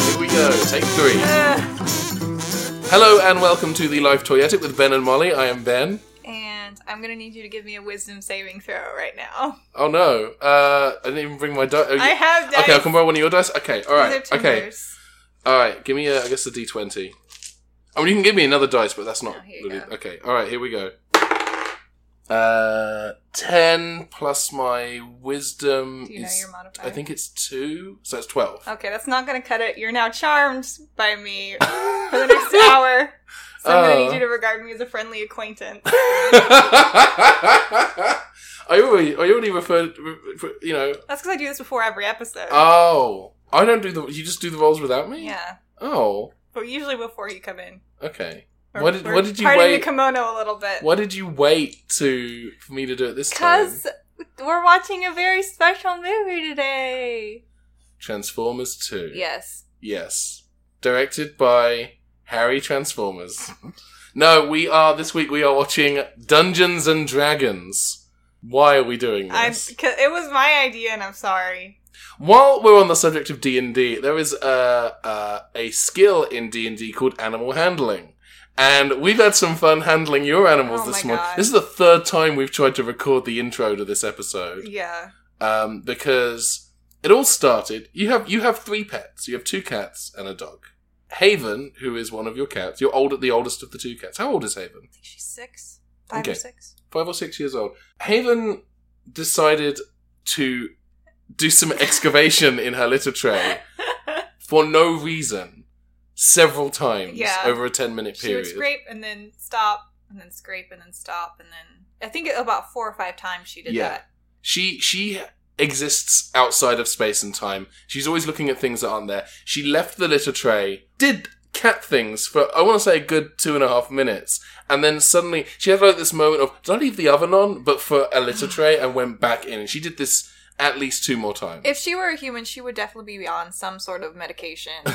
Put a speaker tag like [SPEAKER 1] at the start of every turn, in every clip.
[SPEAKER 1] Here we go, take three. Hello and welcome to the Life Toyetic with Ben and Molly. I am Ben.
[SPEAKER 2] And I'm gonna need you to give me a wisdom saving throw right now.
[SPEAKER 1] Oh no, uh, I didn't even bring my dice.
[SPEAKER 2] I have dice.
[SPEAKER 1] Okay, I can roll one of your dice. Okay, all
[SPEAKER 2] They're
[SPEAKER 1] right, okay,
[SPEAKER 2] timbers.
[SPEAKER 1] all right. Give me, a, I guess, a D twenty. I mean, you can give me another dice, but that's not
[SPEAKER 2] Oh, here you go.
[SPEAKER 1] okay. All right, here we go. Uh, ten plus my wisdom
[SPEAKER 2] Do you know
[SPEAKER 1] is,
[SPEAKER 2] your modifier?
[SPEAKER 1] I think it's two, so it's twelve.
[SPEAKER 2] Okay, that's not gonna cut it. You're now charmed by me for the next hour. So I'm gonna
[SPEAKER 1] Oh.
[SPEAKER 2] need you to regard me as a friendly acquaintance.
[SPEAKER 1] I already, I already referred, re- re- you know.
[SPEAKER 2] That's because I do this before every episode.
[SPEAKER 1] Oh, I don't do the. You just do the rolls without me.
[SPEAKER 2] yeah,
[SPEAKER 1] Oh,
[SPEAKER 2] but usually before you come in.
[SPEAKER 1] okay.
[SPEAKER 2] We're-
[SPEAKER 1] What did-
[SPEAKER 2] we're
[SPEAKER 1] what did you
[SPEAKER 2] parting
[SPEAKER 1] wait-
[SPEAKER 2] the kimono a little bit.
[SPEAKER 1] Why did you wait to for me to do it this time?
[SPEAKER 2] Because we're watching a very special movie today.
[SPEAKER 1] Transformers Two.
[SPEAKER 2] Yes.
[SPEAKER 1] Yes. Directed by Harry Transformers. no, we are this week. We are watching Dungeons and Dragons. Why are we doing
[SPEAKER 2] I,
[SPEAKER 1] this?
[SPEAKER 2] cause it was my idea and I'm sorry.
[SPEAKER 1] While we're on the subject of D and D, there is a uh, a skill in D and D called animal handling, and we've had some fun handling your animals
[SPEAKER 2] Oh
[SPEAKER 1] this
[SPEAKER 2] my
[SPEAKER 1] morning.
[SPEAKER 2] God.
[SPEAKER 1] This is the third time we've tried to record the intro to this episode
[SPEAKER 2] Yeah.
[SPEAKER 1] um, because it all started. You have you have three pets. You have two cats and a dog. Haven, who is one of your cats, you're old the oldest of the two cats. How old is Haven?
[SPEAKER 2] I think she's six. Five
[SPEAKER 1] Okay.
[SPEAKER 2] or six.
[SPEAKER 1] Five or six years old. Haven decided to do some excavation in her litter tray for no reason several times
[SPEAKER 2] Yeah.
[SPEAKER 1] over a 10 minute
[SPEAKER 2] She would
[SPEAKER 1] period.
[SPEAKER 2] scrape and then stop and then scrape and then stop and then I think about four or five times she did
[SPEAKER 1] Yeah.
[SPEAKER 2] that.
[SPEAKER 1] She she exists outside of space and time. She's always looking at things that aren't there. She left the litter tray, did cat things for I want to say a good two and a half minutes, and then suddenly she had like this moment of did I leave the oven on? But for a litter tray, and went back in. And she did this at least two more times.
[SPEAKER 2] If she were a human, she would definitely be on some sort of medication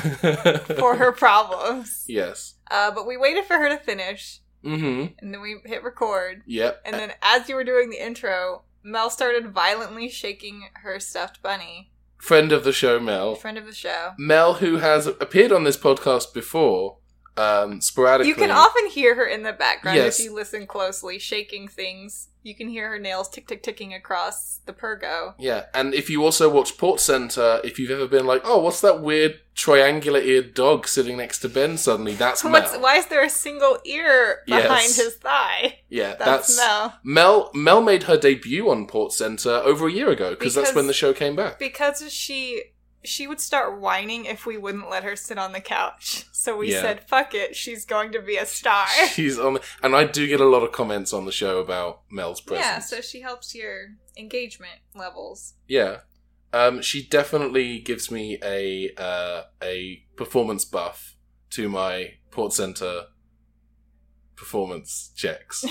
[SPEAKER 2] for her problems.
[SPEAKER 1] yes.
[SPEAKER 2] Uh, but we waited for her to finish
[SPEAKER 1] Mm-hmm.
[SPEAKER 2] and then we hit record.
[SPEAKER 1] Yep.
[SPEAKER 2] And then as you were doing the intro, Mel started violently shaking her stuffed bunny,
[SPEAKER 1] Friend of the show, Mel.
[SPEAKER 2] friend of the show.
[SPEAKER 1] Mel, who has appeared on this podcast before, um, sporadically.
[SPEAKER 2] You can often hear her in the background
[SPEAKER 1] Yes.
[SPEAKER 2] if you listen closely, shaking things. You can hear her nails tick tick ticking across the pergo.
[SPEAKER 1] Yeah, and if you also watch Port Center, if you've ever been like, oh, what's that weird triangular eared dog sitting next to Ben suddenly? That's Mel.
[SPEAKER 2] What's, why is there a single ear behind
[SPEAKER 1] Yes.
[SPEAKER 2] his thigh?
[SPEAKER 1] yeah, that's,
[SPEAKER 2] That's, Mel.
[SPEAKER 1] Mel. Mel made her debut on Port Center over a year ago because that's
[SPEAKER 2] Because-
[SPEAKER 1] when the show came back.
[SPEAKER 2] Because she she would start whining if we wouldn't let her sit on the couch. So we
[SPEAKER 1] Yeah.
[SPEAKER 2] said, "Fuck it, she's going to be a star."
[SPEAKER 1] She's on, and I do get a lot of comments on the show about Mel's presence.
[SPEAKER 2] Yeah, so she helps your engagement levels.
[SPEAKER 1] Yeah. Um, she definitely gives me a uh, a performance buff to my port center performance checks.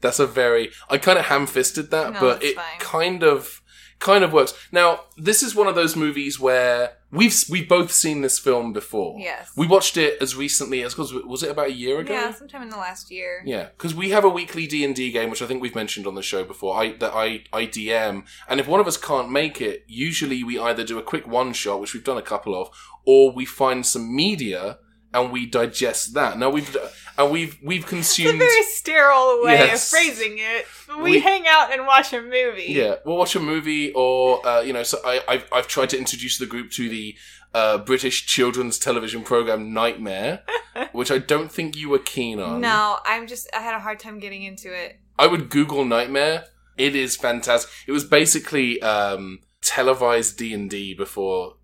[SPEAKER 1] That's a very I kind of ham fisted that,
[SPEAKER 2] No,
[SPEAKER 1] but
[SPEAKER 2] that's
[SPEAKER 1] it
[SPEAKER 2] fine.
[SPEAKER 1] kind of kind of works. Now this is one of those movies where we've s- we've both seen this film before.
[SPEAKER 2] Yes.
[SPEAKER 1] we watched it as recently as because was it about a year ago?
[SPEAKER 2] Yeah, sometime in the last year.
[SPEAKER 1] Yeah, because we have a weekly D and D game, which I think we've mentioned on the show before. I that I I DM, and if one of us can't make it, usually we either do a quick one shot, which we've done a couple of, or we find some media and we digest that. Now we've and we've we've
[SPEAKER 2] It's a
[SPEAKER 1] consumed.
[SPEAKER 2] very sterile way
[SPEAKER 1] Yes.
[SPEAKER 2] of phrasing it. We,
[SPEAKER 1] We-
[SPEAKER 2] hang out and watch a movie.
[SPEAKER 1] Yeah, we'll watch a movie, or uh, you know, so I, I've I've tried to introduce the group to the uh, British children's television program Nightmare, which I don't think you were keen on.
[SPEAKER 2] No, I'm just I had a hard time getting into it.
[SPEAKER 1] I would Google Nightmare. It is fantastic. It was basically um, televised D and D before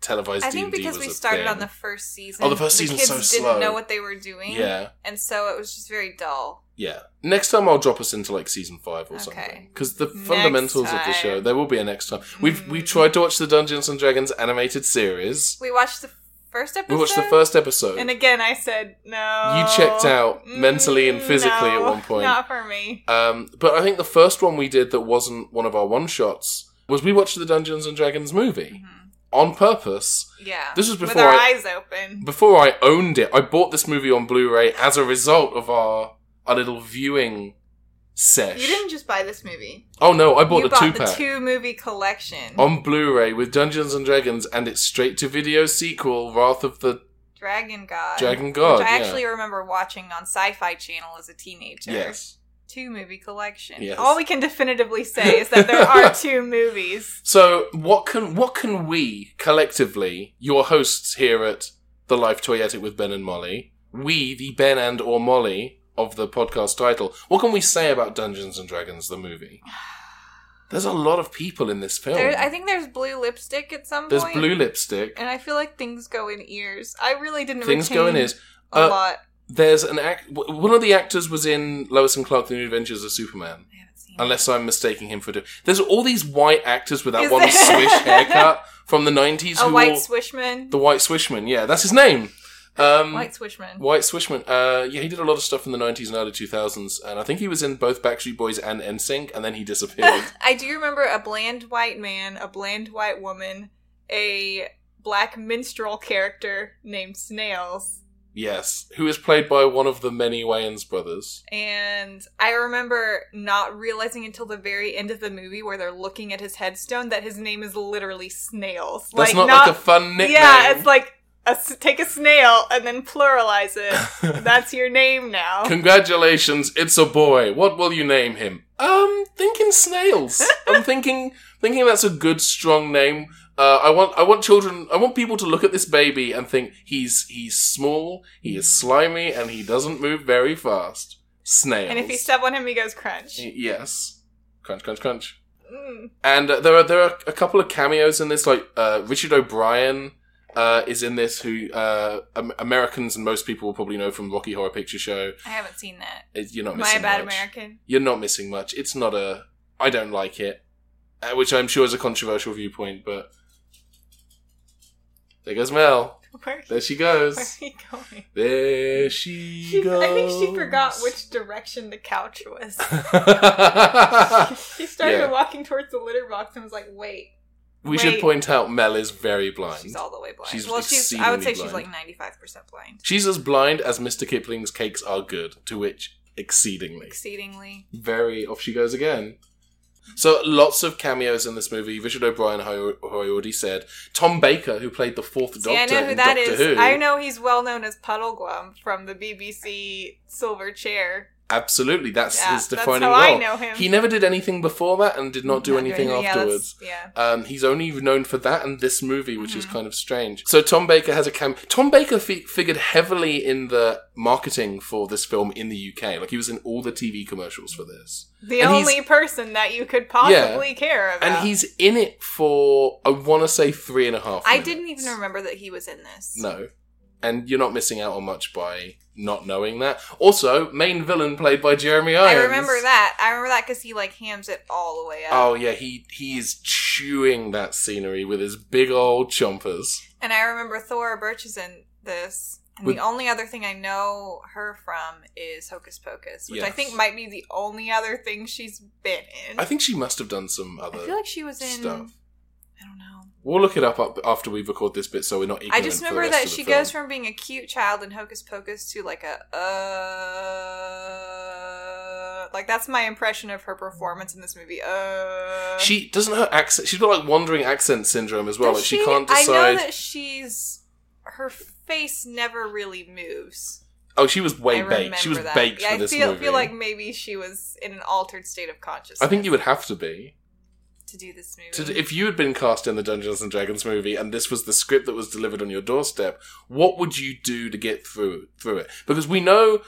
[SPEAKER 1] televised.
[SPEAKER 2] I think
[SPEAKER 1] D&D
[SPEAKER 2] because
[SPEAKER 1] was
[SPEAKER 2] we
[SPEAKER 1] a
[SPEAKER 2] started
[SPEAKER 1] thing.
[SPEAKER 2] on the first season.
[SPEAKER 1] Oh, the first season's
[SPEAKER 2] kids
[SPEAKER 1] so slow.
[SPEAKER 2] didn't know what they were doing.
[SPEAKER 1] yeah,
[SPEAKER 2] And so it was just very dull.
[SPEAKER 1] yeah. Next time I'll drop us into like season five or
[SPEAKER 2] Okay.
[SPEAKER 1] something because the
[SPEAKER 2] Next
[SPEAKER 1] fundamentals of the show
[SPEAKER 2] time.
[SPEAKER 1] there will be a next time. We've
[SPEAKER 2] Mm.
[SPEAKER 1] we tried to watch the Dungeons and Dragons animated series.
[SPEAKER 2] We watched the first episode.
[SPEAKER 1] We watched the first episode.
[SPEAKER 2] And again I said no. Mm,
[SPEAKER 1] You checked out mentally and physically at
[SPEAKER 2] no,
[SPEAKER 1] one point.
[SPEAKER 2] Not for me.
[SPEAKER 1] um, but I think the first one we did that wasn't one of our one shots was we watched the Dungeons and Dragons movie.
[SPEAKER 2] Mhm.
[SPEAKER 1] on purpose.
[SPEAKER 2] Yeah.
[SPEAKER 1] This was
[SPEAKER 2] With
[SPEAKER 1] before
[SPEAKER 2] our
[SPEAKER 1] I-
[SPEAKER 2] eyes open.
[SPEAKER 1] Before I owned it, I bought this movie on Blu-ray as a result of our our little viewing sesh.
[SPEAKER 2] You didn't just buy this movie.
[SPEAKER 1] oh no, I bought the
[SPEAKER 2] you bought
[SPEAKER 1] two
[SPEAKER 2] the
[SPEAKER 1] pack Oh,
[SPEAKER 2] two movie collection.
[SPEAKER 1] on Blu-ray with Dungeons and Dragons and its straight-to-video sequel, Wrath of the
[SPEAKER 2] Dragon God.
[SPEAKER 1] Dragon God.
[SPEAKER 2] Which I
[SPEAKER 1] yeah.
[SPEAKER 2] actually remember watching on Sci Fi Channel as a teenager.
[SPEAKER 1] yes.
[SPEAKER 2] Two movie collection.
[SPEAKER 1] Yes.
[SPEAKER 2] All we can definitively say is that there are two movies.
[SPEAKER 1] So what can what can we collectively, your hosts here at the Life Toyetic with Ben and Molly, we the Ben and or Molly of the podcast title, what can we say about Dungeons and Dragons the movie? There's a lot of people in this film.
[SPEAKER 2] There, I think there's blue lipstick at some
[SPEAKER 1] Oh. There's
[SPEAKER 2] point.
[SPEAKER 1] blue lipstick.
[SPEAKER 2] And I feel like things go in ears. I really didn't
[SPEAKER 1] Things
[SPEAKER 2] retain
[SPEAKER 1] going is
[SPEAKER 2] a
[SPEAKER 1] uh,
[SPEAKER 2] lot.
[SPEAKER 1] there's an act. w- One of the actors was in Lois and Clark: The New Adventures of Superman.
[SPEAKER 2] I haven't seen it.
[SPEAKER 1] Unless I'm mistaking him for. Do- There's all these white actors with that
[SPEAKER 2] Is
[SPEAKER 1] one
[SPEAKER 2] there-
[SPEAKER 1] swish haircut from the '90s.
[SPEAKER 2] A
[SPEAKER 1] who
[SPEAKER 2] white
[SPEAKER 1] all-
[SPEAKER 2] swishman.
[SPEAKER 1] The White Swishman, yeah, that's his name. Um,
[SPEAKER 2] white
[SPEAKER 1] White.
[SPEAKER 2] swishman.
[SPEAKER 1] Swishman, uh, yeah, he did a lot of stuff in the 90s and early 2000s, and I think he was in both Backstreet Boys and NSYNC, and then he disappeared.
[SPEAKER 2] I do remember a bland white man, a bland white woman, a black minstrel character named Snails,
[SPEAKER 1] yes, who is played by one of the many Wayans brothers.
[SPEAKER 2] and I remember not realizing until the very end of the movie where they're looking at his headstone that his name is literally Snails.
[SPEAKER 1] That's not, like a fun nickname.
[SPEAKER 2] yeah, it's like a s take a snail and then pluralize it. That's your name now.
[SPEAKER 1] Congratulations, it's a boy. What will you name him? Um, thinking snails. I'm thinking thinking that's a good strong name. Uh, I want I want children I want people to look at this baby and think he's he's small, he is slimy, and he doesn't move very fast. Snails.
[SPEAKER 2] and if you step on him, he goes crunch.
[SPEAKER 1] Y- yes, crunch crunch crunch.
[SPEAKER 2] Mm.
[SPEAKER 1] And uh, there are there are a couple of cameos in this. Like uh, Richard O'Brien uh, is in this, who uh, Am- Americans and most people will probably know from Rocky Horror Picture Show.
[SPEAKER 2] I haven't seen that.
[SPEAKER 1] It- You're not
[SPEAKER 2] My
[SPEAKER 1] missing
[SPEAKER 2] Bad
[SPEAKER 1] much
[SPEAKER 2] American.
[SPEAKER 1] you're not missing much. It's not a. I don't like it, uh, which I'm sure is a controversial viewpoint, but there goes Mel.
[SPEAKER 2] Where-
[SPEAKER 1] There she
[SPEAKER 2] where
[SPEAKER 1] goes.
[SPEAKER 2] are you going?
[SPEAKER 1] There she
[SPEAKER 2] She,
[SPEAKER 1] goes.
[SPEAKER 2] I think she forgot which direction the couch was. she started
[SPEAKER 1] Yeah.
[SPEAKER 2] walking towards the litter box and was like, "Wait,
[SPEAKER 1] we should
[SPEAKER 2] Wait.
[SPEAKER 1] point out Mel is very blind.
[SPEAKER 2] she's all the way blind."
[SPEAKER 1] She's
[SPEAKER 2] well, she's I would say
[SPEAKER 1] exceedingly
[SPEAKER 2] she's
[SPEAKER 1] blind.
[SPEAKER 2] like ninety five percent blind,
[SPEAKER 1] She's as blind as Mr. Kipling's cakes are good, to which exceedingly.
[SPEAKER 2] exceedingly.
[SPEAKER 1] very off she goes again. So lots of cameos in this movie. Richard O'Brien, who who I already said, Tom Baker, who played the Fourth Doctor
[SPEAKER 2] See, I know who
[SPEAKER 1] in
[SPEAKER 2] that
[SPEAKER 1] Doctor
[SPEAKER 2] is.
[SPEAKER 1] Who,
[SPEAKER 2] I know he's well known as Puddle Glum from the BBC Silver Chair.
[SPEAKER 1] absolutely that's
[SPEAKER 2] Yeah,
[SPEAKER 1] his
[SPEAKER 2] that's
[SPEAKER 1] defining
[SPEAKER 2] how I
[SPEAKER 1] role.
[SPEAKER 2] know him.
[SPEAKER 1] He never did anything before that and did not do anything
[SPEAKER 2] doing- yeah,
[SPEAKER 1] afterwards.
[SPEAKER 2] that's- Yeah,
[SPEAKER 1] um, he's only known for that and this movie, which is
[SPEAKER 2] Mhm.
[SPEAKER 1] kind of strange. So Tom Baker has a cam. Tom Baker fi- figured heavily in the marketing for this film in the UK. Like he was in all the TV commercials for this.
[SPEAKER 2] the
[SPEAKER 1] And he's-
[SPEAKER 2] only person that you could possibly care about.
[SPEAKER 1] And he's in it for I want to say three and a half.
[SPEAKER 2] I
[SPEAKER 1] Minutes.
[SPEAKER 2] didn't even remember that he was in this.
[SPEAKER 1] No, and you're not missing out on much by not knowing that. Also, main villain played by Jeremy
[SPEAKER 2] I
[SPEAKER 1] Irons.
[SPEAKER 2] remember that. I remember that because he like hams it all the way up.
[SPEAKER 1] Oh yeah, he he is chewing that scenery with his big old chompers.
[SPEAKER 2] And I remember Thora Birch is in this. And
[SPEAKER 1] With-
[SPEAKER 2] the only other thing I know her from is Hocus Pocus, which I
[SPEAKER 1] Yes.
[SPEAKER 2] think might be the only other thing she's been in.
[SPEAKER 1] I think she must have done some
[SPEAKER 2] I
[SPEAKER 1] other.
[SPEAKER 2] feel like she was in.
[SPEAKER 1] stuff.
[SPEAKER 2] I don't know.
[SPEAKER 1] We'll look it up, up after we record this bit, so we're not.
[SPEAKER 2] I
[SPEAKER 1] ignorant
[SPEAKER 2] just
[SPEAKER 1] for the
[SPEAKER 2] remember
[SPEAKER 1] rest
[SPEAKER 2] that
[SPEAKER 1] of the
[SPEAKER 2] she
[SPEAKER 1] film.
[SPEAKER 2] goes from being a cute child in Hocus Pocus to like a uh, like that's my impression of her performance in this movie. Uh,
[SPEAKER 1] She doesn't her accent. She's got like wandering accent syndrome as well.
[SPEAKER 2] Does
[SPEAKER 1] Like she, can't
[SPEAKER 2] I
[SPEAKER 1] decide.
[SPEAKER 2] know that she's her face never really moves.
[SPEAKER 1] oh, she was way
[SPEAKER 2] I
[SPEAKER 1] baked. She was
[SPEAKER 2] remember that.
[SPEAKER 1] baked
[SPEAKER 2] Yeah,
[SPEAKER 1] for this
[SPEAKER 2] I feel,
[SPEAKER 1] movie.
[SPEAKER 2] feel like maybe she was in an altered state of consciousness.
[SPEAKER 1] I think you would have to be.
[SPEAKER 2] to do this
[SPEAKER 1] To,
[SPEAKER 2] movie.
[SPEAKER 1] if you had been cast in the Dungeons and Dragons movie, and this was the script that was delivered on your doorstep, what would you do to get through through it? Because we know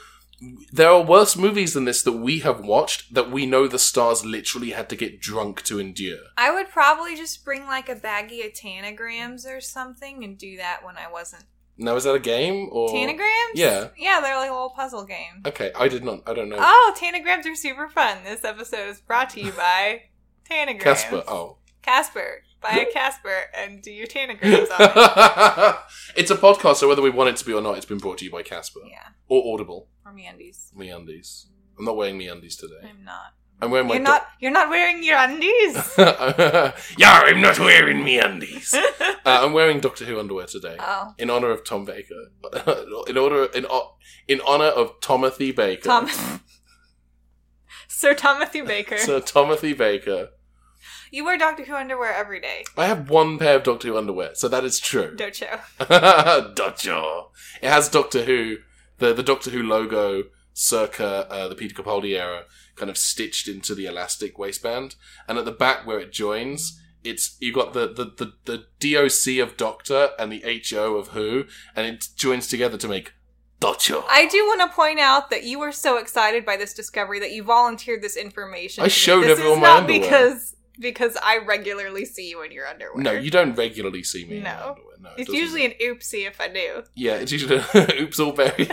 [SPEAKER 1] there are worse movies than this that we have watched that we know the stars literally had to get drunk to endure.
[SPEAKER 2] I would probably just bring like a baggie of tanagrams or something and do that when I wasn't.
[SPEAKER 1] Now is that a game or
[SPEAKER 2] Tanagrams?
[SPEAKER 1] Yeah.
[SPEAKER 2] Yeah, they're like a little puzzle game.
[SPEAKER 1] Okay, I did not. I don't know.
[SPEAKER 2] Oh, tanagrams are super fun. This episode is brought to you by Tanagrams.
[SPEAKER 1] Casper. Oh.
[SPEAKER 2] Casper. Buy a Casper and do your tanagrams on it.
[SPEAKER 1] it's a podcast, so whether we want it to be or not, it's been brought to you by Casper
[SPEAKER 2] Yeah.
[SPEAKER 1] or Audible.
[SPEAKER 2] Or me undies.
[SPEAKER 1] Me undies. I'm not wearing me undies today.
[SPEAKER 2] I'm not.
[SPEAKER 1] I'm wearing my.
[SPEAKER 2] You're not. You're not wearing your undies.
[SPEAKER 1] not. yeah, I'm not wearing me undies. uh, I'm wearing Doctor Who underwear today
[SPEAKER 2] oh,
[SPEAKER 1] in honor of Tom Baker. in order in o- in honor of Tomothy Baker.
[SPEAKER 2] Thomas. Sir Timothy Baker.
[SPEAKER 1] Sir Tomothy Baker.
[SPEAKER 2] you wear Doctor Who underwear every day.
[SPEAKER 1] I have one pair of Doctor Who underwear, so that is true.
[SPEAKER 2] Docho.
[SPEAKER 1] Doctor. It has Doctor Who, the, the Doctor Who logo circa uh, the Peter Capaldi era, kind of stitched into the elastic waistband. And at the back where it joins, it's you got the, the, the, the DOC of Doctor and the HO of Who, and it joins together to make Doctor.
[SPEAKER 2] I do want to point out that you were so excited by this discovery that you volunteered this information.
[SPEAKER 1] I
[SPEAKER 2] to me.
[SPEAKER 1] showed
[SPEAKER 2] this
[SPEAKER 1] everyone
[SPEAKER 2] is
[SPEAKER 1] my
[SPEAKER 2] not
[SPEAKER 1] underwear.
[SPEAKER 2] because because I regularly see you in your underwear.
[SPEAKER 1] No, you don't regularly see me in
[SPEAKER 2] No.
[SPEAKER 1] my underwear. No, it
[SPEAKER 2] It's
[SPEAKER 1] doesn't-
[SPEAKER 2] usually an oopsie if I do.
[SPEAKER 1] yeah, it's usually oops all berries.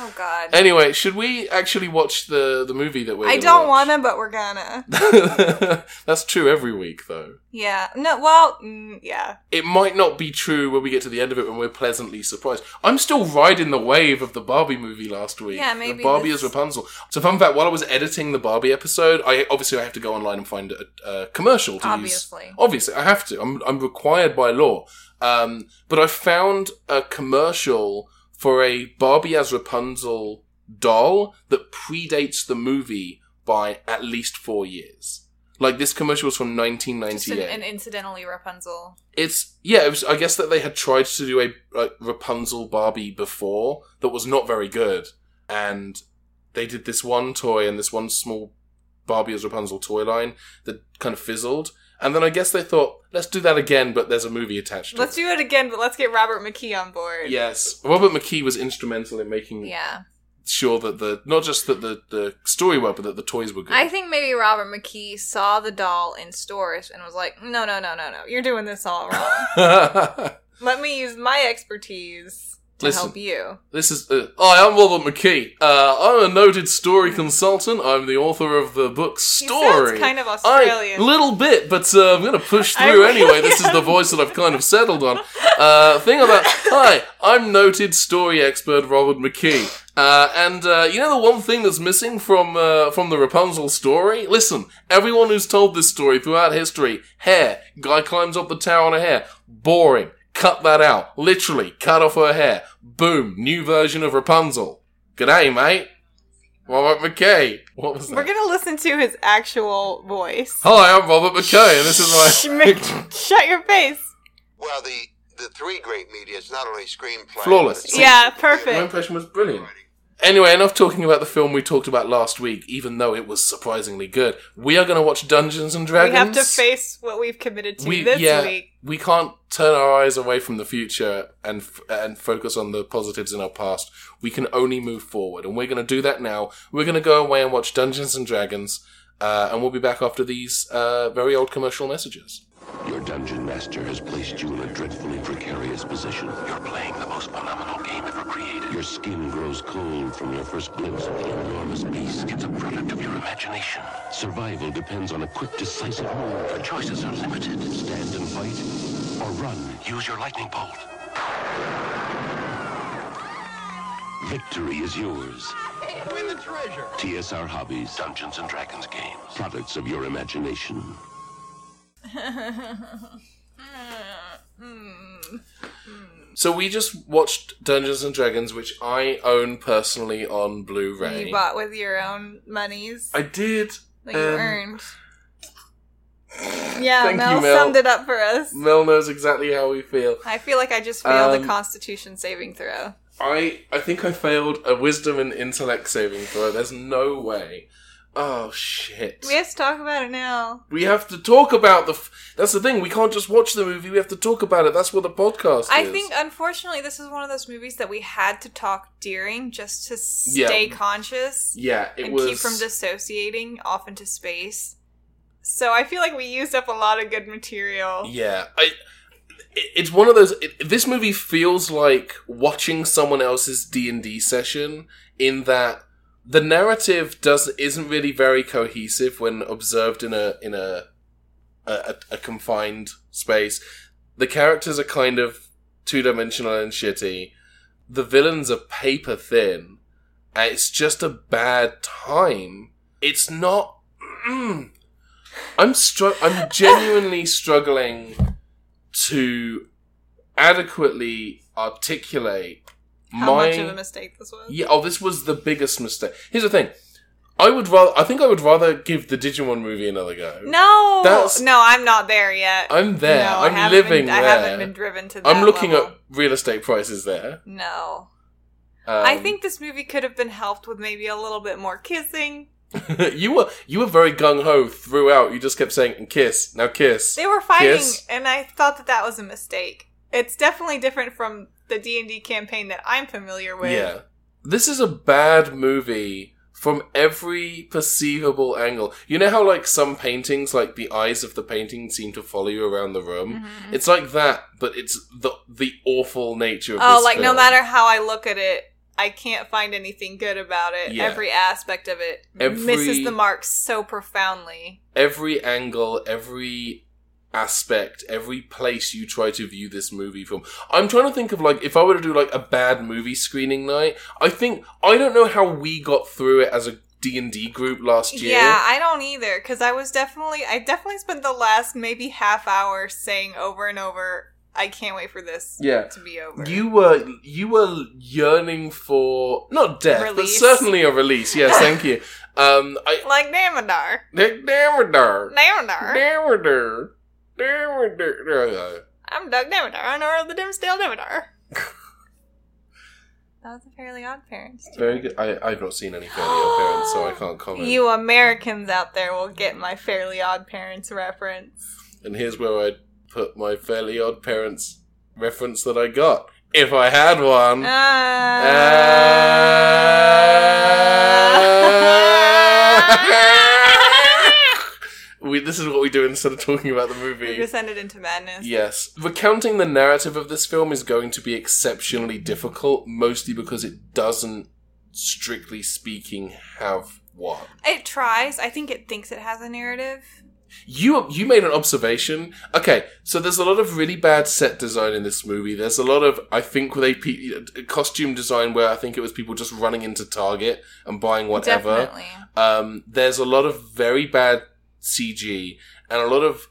[SPEAKER 2] Oh God.
[SPEAKER 1] anyway, should we actually watch the the movie that we're?
[SPEAKER 2] I
[SPEAKER 1] gonna
[SPEAKER 2] don't
[SPEAKER 1] watch?
[SPEAKER 2] wanna, but we're gonna.
[SPEAKER 1] That's true every week, though.
[SPEAKER 2] Yeah. No. Well. Mm, yeah.
[SPEAKER 1] It might not be true when we get to the end of it when we're pleasantly surprised. I'm still riding the wave of the Barbie movie last week.
[SPEAKER 2] Yeah,
[SPEAKER 1] The
[SPEAKER 2] maybe
[SPEAKER 1] Barbie
[SPEAKER 2] this-
[SPEAKER 1] as Rapunzel. So, fun fact: while I was editing the Barbie episode, I obviously I have to go online and find a, a commercial to use
[SPEAKER 2] Obviously.
[SPEAKER 1] Obviously, I have to. I'm, I'm required by law. Um, but I found a commercial for a Barbie as Rapunzel doll that predates the movie by at least four years. Like this commercial was from
[SPEAKER 2] Just an,
[SPEAKER 1] 1998.
[SPEAKER 2] an incidentally Rapunzel.
[SPEAKER 1] it's yeah. It was, I guess that they had tried to do a like, Rapunzel Barbie before that was not very good, and they did this one toy and this one small Barbie as Rapunzel toy line that kind of fizzled. And then I guess they thought, let's do that again, but there's a movie attached to
[SPEAKER 2] Let's
[SPEAKER 1] it.
[SPEAKER 2] do it again, but let's get Robert McKee on board.
[SPEAKER 1] Yes. Robert McKee was instrumental in making
[SPEAKER 2] Yeah.
[SPEAKER 1] sure that the, not just that the, the story worked, but that the toys were good.
[SPEAKER 2] I think maybe Robert McKee saw the doll in stores and was like, "No, no, no, no, no! You're doing this all wrong. Let me use my expertise to
[SPEAKER 1] Listen.
[SPEAKER 2] help you."
[SPEAKER 1] This is. Uh, hi, I'm Robert McKee. Uh, I'm a noted story consultant. I'm the author of the book Story.
[SPEAKER 2] He sounds kind of
[SPEAKER 1] I
[SPEAKER 2] Australian.
[SPEAKER 1] little bit, but uh, I'm going to push
[SPEAKER 2] I
[SPEAKER 1] through
[SPEAKER 2] really
[SPEAKER 1] anyway. This is the
[SPEAKER 2] am.
[SPEAKER 1] voice that I've kind of settled on. Uh, thing about hi, I'm noted story expert Robert McKee, uh, and uh, you know the one thing that's missing from uh, from the Rapunzel story. Listen, everyone who's told this story throughout history, hair guy climbs up the tower on a hair, boring. Cut that out. Literally, cut off her hair. Boom, new version of Rapunzel. G'day, mate. Robert McKee. What was that?
[SPEAKER 2] We're gonna listen to his actual voice.
[SPEAKER 1] Hi, I'm Robert McKay, and this is my.
[SPEAKER 2] Shh, Mick, Shut your face.
[SPEAKER 3] Well, the the three great media is not only screenplay,
[SPEAKER 1] Flawless.
[SPEAKER 3] but it's
[SPEAKER 2] Yeah,
[SPEAKER 1] My
[SPEAKER 2] perfect.
[SPEAKER 1] impression was brilliant. Anyway, enough talking about the film we talked about last week, even though it was surprisingly good. We are going to watch Dungeons and
[SPEAKER 2] We
[SPEAKER 1] Dragons.
[SPEAKER 2] have to face what we've committed to
[SPEAKER 1] We-
[SPEAKER 2] this
[SPEAKER 1] yeah.
[SPEAKER 2] week.
[SPEAKER 1] We can't turn our eyes away from the future and f- and focus on the positives in our past. We can only move forward, and we're going to do that now. We're going to go away and watch Dungeons and Dragons, uh, and we'll be back after these uh, very old commercial messages.
[SPEAKER 4] Your dungeon master has placed you in a dreadfully precarious position. You're playing the most phenomenal game ever created. Your skin grows cold from your first glimpse of the enormous beast. It's a product of your imagination. Survival depends on a quick, decisive move. Your choices are limited. Stand and fight, or run. Use your lightning bolt. Victory is yours.
[SPEAKER 3] Win the treasure.
[SPEAKER 4] TSR Hobbies, Dungeons and Dragons games. Products of your imagination.
[SPEAKER 1] So we just watched Dungeons and Dragons, which I own personally on Blu-ray.
[SPEAKER 2] You bought with your own monies
[SPEAKER 1] I did.
[SPEAKER 2] that you
[SPEAKER 1] um,
[SPEAKER 2] earned. Yeah,
[SPEAKER 1] Thank
[SPEAKER 2] Mel,
[SPEAKER 1] you, Mel.
[SPEAKER 2] summed it up for us.
[SPEAKER 1] Mel knows exactly how we feel.
[SPEAKER 2] I feel like I just failed
[SPEAKER 1] Um,
[SPEAKER 2] a Constitution saving throw.
[SPEAKER 1] I I think I failed a wisdom and intellect saving throw. There's no way. Oh shit.
[SPEAKER 2] We have to talk about it now.
[SPEAKER 1] We have to talk about the. F- That's the thing. We can't just watch the movie. We have to talk about it. That's what the podcast
[SPEAKER 2] I
[SPEAKER 1] is.
[SPEAKER 2] think, unfortunately, this is one of those movies that we had to talk during just to stay conscious
[SPEAKER 1] Yeah, it
[SPEAKER 2] and
[SPEAKER 1] was.
[SPEAKER 2] keep from dissociating off into space. So I feel like we used up a lot of good material.
[SPEAKER 1] Yeah, I. it- It's one of those. It, this movie feels like watching someone else's D and D session in that the narrative does isn't really very cohesive when observed in a in a a, a, a confined space. The characters are kind of two dimensional and shitty. The villains are paper thin, Uh, It's just a bad time. It's not. Mm. I'm str- I'm genuinely struggling to adequately articulate
[SPEAKER 2] How
[SPEAKER 1] my
[SPEAKER 2] much of a mistake this was?
[SPEAKER 1] yeah, oh, this was the biggest mistake. Here's the thing. I would rather. I think I would rather give the Digimon movie another go.
[SPEAKER 2] No,
[SPEAKER 1] That's-
[SPEAKER 2] no, I'm not there yet.
[SPEAKER 1] I'm there.
[SPEAKER 2] No, I
[SPEAKER 1] I'm
[SPEAKER 2] haven't
[SPEAKER 1] living
[SPEAKER 2] been,
[SPEAKER 1] there.
[SPEAKER 2] I haven't been driven to. That
[SPEAKER 1] I'm looking
[SPEAKER 2] level.
[SPEAKER 1] at real estate prices there.
[SPEAKER 2] No,
[SPEAKER 1] Um,
[SPEAKER 2] I think this movie could have been helped with maybe a little bit more kissing.
[SPEAKER 1] you were you were very gung ho throughout. You just kept saying kiss now kiss.
[SPEAKER 2] They were fighting,
[SPEAKER 1] Kiss?
[SPEAKER 2] and I thought that that was a mistake. It's definitely different from the D and D campaign that I'm familiar with.
[SPEAKER 1] Yeah. This is a bad movie from every perceivable angle. You know how like some paintings, like the eyes of the painting seem to follow you around the room?
[SPEAKER 2] Mhm.
[SPEAKER 1] It's like that, but it's the the awful nature of
[SPEAKER 2] Oh,
[SPEAKER 1] this
[SPEAKER 2] like no
[SPEAKER 1] film.
[SPEAKER 2] matter how I look at it, I can't find anything good about it.
[SPEAKER 1] Yeah.
[SPEAKER 2] Every aspect of it
[SPEAKER 1] Every-
[SPEAKER 2] misses the mark so profoundly.
[SPEAKER 1] every angle, every aspect, every place you try to view this movie from. I'm trying to think of like if I were to do like a bad movie screening night, I think I don't know how we got through it as a D&D group last year.
[SPEAKER 2] Yeah, I don't either because I was definitely I definitely spent the last maybe half hour saying over and over, I can't wait for this
[SPEAKER 1] Yeah.
[SPEAKER 2] to be over.
[SPEAKER 1] You were you were yearning for not death, but
[SPEAKER 2] Release.
[SPEAKER 1] certainly a release. Yes, thank you. Um, I
[SPEAKER 2] like Namadar,
[SPEAKER 1] Damodar,
[SPEAKER 2] Namadar.
[SPEAKER 1] Damodar, Damodar.
[SPEAKER 2] I'm Doug Namadar, owner of the Dimsdale Namadar. that was a Fairly Odd Parents.
[SPEAKER 1] Very good. I I've not seen any Fairly Odd Parents, so I can't comment.
[SPEAKER 2] You Americans out there will get my Fairly Odd Parents reference.
[SPEAKER 1] and here's where I put my Fairly Odd Parents reference that I got, if I had one.
[SPEAKER 2] Uh. Ah.
[SPEAKER 1] we, this is what we do instead of talking about the
[SPEAKER 2] We
[SPEAKER 1] movie.
[SPEAKER 2] descended into madness.
[SPEAKER 1] Yes. Recounting the narrative of this film is going to be exceptionally difficult, mostly because it doesn't, strictly speaking, have one.
[SPEAKER 2] It tries. I think it thinks it has a narrative.
[SPEAKER 1] You you made an observation. Okay, so there's a lot of really bad set design in this movie. There's a lot of I think where they pe- costume design where I think it was people just running into Target and buying whatever.
[SPEAKER 2] Definitely.
[SPEAKER 1] Um, there's a lot of very bad CG and a lot of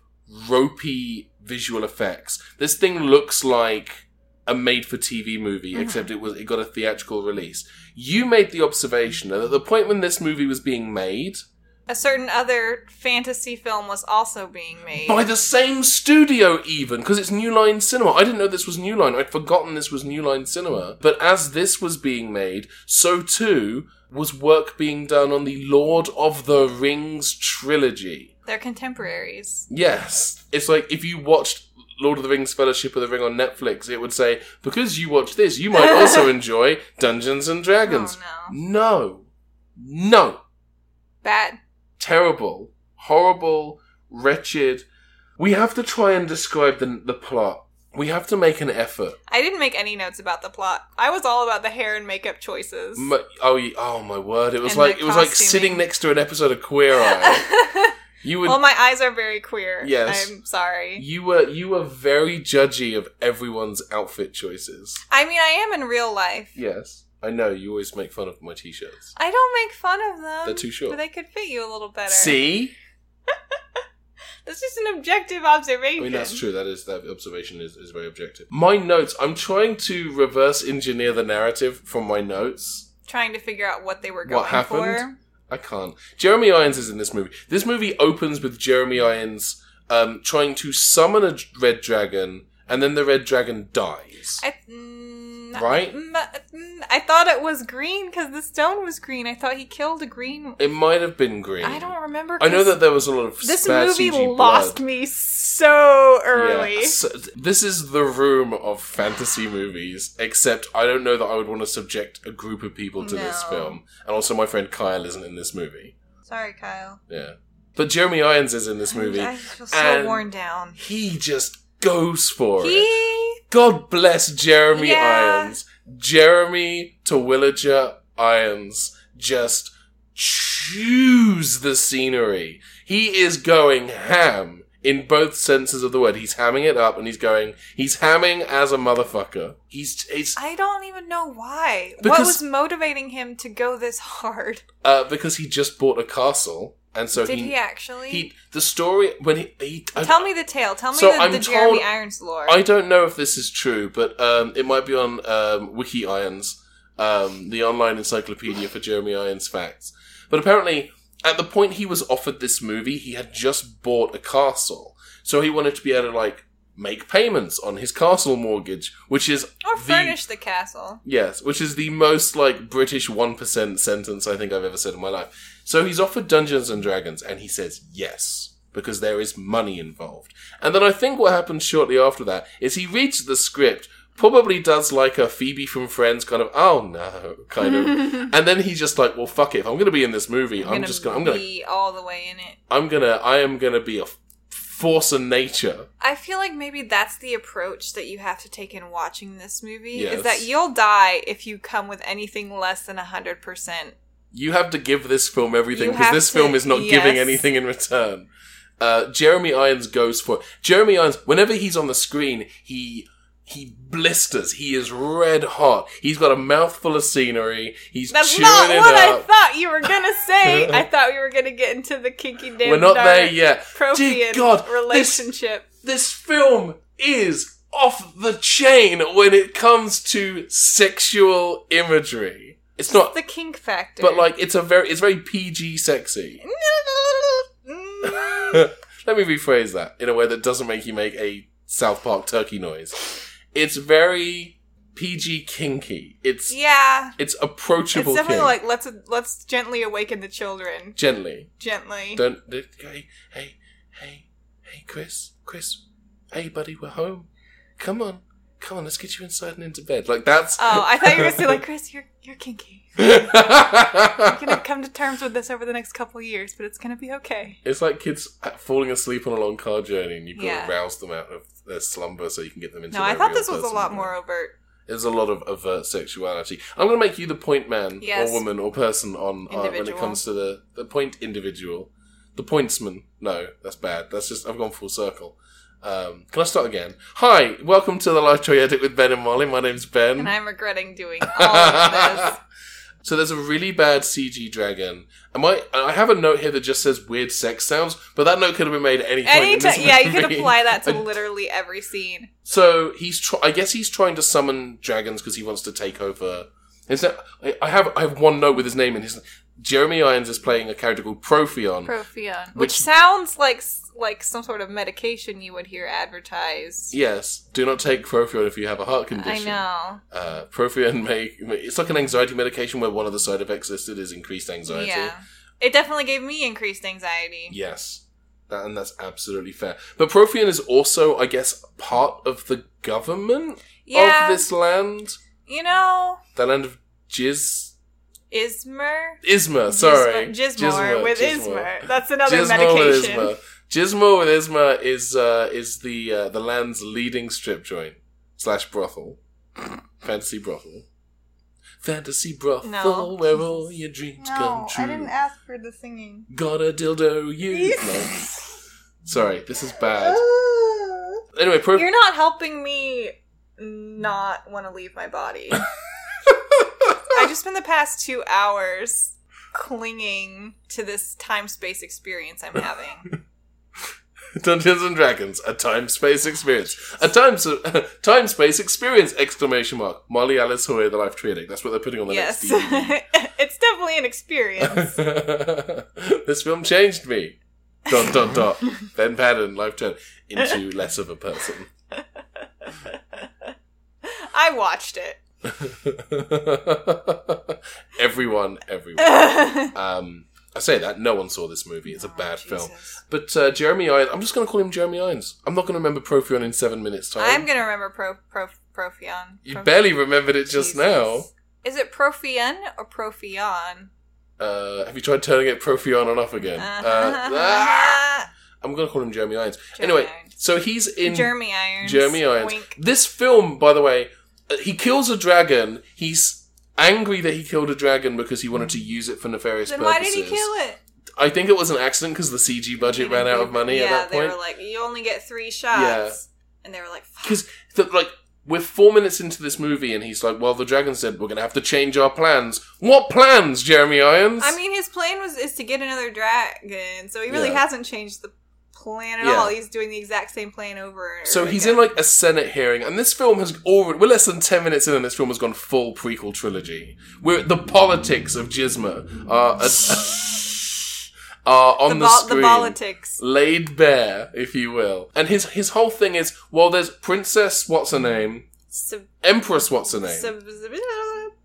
[SPEAKER 1] ropey visual effects. This thing looks like a made-for-TV movie,
[SPEAKER 2] Mhm.
[SPEAKER 1] except it was it got a theatrical release. You made the observation that at the point when this movie was being made
[SPEAKER 2] a certain other fantasy film was also being made.
[SPEAKER 1] by the same studio, even because it's New Line Cinema. I didn't know this was New Line. I'd forgotten this was New Line Cinema. But as this was being made, so too was work being done on the Lord of the Rings trilogy.
[SPEAKER 2] They're contemporaries.
[SPEAKER 1] Yes. It's like if you watched Lord of the Rings Fellowship of the Ring on Netflix, it would say, because you watch this, you might also enjoy Dungeons and Dragons.
[SPEAKER 2] Oh no.
[SPEAKER 1] no. no.
[SPEAKER 2] Bad.
[SPEAKER 1] Terrible. Horrible. Wretched. We have to try and describe the, the plot. We have to make an effort.
[SPEAKER 2] I didn't make any notes about the plot. I was all about the hair and makeup choices.
[SPEAKER 1] M- oh, ye- oh my word! It was
[SPEAKER 2] And
[SPEAKER 1] like
[SPEAKER 2] the
[SPEAKER 1] it was like
[SPEAKER 2] costuming.
[SPEAKER 1] sitting next to an episode of Queer Eye. You would
[SPEAKER 2] well, Oh my eyes are very queer.
[SPEAKER 1] Yes.
[SPEAKER 2] I'm sorry.
[SPEAKER 1] You were you were very judgy of everyone's outfit choices.
[SPEAKER 2] I mean, I am in real life.
[SPEAKER 1] Yes, I know. You always make fun of my t-shirts.
[SPEAKER 2] I don't make fun of them.
[SPEAKER 1] They're too short.
[SPEAKER 2] But they could fit you a little better.
[SPEAKER 1] See,
[SPEAKER 2] That's just an objective
[SPEAKER 1] I
[SPEAKER 2] observation.
[SPEAKER 1] mean that's true. That is that observation is, is very objective. My notes. I'm trying to reverse engineer the narrative from my notes.
[SPEAKER 2] Trying to figure out what they were
[SPEAKER 1] What
[SPEAKER 2] going
[SPEAKER 1] happened?
[SPEAKER 2] for.
[SPEAKER 1] I can't. Jeremy Irons is in this movie. This movie opens with Jeremy Irons um, trying to summon a d- red dragon, and then the red dragon dies.
[SPEAKER 2] I, mm,
[SPEAKER 1] Right?
[SPEAKER 2] mm, mm, I thought it was green because the stone was green. I thought he killed a green.
[SPEAKER 1] it might have been green.
[SPEAKER 2] I don't remember.
[SPEAKER 1] I know
[SPEAKER 2] 'cause
[SPEAKER 1] that there was a lot of
[SPEAKER 2] this
[SPEAKER 1] bad
[SPEAKER 2] movie
[SPEAKER 1] CG
[SPEAKER 2] lost
[SPEAKER 1] blood.
[SPEAKER 2] me so early.
[SPEAKER 1] Yeah. So, this is the room of fantasy movies, except I don't know that I would want to subject a group of people to this
[SPEAKER 2] No.
[SPEAKER 1] film. And also, my friend Kyle isn't in this movie.
[SPEAKER 2] Sorry, Kyle.
[SPEAKER 1] Yeah. But Jeremy Irons is in this movie.
[SPEAKER 2] I feel so
[SPEAKER 1] and-
[SPEAKER 2] worn down.
[SPEAKER 1] He just goes for it.
[SPEAKER 2] He
[SPEAKER 1] God bless Jeremy
[SPEAKER 2] Yeah.
[SPEAKER 1] Irons. Jeremy Terwilliger Irons just choose the scenery. He is going ham. in both senses of the word. He's hamming it up and he's going, he's hamming as a motherfucker. He's, it's,
[SPEAKER 2] I don't even know why. what
[SPEAKER 1] Because-
[SPEAKER 2] was motivating him to go this hard?
[SPEAKER 1] uh, because he just bought a castle. And so
[SPEAKER 2] Did
[SPEAKER 1] he,
[SPEAKER 2] he actually?
[SPEAKER 1] he- the story, when he, he I-
[SPEAKER 2] Tell me the tale. Tell me
[SPEAKER 1] So
[SPEAKER 2] the,
[SPEAKER 1] I'm
[SPEAKER 2] the
[SPEAKER 1] told-
[SPEAKER 2] Jeremy Irons lore.
[SPEAKER 1] I don't know if this is true, but um, it might be on um, Wiki Irons, um, the online encyclopedia for Jeremy Irons facts. But apparently, at the point he was offered this movie, he had just bought a castle, so he wanted to be able to like make payments on his castle mortgage, which is
[SPEAKER 2] or
[SPEAKER 1] the-
[SPEAKER 2] furnish the castle.
[SPEAKER 1] Yes, which is the most like British one percent sentence I think I've ever said in my life. So he's offered Dungeons and Dragons, and he says yes because there is money involved. And then I think what happens shortly after that is he reads the script, probably does like a Phoebe from Friends kind of oh no kind of, and then he's just like, well, fuck it, if I'm going to be in this movie, I'm, just going, I'm going, to
[SPEAKER 2] be all the way in it.
[SPEAKER 1] I'm going to, I am going to be a f- force of nature.
[SPEAKER 2] I feel like maybe that's the approach that you have to take in watching this movie
[SPEAKER 1] Yes.
[SPEAKER 2] is that you'll die if you come with anything less than 100%.
[SPEAKER 1] you have to give this film everything
[SPEAKER 2] You
[SPEAKER 1] because
[SPEAKER 2] have
[SPEAKER 1] this
[SPEAKER 2] to-
[SPEAKER 1] film is not giving
[SPEAKER 2] yes.
[SPEAKER 1] anything in return. Uh, Jeremy Irons goes for Jeremy Irons. Whenever he's on the screen, he he blisters. He is red hot. He's got a mouthful of scenery. He's
[SPEAKER 2] That's
[SPEAKER 1] chewing
[SPEAKER 2] not
[SPEAKER 1] it
[SPEAKER 2] what I
[SPEAKER 1] up.
[SPEAKER 2] thought you were going to say. I thought we were going to get into the kinky damn
[SPEAKER 1] We're not
[SPEAKER 2] dark
[SPEAKER 1] there yet. Dear
[SPEAKER 2] Propian
[SPEAKER 1] God, this-
[SPEAKER 2] relationship.
[SPEAKER 1] This film is off the chain when it comes to sexual imagery. It's not,
[SPEAKER 2] the kink factor.
[SPEAKER 1] but like it's a very it's very PG sexy.
[SPEAKER 2] Mm.
[SPEAKER 1] Let me rephrase that in a way that doesn't make you make a South Park turkey noise. It's very PG kinky. It's
[SPEAKER 2] yeah.
[SPEAKER 1] it's
[SPEAKER 2] It's
[SPEAKER 1] approachable.
[SPEAKER 2] definitely
[SPEAKER 1] kink.
[SPEAKER 2] like let's let's gently awaken the children.
[SPEAKER 1] gently.
[SPEAKER 2] Gently.
[SPEAKER 1] Don't hey hey hey hey Chris Chris hey buddy we're home. Come on come on let's get you inside and into bed like that's
[SPEAKER 2] Oh, I thought you were gonna say like Chris, you're you're kinky.
[SPEAKER 1] I
[SPEAKER 2] You're gonna come to terms with this over the next couple years, but it's gonna be okay.
[SPEAKER 1] It's like kids falling asleep on a long car journey, and you've got
[SPEAKER 2] Yeah.
[SPEAKER 1] to rouse them out of their slumber so you can get them into.
[SPEAKER 2] No, I
[SPEAKER 1] their
[SPEAKER 2] thought
[SPEAKER 1] real
[SPEAKER 2] this was a
[SPEAKER 1] person.
[SPEAKER 2] lot more overt.
[SPEAKER 1] There's a lot of overt sexuality. I'm going to make you the point man
[SPEAKER 2] Yes.
[SPEAKER 1] or woman or person on uh, when it
[SPEAKER 2] Individual.
[SPEAKER 1] comes to the the point individual, the pointsman. No, that's bad. That's just I've gone full circle. Um, can I start again? Hi, welcome to the live Toy edit with Ben and Molly. My name's Ben.
[SPEAKER 2] And I'm regretting doing all of this.
[SPEAKER 1] So there's a really bad CG dragon. Am I? I have a note here that just says weird sex sounds, but that note could have been made at any point. in this
[SPEAKER 2] Anytime, yeah, you could
[SPEAKER 1] movie.
[SPEAKER 2] apply that to
[SPEAKER 1] I-
[SPEAKER 2] literally every scene.
[SPEAKER 1] So he's, tr- I guess he's trying to summon dragons because he wants to take over. Is that, I, I have, I have one note with his name in his. Jeremy Irons is playing a character called Profion.
[SPEAKER 2] Profion, which,
[SPEAKER 1] Which-
[SPEAKER 2] sounds like s- like some sort of medication you would hear advertised.
[SPEAKER 1] yes, do not take Profion if you have a heart
[SPEAKER 2] I
[SPEAKER 1] condition.
[SPEAKER 2] know.
[SPEAKER 1] Uh, Profion may, may- it's like an anxiety medication where one of the side effects listed is increased anxiety.
[SPEAKER 2] Yeah, it definitely gave me increased anxiety.
[SPEAKER 1] Yes. That, and that's absolutely fair. But Profion is also, I guess, part of the government
[SPEAKER 2] Yeah,
[SPEAKER 1] of this land.
[SPEAKER 2] you know,
[SPEAKER 1] The land of Jiz.
[SPEAKER 2] Ismer.
[SPEAKER 1] Isma, Uh, sorry.
[SPEAKER 2] Gizmo- Gizmor with Ismer. That's another
[SPEAKER 1] with
[SPEAKER 2] medication.
[SPEAKER 1] Isma. Gizmo with Isma is uh, is the uh, the land's leading strip joint slash brothel, fantasy brothel, fantasy brothel
[SPEAKER 2] No.
[SPEAKER 1] where all your dreams come
[SPEAKER 2] No,
[SPEAKER 1] true.
[SPEAKER 2] I didn't ask for the singing.
[SPEAKER 1] Got a dildo, you. no. Sorry, this is bad. Anyway, pro-
[SPEAKER 2] You're not helping me not want to leave my body. I just spent the past two hours clinging to this time space experience I'm having.
[SPEAKER 1] Dungeons and Dragons, a time space experience, a time time space experience! Exclamation mark. Molly Alice Hoy, the life tree addict. That's what they're putting on the
[SPEAKER 2] yes.
[SPEAKER 1] next DVD.
[SPEAKER 2] it's definitely an experience.
[SPEAKER 1] this film changed me. Dot dot dot. ben Padden, life turn into less of a person.
[SPEAKER 2] I watched it.
[SPEAKER 1] everyone, everyone.
[SPEAKER 2] oh,
[SPEAKER 1] Um, I say that no one saw this movie. It's a bad film.
[SPEAKER 2] Jesus.
[SPEAKER 1] But uh, Jeremy Irons. I'm just going to call him Jeremy Irons. I'm not going to remember Profion in seven minutes' time.
[SPEAKER 2] I'm going to remember Pro, Pro, Profion.
[SPEAKER 1] you
[SPEAKER 2] Prof-
[SPEAKER 1] barely remembered it just
[SPEAKER 2] Jesus.
[SPEAKER 1] now.
[SPEAKER 2] Is it Profion or Profion?
[SPEAKER 1] Uh, have you tried turning it Profion on off again? Uh,
[SPEAKER 2] Uh-huh.
[SPEAKER 1] ah! I'm going to call him Jeremy Irons.
[SPEAKER 2] Jeremy
[SPEAKER 1] anyway,
[SPEAKER 2] Irons.
[SPEAKER 1] so he's in
[SPEAKER 2] Jeremy Irons.
[SPEAKER 1] Jeremy Irons.
[SPEAKER 2] Wink.
[SPEAKER 1] This film, by the way, uh, he kills a dragon. He's angry that he killed a dragon because he wanted to use it for nefarious
[SPEAKER 2] Then why
[SPEAKER 1] purposes.
[SPEAKER 2] did he kill it?
[SPEAKER 1] I think it was an accident because the CG budget ran out of money
[SPEAKER 2] yeah,
[SPEAKER 1] at that
[SPEAKER 2] they
[SPEAKER 1] point.
[SPEAKER 2] were like, you only get three shots. And they were like, fuck.
[SPEAKER 1] Because like we're four minutes into this movie, and he's like, "Well, the dragon said we're gonna have to change our plans. What plans, Jeremy Irons?
[SPEAKER 2] I mean, his plan was is to get another dragon, so he really
[SPEAKER 1] Yeah.
[SPEAKER 2] hasn't changed the plan at
[SPEAKER 1] Yeah.
[SPEAKER 2] all. He's doing the exact same plan over.
[SPEAKER 1] So he's
[SPEAKER 2] again.
[SPEAKER 1] in like a Senate hearing, and this film has already. We're less than ten minutes in, and this film has gone full prequel trilogy. We're the politics of Jizma are a- are on the,
[SPEAKER 2] vol-
[SPEAKER 1] screen,
[SPEAKER 2] politics.
[SPEAKER 1] laid bare, if you will. And his his whole thing is, well, there's Princess what's her name,
[SPEAKER 2] Sub-
[SPEAKER 1] Empress what's her name,
[SPEAKER 2] sub-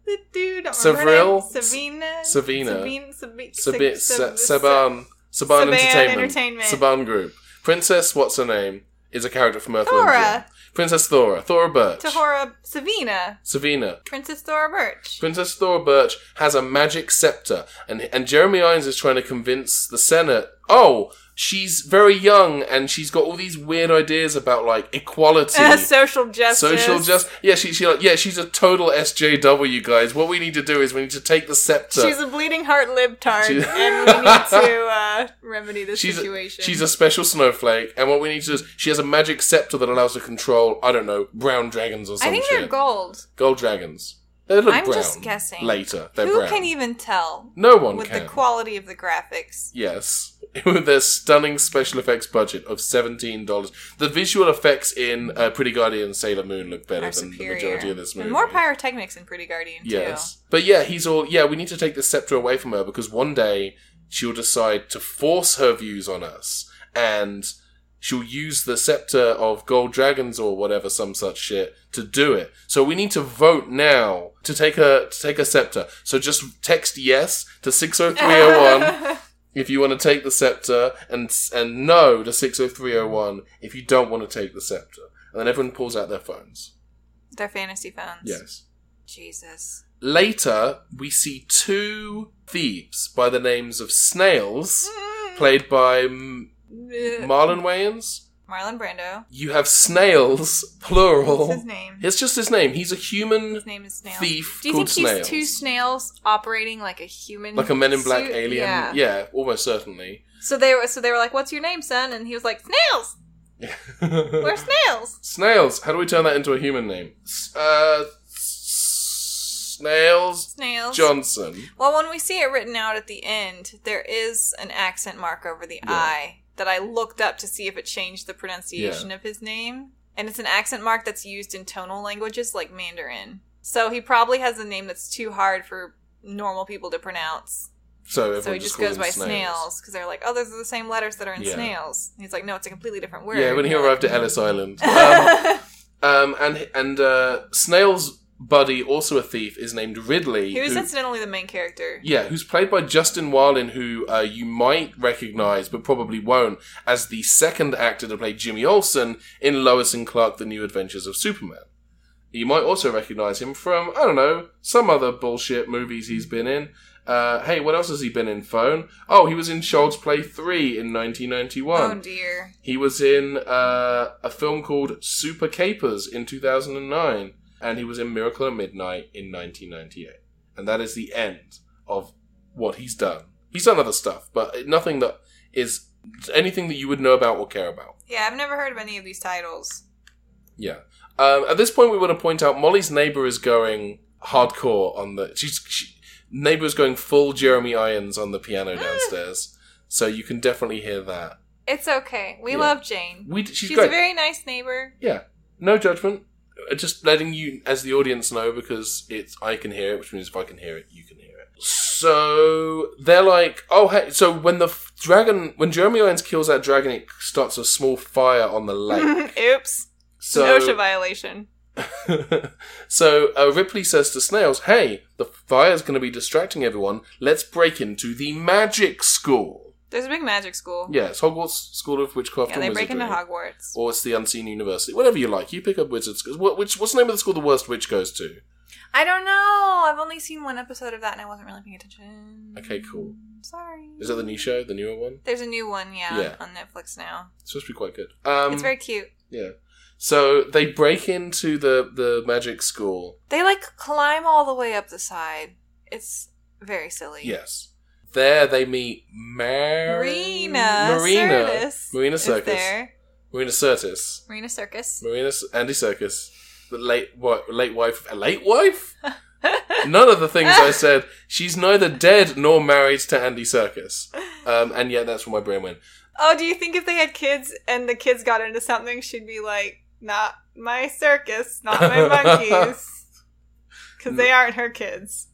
[SPEAKER 2] the dude, I don't remember her
[SPEAKER 1] Savril?
[SPEAKER 2] name. Savina,
[SPEAKER 1] Savina.
[SPEAKER 2] Sabine, Sabi-
[SPEAKER 1] Sabi-
[SPEAKER 2] Sab-
[SPEAKER 1] Sa-
[SPEAKER 2] Sab-
[SPEAKER 1] Saban Saban
[SPEAKER 2] Saban
[SPEAKER 1] Entertainment,
[SPEAKER 2] Entertainment.
[SPEAKER 1] Saban Group. Princess what's her name is a character from Earth. Wind,
[SPEAKER 2] Thora.
[SPEAKER 1] Fire. Princess Thora. Thora Birch.
[SPEAKER 2] Tahora Savina,
[SPEAKER 1] Savina.
[SPEAKER 2] Princess Thora Birch.
[SPEAKER 1] Princess Thora Birch has a magic scepter, and and Jeremy Irons is trying to convince the Senate. Oh, she's very young, and she's got all these weird ideas about like equality,
[SPEAKER 2] Uh, social justice.
[SPEAKER 1] social justice. Yeah, she, she like yeah, she's a total SJW, guys. What we need to do is we need to take the scepter.
[SPEAKER 2] She's a bleeding heart libtard,
[SPEAKER 1] She's-
[SPEAKER 2] and we need to uh, remedy this
[SPEAKER 1] She's a,
[SPEAKER 2] situation.
[SPEAKER 1] she's a special snowflake, and what we need to do is she has a magic scepter that allows her to control, I don't know, brown dragons or
[SPEAKER 2] I
[SPEAKER 1] something.
[SPEAKER 2] think they're gold.
[SPEAKER 1] gold dragons. They look
[SPEAKER 2] I'm
[SPEAKER 1] brown.
[SPEAKER 2] just guessing.
[SPEAKER 1] Later, they're
[SPEAKER 2] Who
[SPEAKER 1] brown.
[SPEAKER 2] can even tell
[SPEAKER 1] no one
[SPEAKER 2] with
[SPEAKER 1] can.
[SPEAKER 2] the quality of the graphics?
[SPEAKER 1] Yes. With their stunning special effects budget of seventeen dollars, the visual effects in uh, Pretty Guardian and Sailor Moon look better
[SPEAKER 2] Are
[SPEAKER 1] than the
[SPEAKER 2] superior.
[SPEAKER 1] majority of this movie.
[SPEAKER 2] And more pyrotechnics in Pretty Guardian too.
[SPEAKER 1] Yes, but yeah, he's all yeah. We need to take the scepter away from her because one day she'll decide to force her views on us, and she'll use the scepter of gold dragons or whatever some such shit to do it. So we need to vote now to take her to take her scepter. So just text yes to six zero three zero one if you want to take the scepter, and and no to 60301 if you don't want to take the scepter. And then everyone pulls out their phones.
[SPEAKER 2] They're fantasy phones.
[SPEAKER 1] Yes.
[SPEAKER 2] Jesus.
[SPEAKER 1] Later, we see two thieves by the names of Snails, played by M- Marlon Wayans.
[SPEAKER 2] Marlon Brando.
[SPEAKER 1] You have Snails, plural.
[SPEAKER 2] What's his name?
[SPEAKER 1] It's just Oh. his name. He's a human
[SPEAKER 2] His name is Snail.
[SPEAKER 1] thief
[SPEAKER 2] Do you
[SPEAKER 1] called
[SPEAKER 2] think he's
[SPEAKER 1] Snails.
[SPEAKER 2] two snails operating like a human,
[SPEAKER 1] like a Men in Black
[SPEAKER 2] suit?
[SPEAKER 1] alien.
[SPEAKER 2] Yeah.
[SPEAKER 1] yeah, almost certainly.
[SPEAKER 2] So they were. So they were like, "What's your name, son?" And he was like, "Snails. We're snails."
[SPEAKER 1] Snails. How do we turn that into a human name? S- Uh, s- snails
[SPEAKER 2] Snails.
[SPEAKER 1] Johnson.
[SPEAKER 2] Well, when we see it written out at the end, there is an accent mark over the I that I looked up to see if it changed the pronunciation of his name. And it's an accent mark that's used in tonal languages like Mandarin. So he probably has a name that's too hard for normal people to pronounce.
[SPEAKER 1] So everyone
[SPEAKER 2] so he
[SPEAKER 1] just,
[SPEAKER 2] just
[SPEAKER 1] calls
[SPEAKER 2] goes
[SPEAKER 1] him
[SPEAKER 2] by snails because they're like, oh, those are the same letters that are in
[SPEAKER 1] Yeah.
[SPEAKER 2] snails. And he's like, no, it's a completely different word.
[SPEAKER 1] Yeah, when he
[SPEAKER 2] They're
[SPEAKER 1] arrived at Ellis Island. Um, um, and and uh, Snail's buddy, also a thief, is named Ridley.
[SPEAKER 2] he was
[SPEAKER 1] who-
[SPEAKER 2] incidentally the main character.
[SPEAKER 1] yeah, who's played by Justin Marlin, who uh, you might recognize but probably won't, as the second actor to play Jimmy Olsen in Lois and Clark: The New Adventures of Superman. You might also recognize him from I don't know some other bullshit movies he's been in. Uh, hey, what else has he been in? Phone. Oh, he was in Child's Play three in 1991.
[SPEAKER 2] Oh, dear.
[SPEAKER 1] He was in uh, a film called Super Capers in 2009, and he was in Miracle at Midnight in 1998. And that is the end of what he's done. He's done other stuff, but nothing that is anything that you would know about or care about.
[SPEAKER 2] Yeah, I've never heard of any of these titles.
[SPEAKER 1] Yeah. Um, at this point, we want to point out Molly's neighbor is going hardcore on the. She's she, neighbor is going full Jeremy Irons on the piano
[SPEAKER 2] Ah.
[SPEAKER 1] downstairs, so you can definitely hear that.
[SPEAKER 2] It's okay. We
[SPEAKER 1] Yeah.
[SPEAKER 2] love Jane.
[SPEAKER 1] We, she's
[SPEAKER 2] She's,
[SPEAKER 1] great.
[SPEAKER 2] a very nice neighbor.
[SPEAKER 1] Yeah, no judgment. Uh, Just letting you, as the audience, know because it's I can hear it, which means if I can hear it, you can hear it. So they're like, oh hey. So when the f- dragon, when Jeremy Irons kills that dragon, it starts a small fire on the lake.
[SPEAKER 2] Oops.
[SPEAKER 1] so
[SPEAKER 2] OSHA violation.
[SPEAKER 1] so uh, Ripley says to Snails, "Hey, the fire's going to be distracting everyone. Let's break into the magic school."
[SPEAKER 2] There's a big magic school.
[SPEAKER 1] Yeah, it's Hogwarts School of Witchcraft
[SPEAKER 2] Yeah,
[SPEAKER 1] and
[SPEAKER 2] they
[SPEAKER 1] Wizardry.
[SPEAKER 2] break into Hogwarts.
[SPEAKER 1] or it's the Unseen University, whatever you like. You pick up wizard schools. What, which, what's the name of the school the worst witch goes to?
[SPEAKER 2] I don't know. I've only seen one episode of that and I wasn't really paying attention.
[SPEAKER 1] Okay, cool.
[SPEAKER 2] Sorry.
[SPEAKER 1] Is that the new show, the newer one?
[SPEAKER 2] There's a new one, yeah,
[SPEAKER 1] Yeah.
[SPEAKER 2] on Netflix now.
[SPEAKER 1] It's supposed to be quite good. Um,
[SPEAKER 2] it's very cute.
[SPEAKER 1] yeah. So they break into the the magic school.
[SPEAKER 2] They like climb all the way up the side. It's very silly.
[SPEAKER 1] Yes. There they meet Mar-
[SPEAKER 2] Marina.
[SPEAKER 1] Marina
[SPEAKER 2] Sirtis
[SPEAKER 1] Marina
[SPEAKER 2] is
[SPEAKER 1] Circus.
[SPEAKER 2] There.
[SPEAKER 1] Marina Sirtis.
[SPEAKER 2] Marina Circus.
[SPEAKER 1] Marina S- Andy Circus. The late what late wife a late wife? None of the things I said. She's neither dead nor married to Andy Circus. Um, and yet that's where my brain went.
[SPEAKER 2] Oh, do you think if they had kids and the kids got into something, she'd be like, not my circus, not my monkeys? Because they aren't her kids.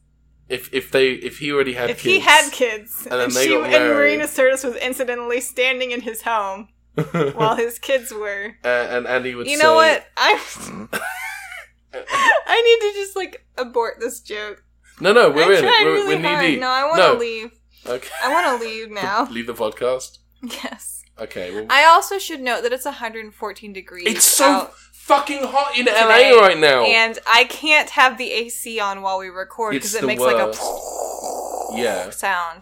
[SPEAKER 1] If if they if he already had
[SPEAKER 2] if
[SPEAKER 1] kids
[SPEAKER 2] he had kids,
[SPEAKER 1] then
[SPEAKER 2] and,
[SPEAKER 1] they
[SPEAKER 2] she
[SPEAKER 1] got
[SPEAKER 2] and
[SPEAKER 1] married.
[SPEAKER 2] Marina Sirtis was incidentally standing in his home while his kids were.
[SPEAKER 1] uh, and Andy would
[SPEAKER 2] You
[SPEAKER 1] say,
[SPEAKER 2] know what? I'm. I need to just like abort this joke.
[SPEAKER 1] No no, we're
[SPEAKER 2] I
[SPEAKER 1] in it.
[SPEAKER 2] tried
[SPEAKER 1] We're,
[SPEAKER 2] really
[SPEAKER 1] we're knee
[SPEAKER 2] hard.
[SPEAKER 1] deep.
[SPEAKER 2] No, I want to leave.
[SPEAKER 1] Okay.
[SPEAKER 2] I want to leave now.
[SPEAKER 1] Leave the podcast.
[SPEAKER 2] yes.
[SPEAKER 1] Okay. Well,
[SPEAKER 2] I also should note that it's 114 degrees.
[SPEAKER 1] it's so
[SPEAKER 2] out,
[SPEAKER 1] fucking hot in
[SPEAKER 2] today,
[SPEAKER 1] LA right now.
[SPEAKER 2] and I can't have the AC on while we record
[SPEAKER 1] It's
[SPEAKER 2] because it
[SPEAKER 1] the
[SPEAKER 2] makes like a
[SPEAKER 1] Yeah.
[SPEAKER 2] sound.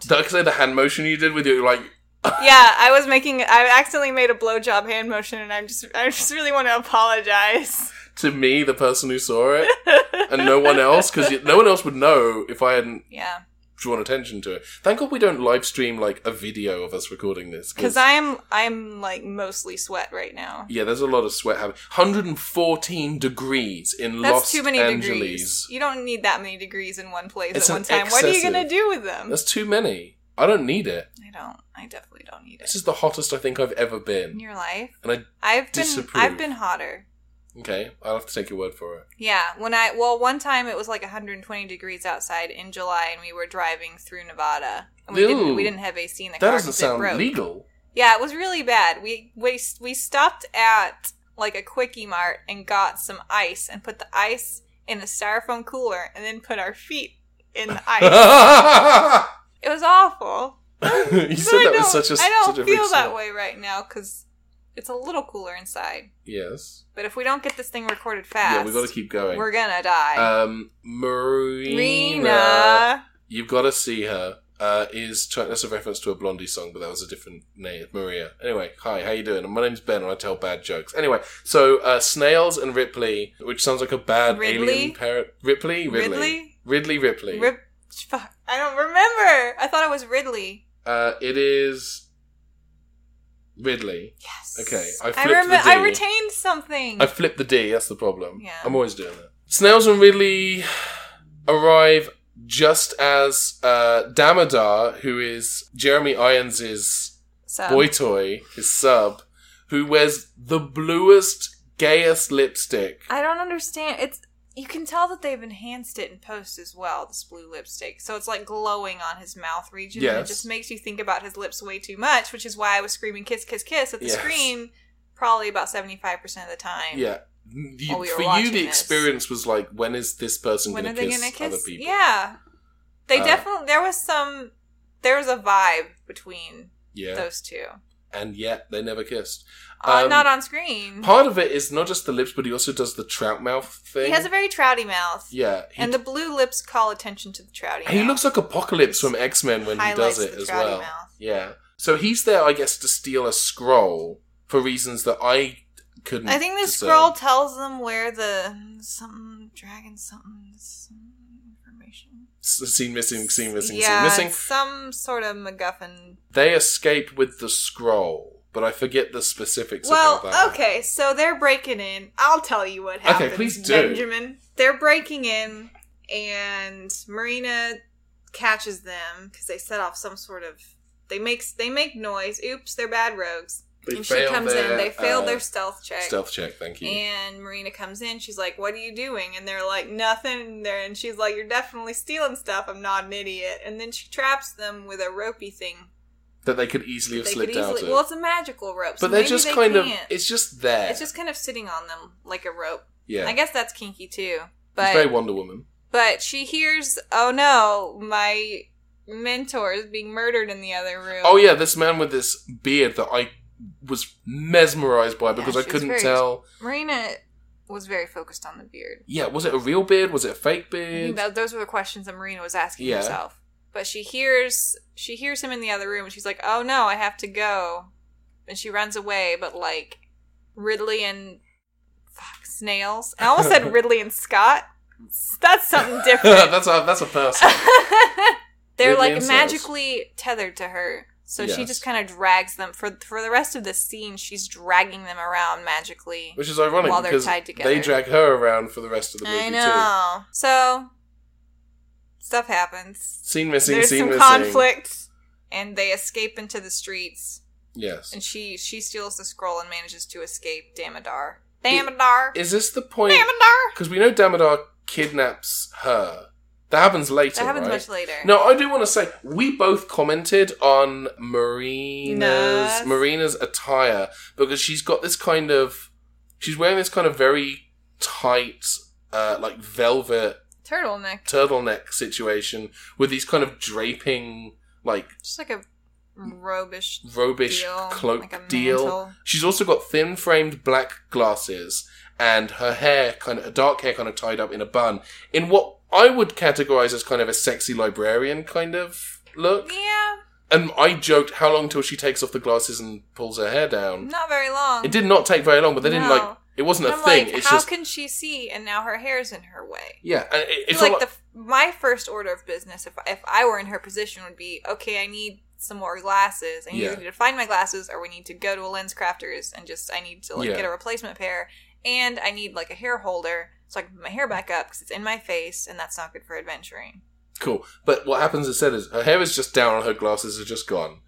[SPEAKER 1] Did I say the hand motion you did with your like?
[SPEAKER 2] yeah, I was making. I accidentally made a blowjob hand motion, and I'm just. I just really want to apologize.
[SPEAKER 1] to me, the person who saw it, and no one else, because no one else would know if I hadn't
[SPEAKER 2] Yeah,
[SPEAKER 1] drawn attention to it. Thank God we don't live stream like a video of us recording this.
[SPEAKER 2] because I'm. I'm like mostly sweat right now.
[SPEAKER 1] yeah, there's a lot of sweat happening. 114 degrees in
[SPEAKER 2] That's
[SPEAKER 1] Los
[SPEAKER 2] too many
[SPEAKER 1] Angeles.
[SPEAKER 2] degrees. You don't need that many degrees in one place
[SPEAKER 1] It's an
[SPEAKER 2] at one time. What are you
[SPEAKER 1] excessive-
[SPEAKER 2] gonna do with them?
[SPEAKER 1] That's too many. I don't need it.
[SPEAKER 2] I don't. I definitely don't need it
[SPEAKER 1] This is the hottest I think I've ever
[SPEAKER 2] in
[SPEAKER 1] been.
[SPEAKER 2] your life.
[SPEAKER 1] And I
[SPEAKER 2] I've been.
[SPEAKER 1] disapprove.
[SPEAKER 2] I've been hotter.
[SPEAKER 1] okay, I'll have to take your word for it.
[SPEAKER 2] Yeah, when I well, one time it was like 120 degrees outside in July, and we were driving through Nevada, and we
[SPEAKER 1] Ew.
[SPEAKER 2] didn't we didn't have AC in the
[SPEAKER 1] That
[SPEAKER 2] car
[SPEAKER 1] doesn't
[SPEAKER 2] 'cause it
[SPEAKER 1] sound
[SPEAKER 2] broke.
[SPEAKER 1] legal.
[SPEAKER 2] Yeah, it was really bad. We we we stopped at like a quickie mart and got some ice and put the ice in a styrofoam cooler and then put our feet in the ice. it was awful.
[SPEAKER 1] you
[SPEAKER 2] But
[SPEAKER 1] said
[SPEAKER 2] I
[SPEAKER 1] that
[SPEAKER 2] don't,
[SPEAKER 1] was such a
[SPEAKER 2] I don't
[SPEAKER 1] such a big
[SPEAKER 2] feel that
[SPEAKER 1] slap.
[SPEAKER 2] way right now because it's a little cooler inside.
[SPEAKER 1] Yes.
[SPEAKER 2] But if we don't get this thing recorded fast,
[SPEAKER 1] Yeah, we got to keep going.
[SPEAKER 2] we're gonna die.
[SPEAKER 1] Um, Marina,
[SPEAKER 2] Rena.
[SPEAKER 1] you've got to see her. Uh, is try- that's a reference to a Blondie song, but that was a different name, Maria. Anyway, hi, how you doing? My name's Ben, and I tell bad jokes. Anyway, so uh, snails and Ripley, which sounds like a bad
[SPEAKER 2] Ridley?
[SPEAKER 1] alien parent. Ripley, Ridley,
[SPEAKER 2] Ridley?
[SPEAKER 1] Ridley, Ripley.
[SPEAKER 2] Rip- fuck, I don't remember. I thought it was Ridley.
[SPEAKER 1] uh, it is Ridley.
[SPEAKER 2] Yes.
[SPEAKER 1] Okay, I
[SPEAKER 2] I,
[SPEAKER 1] flipped
[SPEAKER 2] remem-
[SPEAKER 1] the D.
[SPEAKER 2] I retained something.
[SPEAKER 1] I flipped the D. That's the problem.
[SPEAKER 2] Mm. Yeah.
[SPEAKER 1] I'm always doing that. Snails and Ridley arrive just as uh, Damodar, who is Jeremy Irons'
[SPEAKER 2] so,
[SPEAKER 1] boy toy, his sub, who wears the bluest, gayest lipstick.
[SPEAKER 2] I don't understand. It's you can tell that they've enhanced it in post as well. This blue lipstick, so it's like glowing on his mouth region. And it
[SPEAKER 1] Yes.
[SPEAKER 2] just makes you think about his lips way too much, which is why I was screaming "kiss, kiss, kiss" at the
[SPEAKER 1] Yes.
[SPEAKER 2] screen probably about seventy five percent of the time.
[SPEAKER 1] yeah. You-
[SPEAKER 2] While Oh, we were
[SPEAKER 1] for you,
[SPEAKER 2] watching
[SPEAKER 1] the
[SPEAKER 2] this.
[SPEAKER 1] experience was like, when is this person
[SPEAKER 2] When
[SPEAKER 1] going
[SPEAKER 2] are
[SPEAKER 1] to
[SPEAKER 2] they
[SPEAKER 1] kiss
[SPEAKER 2] gonna kiss?
[SPEAKER 1] other people?
[SPEAKER 2] Yeah, they
[SPEAKER 1] Uh,
[SPEAKER 2] definitely. There was some. There was a vibe between
[SPEAKER 1] Yeah.
[SPEAKER 2] those two.
[SPEAKER 1] And yet, they never kissed.
[SPEAKER 2] Uh,
[SPEAKER 1] Um,
[SPEAKER 2] not on screen.
[SPEAKER 1] Part of it is not just the lips, but he also does the trout mouth thing.
[SPEAKER 2] He has a very trouty mouth.
[SPEAKER 1] yeah. He
[SPEAKER 2] and the blue lips call attention to the trouty
[SPEAKER 1] He
[SPEAKER 2] mouth.
[SPEAKER 1] looks like Apocalypse from X Men when he
[SPEAKER 2] Highlights
[SPEAKER 1] does it
[SPEAKER 2] the
[SPEAKER 1] as
[SPEAKER 2] trouty
[SPEAKER 1] well.
[SPEAKER 2] mouth.
[SPEAKER 1] Yeah. So he's there, I guess, to steal a scroll for reasons that I couldn't.
[SPEAKER 2] I think the
[SPEAKER 1] discern.
[SPEAKER 2] scroll tells them where the something dragon something some information.
[SPEAKER 1] S- Scene missing, scene missing,
[SPEAKER 2] yeah,
[SPEAKER 1] scene missing.
[SPEAKER 2] Some sort of MacGuffin.
[SPEAKER 1] They escape with the scroll, but I forget the specifics
[SPEAKER 2] well,
[SPEAKER 1] about that.
[SPEAKER 2] okay, so they're breaking in. I'll tell you what
[SPEAKER 1] Okay,
[SPEAKER 2] happens.
[SPEAKER 1] please do.
[SPEAKER 2] Benjamin. They're breaking in, and Marina catches them because they set off some sort of. They make they make noise. Oops, they're bad rogues.
[SPEAKER 1] They
[SPEAKER 2] and she
[SPEAKER 1] fail
[SPEAKER 2] comes
[SPEAKER 1] their,
[SPEAKER 2] in. They failed
[SPEAKER 1] uh,
[SPEAKER 2] their stealth check.
[SPEAKER 1] Stealth check, thank you.
[SPEAKER 2] And Marina comes in. She's like, "What are you doing?" And they're like, "Nothing." And, they're, and she's like, "You're definitely stealing stuff. I'm not an idiot." And then she traps them with a ropey thing.
[SPEAKER 1] that they could easily have
[SPEAKER 2] They could
[SPEAKER 1] slipped out
[SPEAKER 2] easily.
[SPEAKER 1] of.
[SPEAKER 2] Well, it's a magical rope. so
[SPEAKER 1] but they're
[SPEAKER 2] maybe
[SPEAKER 1] just
[SPEAKER 2] they
[SPEAKER 1] kind of.
[SPEAKER 2] can't.
[SPEAKER 1] It's just there.
[SPEAKER 2] It's just kind of sitting on them like a rope.
[SPEAKER 1] Yeah.
[SPEAKER 2] I guess that's kinky too.
[SPEAKER 1] it's very
[SPEAKER 2] But
[SPEAKER 1] Wonder Woman.
[SPEAKER 2] but she hears, "Oh no, my mentor is being murdered in the other room."
[SPEAKER 1] Oh yeah, this man with this beard that I was mesmerized by because
[SPEAKER 2] Yeah,
[SPEAKER 1] I
[SPEAKER 2] she was
[SPEAKER 1] couldn't
[SPEAKER 2] very-
[SPEAKER 1] tell.
[SPEAKER 2] Marina was very focused on the beard.
[SPEAKER 1] Yeah, was it a real beard? Was it a fake
[SPEAKER 2] I think
[SPEAKER 1] beard?
[SPEAKER 2] that, those were the questions that Marina was asking
[SPEAKER 1] Yeah.
[SPEAKER 2] herself. But she hears she hears him in the other room, and she's like, "Oh no, I have to go," and she runs away. But like Ridley and fuck snails. I almost said Ridley and Scott. That's something different.
[SPEAKER 1] that's a that's a person.
[SPEAKER 2] They're
[SPEAKER 1] Ridley
[SPEAKER 2] like
[SPEAKER 1] and Sales.
[SPEAKER 2] magically tethered to her. So she
[SPEAKER 1] Yes.
[SPEAKER 2] just kind of drags them for for the rest of the scene. She's dragging them around magically.
[SPEAKER 1] Which is ironic
[SPEAKER 2] While they're
[SPEAKER 1] because
[SPEAKER 2] tied
[SPEAKER 1] they
[SPEAKER 2] together.
[SPEAKER 1] drag her around for the rest of the movie
[SPEAKER 2] I know. So stuff happens.
[SPEAKER 1] too. Scene missing,
[SPEAKER 2] There's
[SPEAKER 1] scene
[SPEAKER 2] some
[SPEAKER 1] missing.
[SPEAKER 2] conflict, and they escape into the streets.
[SPEAKER 1] Yes.
[SPEAKER 2] And she she steals the scroll and manages to escape Damodar. Damodar.
[SPEAKER 1] Is this the point?
[SPEAKER 2] Damodar.
[SPEAKER 1] Because we know Damodar kidnaps her. That happens later.
[SPEAKER 2] That happens
[SPEAKER 1] right?
[SPEAKER 2] much later.
[SPEAKER 1] No, I do want to say we both commented on Marina's
[SPEAKER 2] Nas.
[SPEAKER 1] Marina's attire because she's got this kind of she's wearing this kind of very tight uh, like velvet
[SPEAKER 2] turtleneck.
[SPEAKER 1] turtleneck situation with these kind of draping like
[SPEAKER 2] Just like a robish
[SPEAKER 1] robish
[SPEAKER 2] deal,
[SPEAKER 1] cloak
[SPEAKER 2] like a
[SPEAKER 1] deal.
[SPEAKER 2] mantle.
[SPEAKER 1] She's also got thin framed black glasses and her hair kind of her dark hair kind of tied up in a bun in what I would categorize as kind of a sexy librarian kind of look.
[SPEAKER 2] Yeah,
[SPEAKER 1] And I joked, how long till she takes off the glasses and pulls her hair down?
[SPEAKER 2] not very long.
[SPEAKER 1] It did not take very long, but they didn't
[SPEAKER 2] No.
[SPEAKER 1] like. It wasn't a
[SPEAKER 2] I'm
[SPEAKER 1] thing.
[SPEAKER 2] like,
[SPEAKER 1] it's
[SPEAKER 2] how
[SPEAKER 1] just
[SPEAKER 2] can she see? And now her hair's in her way.
[SPEAKER 1] yeah. And it,
[SPEAKER 2] It's
[SPEAKER 1] it's
[SPEAKER 2] like
[SPEAKER 1] not
[SPEAKER 2] the f- my first order of business, if if I were in her position, would be okay. I need some more glasses. I
[SPEAKER 1] Yeah.
[SPEAKER 2] either need to find my glasses, or we need to go to a lens crafters and just I need to like
[SPEAKER 1] Yeah.
[SPEAKER 2] get a replacement pair, and I need like a hair holder so I can put my hair back up because it's in my face, and that's not good for adventuring.
[SPEAKER 1] cool. But what happens instead is her hair is just down and her glasses are just gone.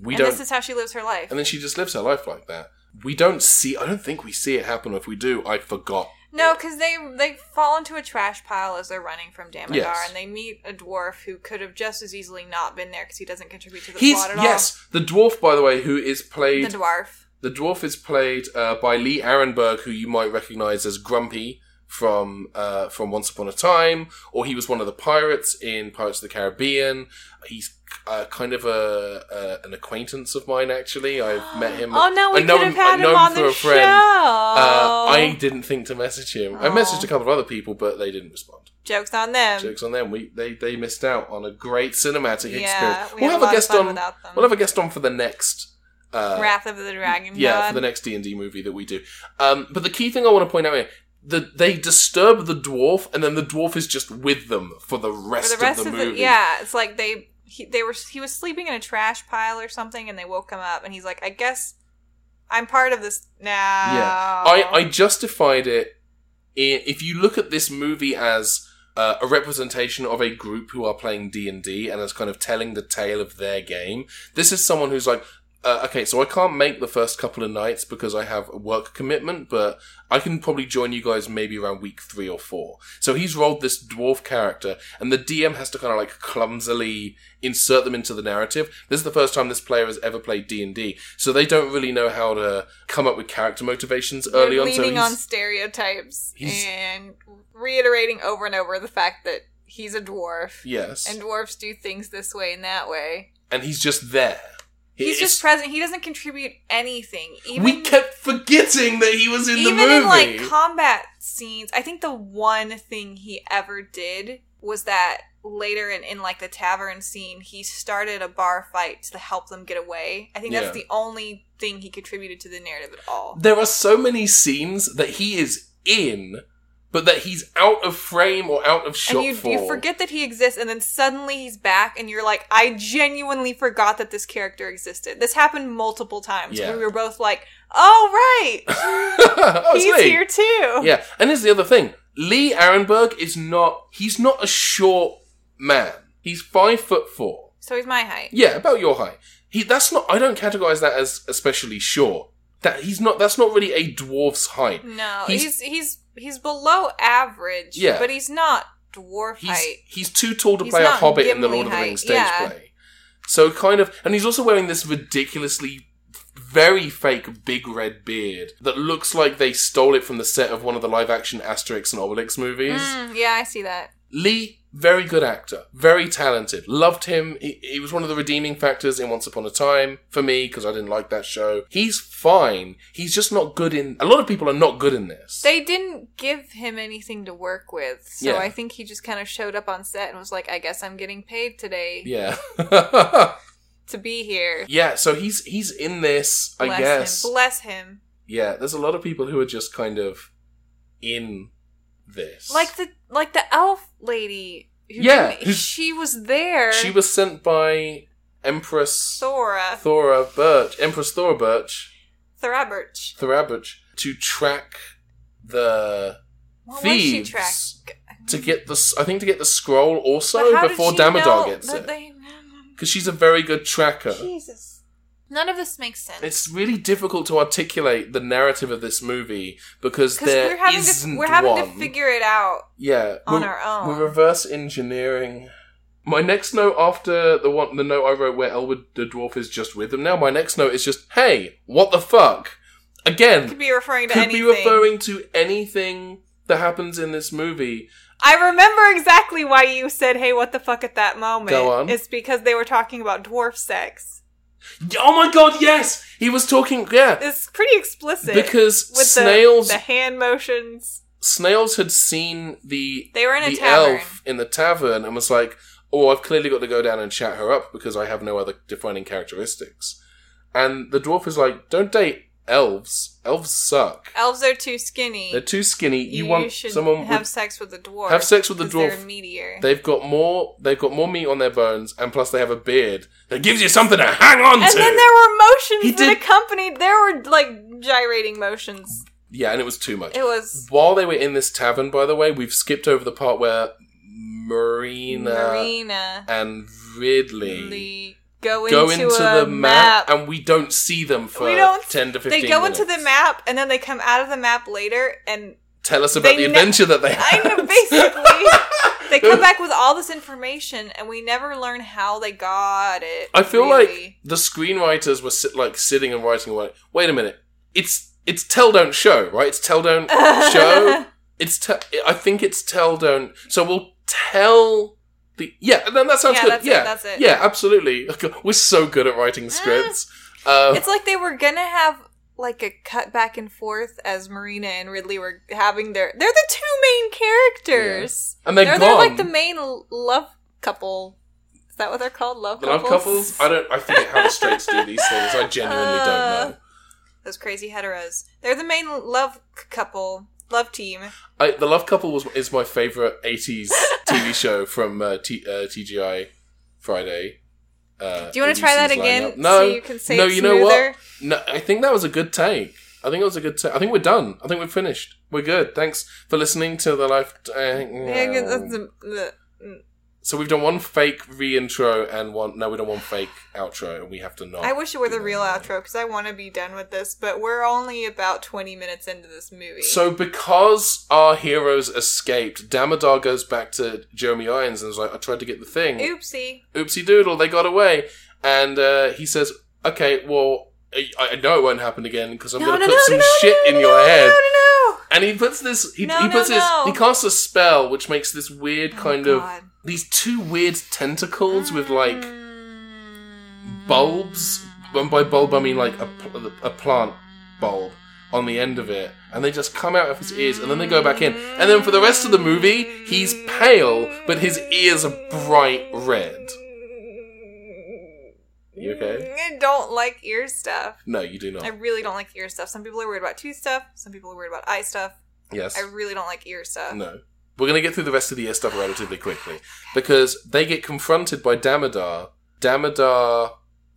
[SPEAKER 1] We
[SPEAKER 2] and
[SPEAKER 1] don't.
[SPEAKER 2] this is how she lives her life.
[SPEAKER 1] and then she just lives her life like that. We don't see. I don't think we see it happen. If we do, I forgot.
[SPEAKER 2] No, because they they fall into a trash pile as they're running from Damodar,
[SPEAKER 1] Yes.
[SPEAKER 2] and they meet a dwarf who could have just as easily not been there because he doesn't contribute to the
[SPEAKER 1] He's
[SPEAKER 2] plot at
[SPEAKER 1] yes, the dwarf by the way, who is
[SPEAKER 2] all.
[SPEAKER 1] played
[SPEAKER 2] The dwarf.
[SPEAKER 1] The dwarf is played uh, by Lee Arenberg, who you might recognise as Grumpy from uh, from Once Upon a Time, or he was one of the pirates in Pirates of the Caribbean. He's uh, kind of a, a an acquaintance of mine, actually. I've met him.
[SPEAKER 2] Oh no,
[SPEAKER 1] I
[SPEAKER 2] we
[SPEAKER 1] know
[SPEAKER 2] could have
[SPEAKER 1] him- I
[SPEAKER 2] had
[SPEAKER 1] know
[SPEAKER 2] him
[SPEAKER 1] him
[SPEAKER 2] on
[SPEAKER 1] through
[SPEAKER 2] the
[SPEAKER 1] a
[SPEAKER 2] show.
[SPEAKER 1] friend. Uh, I didn't think to message him. I
[SPEAKER 2] Oh. Um,
[SPEAKER 1] messaged a couple of other people, but they didn't respond.
[SPEAKER 2] Jokes on them.
[SPEAKER 1] Jokes on them. We they, they missed out on a great cinematic
[SPEAKER 2] yeah,
[SPEAKER 1] experience.
[SPEAKER 2] we will have a, lot of
[SPEAKER 1] guest
[SPEAKER 2] fun
[SPEAKER 1] on.
[SPEAKER 2] without them.
[SPEAKER 1] We'll have a guest on for the next. Uh,
[SPEAKER 2] Wrath of the Dragon.
[SPEAKER 1] yeah,
[SPEAKER 2] God.
[SPEAKER 1] for the next D and D movie that we do. Um, but the key thing I want to point out here: the, they disturb the dwarf, and then the dwarf is just with them for the rest,
[SPEAKER 2] for the rest
[SPEAKER 1] of
[SPEAKER 2] of,
[SPEAKER 1] the
[SPEAKER 2] the,
[SPEAKER 1] movie.
[SPEAKER 2] yeah, it's like they he, they were he was sleeping in a trash pile or something, and they woke him up, and he's like, I guess I'm part of this now.
[SPEAKER 1] Yeah. I, I justified it. i- If you look at this movie as uh, a representation of a group who are playing D and D, and as kind of telling the tale of their game, this is someone who's like, uh, okay, so I can't make the first couple of nights because I have a work commitment, but I can probably join you guys maybe around week three or four. So he's rolled this dwarf character, and the DM has to kind of like clumsily insert them into the narrative. This is the first time this player has ever played D and D, so they don't really know how to come up with character motivations
[SPEAKER 2] They're
[SPEAKER 1] early on. So
[SPEAKER 2] leaning
[SPEAKER 1] he's,
[SPEAKER 2] on stereotypes
[SPEAKER 1] he's-
[SPEAKER 2] and reiterating over and over the fact that he's a dwarf,
[SPEAKER 1] yes,
[SPEAKER 2] and
[SPEAKER 1] and,
[SPEAKER 2] dwarfs do things this way and that way.
[SPEAKER 1] he's just there.
[SPEAKER 2] He's
[SPEAKER 1] It's-
[SPEAKER 2] just present. He doesn't contribute anything. Even
[SPEAKER 1] we kept forgetting that he was in the
[SPEAKER 2] even
[SPEAKER 1] movie.
[SPEAKER 2] in like combat scenes i think the one thing he ever did was that later in, in like the tavern scene he started a bar fight to help them get away i think
[SPEAKER 1] Yeah.
[SPEAKER 2] that's the only thing he contributed to the narrative at all
[SPEAKER 1] there are so many scenes that he is in, but that he's out of frame or out of shot
[SPEAKER 2] and you,
[SPEAKER 1] for.
[SPEAKER 2] you forget that he exists and then suddenly he's back and you're like i genuinely forgot that this character existed this happened multiple times
[SPEAKER 1] Yeah.
[SPEAKER 2] we were both like oh right
[SPEAKER 1] oh, it's
[SPEAKER 2] he's
[SPEAKER 1] me.
[SPEAKER 2] here too
[SPEAKER 1] Yeah, and here's the other thing: Lee Arenberg is not—he's not a short man. He's five foot four.
[SPEAKER 2] so he's my height
[SPEAKER 1] Yeah, about your height. He that's not I don't categorize that as especially short. That he's not that's not really a dwarf's height.
[SPEAKER 2] No,
[SPEAKER 1] He's-
[SPEAKER 2] he's he's he's, below average.
[SPEAKER 1] Yeah.
[SPEAKER 2] but he's not dwarf
[SPEAKER 1] He's
[SPEAKER 2] height.
[SPEAKER 1] he's too tall to
[SPEAKER 2] He's
[SPEAKER 1] play a
[SPEAKER 2] not
[SPEAKER 1] hobbit in the
[SPEAKER 2] Gimli
[SPEAKER 1] Lord of the
[SPEAKER 2] height,
[SPEAKER 1] Rings stage
[SPEAKER 2] yeah.
[SPEAKER 1] play. So kind of and he's also wearing this ridiculously very fake big red beard that looks like they stole it from the set of one of the live action Asterix and Obelix movies.
[SPEAKER 2] Mm, yeah, I see that.
[SPEAKER 1] Lee, very good actor, very talented. Loved him. He, he was one of the redeeming factors in Once Upon a Time for me because I didn't like that show. He's fine. He's just not good in. A lot of people are not good in this.
[SPEAKER 2] They didn't give him anything to work with, so
[SPEAKER 1] Yeah.
[SPEAKER 2] I think he just kind of showed up on set and was like, "I guess I'm getting paid today
[SPEAKER 1] yeah,
[SPEAKER 2] to be here."
[SPEAKER 1] yeah. So he's he's in this. I
[SPEAKER 2] Bless
[SPEAKER 1] guess.
[SPEAKER 2] him. Bless him.
[SPEAKER 1] Yeah, there's a lot of people who are just kind of in this.
[SPEAKER 2] Like the like the elf lady who
[SPEAKER 1] Yeah,
[SPEAKER 2] didn't-
[SPEAKER 1] who's-
[SPEAKER 2] she was there.
[SPEAKER 1] She was sent by Empress
[SPEAKER 2] Thora
[SPEAKER 1] Thora Birch, Empress Thora Birch,
[SPEAKER 2] Thraberch.
[SPEAKER 1] Thora Birch, to track the
[SPEAKER 2] What
[SPEAKER 1] thieves
[SPEAKER 2] was she track?
[SPEAKER 1] to get the. s- I think to get the scroll
[SPEAKER 2] But how
[SPEAKER 1] also
[SPEAKER 2] did
[SPEAKER 1] before
[SPEAKER 2] she
[SPEAKER 1] Damodar
[SPEAKER 2] know
[SPEAKER 1] gets
[SPEAKER 2] that
[SPEAKER 1] it
[SPEAKER 2] they-
[SPEAKER 1] because she's a very good tracker.
[SPEAKER 2] Jesus. None of this makes sense.
[SPEAKER 1] It's really difficult to articulate the narrative of this movie because
[SPEAKER 2] because
[SPEAKER 1] there
[SPEAKER 2] we're having
[SPEAKER 1] isn't
[SPEAKER 2] to we're having
[SPEAKER 1] one.
[SPEAKER 2] to figure it out.
[SPEAKER 1] yeah,
[SPEAKER 2] on
[SPEAKER 1] we're-
[SPEAKER 2] our own.
[SPEAKER 1] We're reverse engineering. My next note after the one the note I wrote where Elwood the dwarf is just with them now. My next note is just hey, what the fuck? Again,
[SPEAKER 2] Could be referring to
[SPEAKER 1] could
[SPEAKER 2] anything.
[SPEAKER 1] be referring to anything that happens in this movie.
[SPEAKER 2] I remember exactly why you said, "Hey, what the fuck?" At that moment,
[SPEAKER 1] Go on.
[SPEAKER 2] it's because they were talking about dwarf sex.
[SPEAKER 1] Oh my god, yes! He was talking, yeah,
[SPEAKER 2] It's pretty explicit
[SPEAKER 1] because
[SPEAKER 2] with
[SPEAKER 1] snails
[SPEAKER 2] the, the hand motions.
[SPEAKER 1] snails had seen the
[SPEAKER 2] They were in a
[SPEAKER 1] the
[SPEAKER 2] tavern.
[SPEAKER 1] elf in the tavern and was like, "Oh, I've clearly got to go down and chat her up because I have no other defining characteristics." And the dwarf is like, "Don't date elves. Elves suck.
[SPEAKER 2] Elves are too skinny.
[SPEAKER 1] They're too skinny. You, want
[SPEAKER 2] should
[SPEAKER 1] someone
[SPEAKER 2] have
[SPEAKER 1] with,
[SPEAKER 2] sex with a dwarf.
[SPEAKER 1] have sex with a
[SPEAKER 2] 'cause they're
[SPEAKER 1] dwarf.
[SPEAKER 2] meatier.
[SPEAKER 1] they've got more. They've got more meat on their bones, and plus they have a beard that gives you something to hang on
[SPEAKER 2] and
[SPEAKER 1] to."
[SPEAKER 2] then there were motions
[SPEAKER 1] He
[SPEAKER 2] that
[SPEAKER 1] did-
[SPEAKER 2] accompanied. There were like gyrating motions.
[SPEAKER 1] yeah, and it was too much.
[SPEAKER 2] It was
[SPEAKER 1] While they were in this tavern, by the way, we've skipped over the part where Marina
[SPEAKER 2] Marina
[SPEAKER 1] and Ridley
[SPEAKER 2] Lee go,
[SPEAKER 1] go
[SPEAKER 2] into,
[SPEAKER 1] into,
[SPEAKER 2] a
[SPEAKER 1] the map,
[SPEAKER 2] uh, map
[SPEAKER 1] and we don't see them for
[SPEAKER 2] We don't-
[SPEAKER 1] 10 to 15
[SPEAKER 2] they go into
[SPEAKER 1] minutes.
[SPEAKER 2] the map and then they come out of the map later and
[SPEAKER 1] Tell us about
[SPEAKER 2] They
[SPEAKER 1] the
[SPEAKER 2] ne-
[SPEAKER 1] adventure that they
[SPEAKER 2] I
[SPEAKER 1] had.
[SPEAKER 2] know basically they come back with all this information and we never learn how they got it.
[SPEAKER 1] I feel like
[SPEAKER 2] really.
[SPEAKER 1] the screenwriters were sit, like sitting and writing away. Wait a minute. It's it's tell don't show, right? It's tell don't show. It's te- I think it's tell don't. So we'll tell the yeah. Then that sounds
[SPEAKER 2] Yeah,
[SPEAKER 1] good.
[SPEAKER 2] that's it,
[SPEAKER 1] yeah,
[SPEAKER 2] that's it.
[SPEAKER 1] Yeah, absolutely. We're so good at writing scripts. Uh,
[SPEAKER 2] it's like they were gonna have like a cut back and forth as Marina and Ridley were having their they're the two main characters.
[SPEAKER 1] and they're,
[SPEAKER 2] They're,
[SPEAKER 1] gone.
[SPEAKER 2] they're like the main l- love couple. Is that what they're called? Love
[SPEAKER 1] The
[SPEAKER 2] couples?
[SPEAKER 1] love couples. I don't. I forget how the straights do these things. I genuinely
[SPEAKER 2] Uh,
[SPEAKER 1] don't know.
[SPEAKER 2] Those crazy heteros. They're the main love c- couple, love team.
[SPEAKER 1] I, the Love Couple was is my favorite '80s TV show from uh, T, uh, TGI Friday. Uh,
[SPEAKER 2] Do you want to try that
[SPEAKER 1] ABC's
[SPEAKER 2] again?
[SPEAKER 1] lineup. No,
[SPEAKER 2] so you can say
[SPEAKER 1] no.
[SPEAKER 2] it
[SPEAKER 1] you know what?
[SPEAKER 2] smoother?
[SPEAKER 1] No, I think that was a good take. I think it was a good take. I think we're done. I think we're finished. We're good. Thanks for listening to the life. uh, um,
[SPEAKER 2] Yeah, 'cause that's the- the-
[SPEAKER 1] so we've done one fake re-intro and one. No, we don't want fake outro, and we have to not.
[SPEAKER 2] I wish it were the real outro because I want to be done with this, but we're only about 20 minutes into this movie.
[SPEAKER 1] So because our heroes escaped, Damodar goes back to Jeremy Irons and is like, I tried to get the thing.
[SPEAKER 2] Oopsie.
[SPEAKER 1] Oopsie doodle, they got away. And uh, he says, okay, well, I, I know it won't happen again because I'm going to put some shit in your head.
[SPEAKER 2] No, no, no.
[SPEAKER 1] And he puts this, he,
[SPEAKER 2] No,
[SPEAKER 1] he puts
[SPEAKER 2] no,
[SPEAKER 1] this,
[SPEAKER 2] no.
[SPEAKER 1] he casts a spell which makes this weird
[SPEAKER 2] Oh,
[SPEAKER 1] kind of,
[SPEAKER 2] God.
[SPEAKER 1] these two weird tentacles with like
[SPEAKER 2] Mm.
[SPEAKER 1] bulbs. And by bulb, I mean like a, pl- a plant bulb on the end of it. And they just come out of his ears and then they go back in. And then for the rest of the movie, he's pale, but his ears are bright red. You okay?
[SPEAKER 2] I don't like ear stuff.
[SPEAKER 1] No, you do
[SPEAKER 2] I
[SPEAKER 1] not.
[SPEAKER 2] really don't like ear stuff. Some people are worried about tooth stuff. Some people are worried about eye stuff.
[SPEAKER 1] Yes.
[SPEAKER 2] I really don't like ear stuff.
[SPEAKER 1] No. We're going to get through the rest of the year stuff relatively quickly because they get confronted by Damodar. Damodar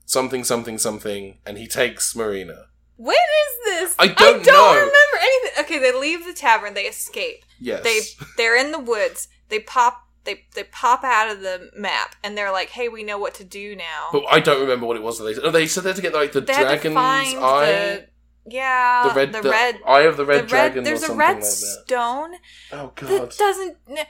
[SPEAKER 1] something, something, something, and he takes Marina.
[SPEAKER 2] When is this?
[SPEAKER 1] I don't know.
[SPEAKER 2] remember anything. Okay, they leave the tavern. They escape.
[SPEAKER 1] Yes.
[SPEAKER 2] They they're in the woods. They pop they they pop out of the map and they're like, "Hey, we know what to do now."
[SPEAKER 1] But I don't remember what it was that they said. Oh, they said they had to get like the
[SPEAKER 2] they had to
[SPEAKER 1] dragon's
[SPEAKER 2] find
[SPEAKER 1] eye.
[SPEAKER 2] the yeah
[SPEAKER 1] the red,
[SPEAKER 2] the red
[SPEAKER 1] eye of the red
[SPEAKER 2] the
[SPEAKER 1] dragon.
[SPEAKER 2] red, there's
[SPEAKER 1] or
[SPEAKER 2] a
[SPEAKER 1] something
[SPEAKER 2] red
[SPEAKER 1] like that.
[SPEAKER 2] stone
[SPEAKER 1] Oh god,
[SPEAKER 2] that doesn't no no no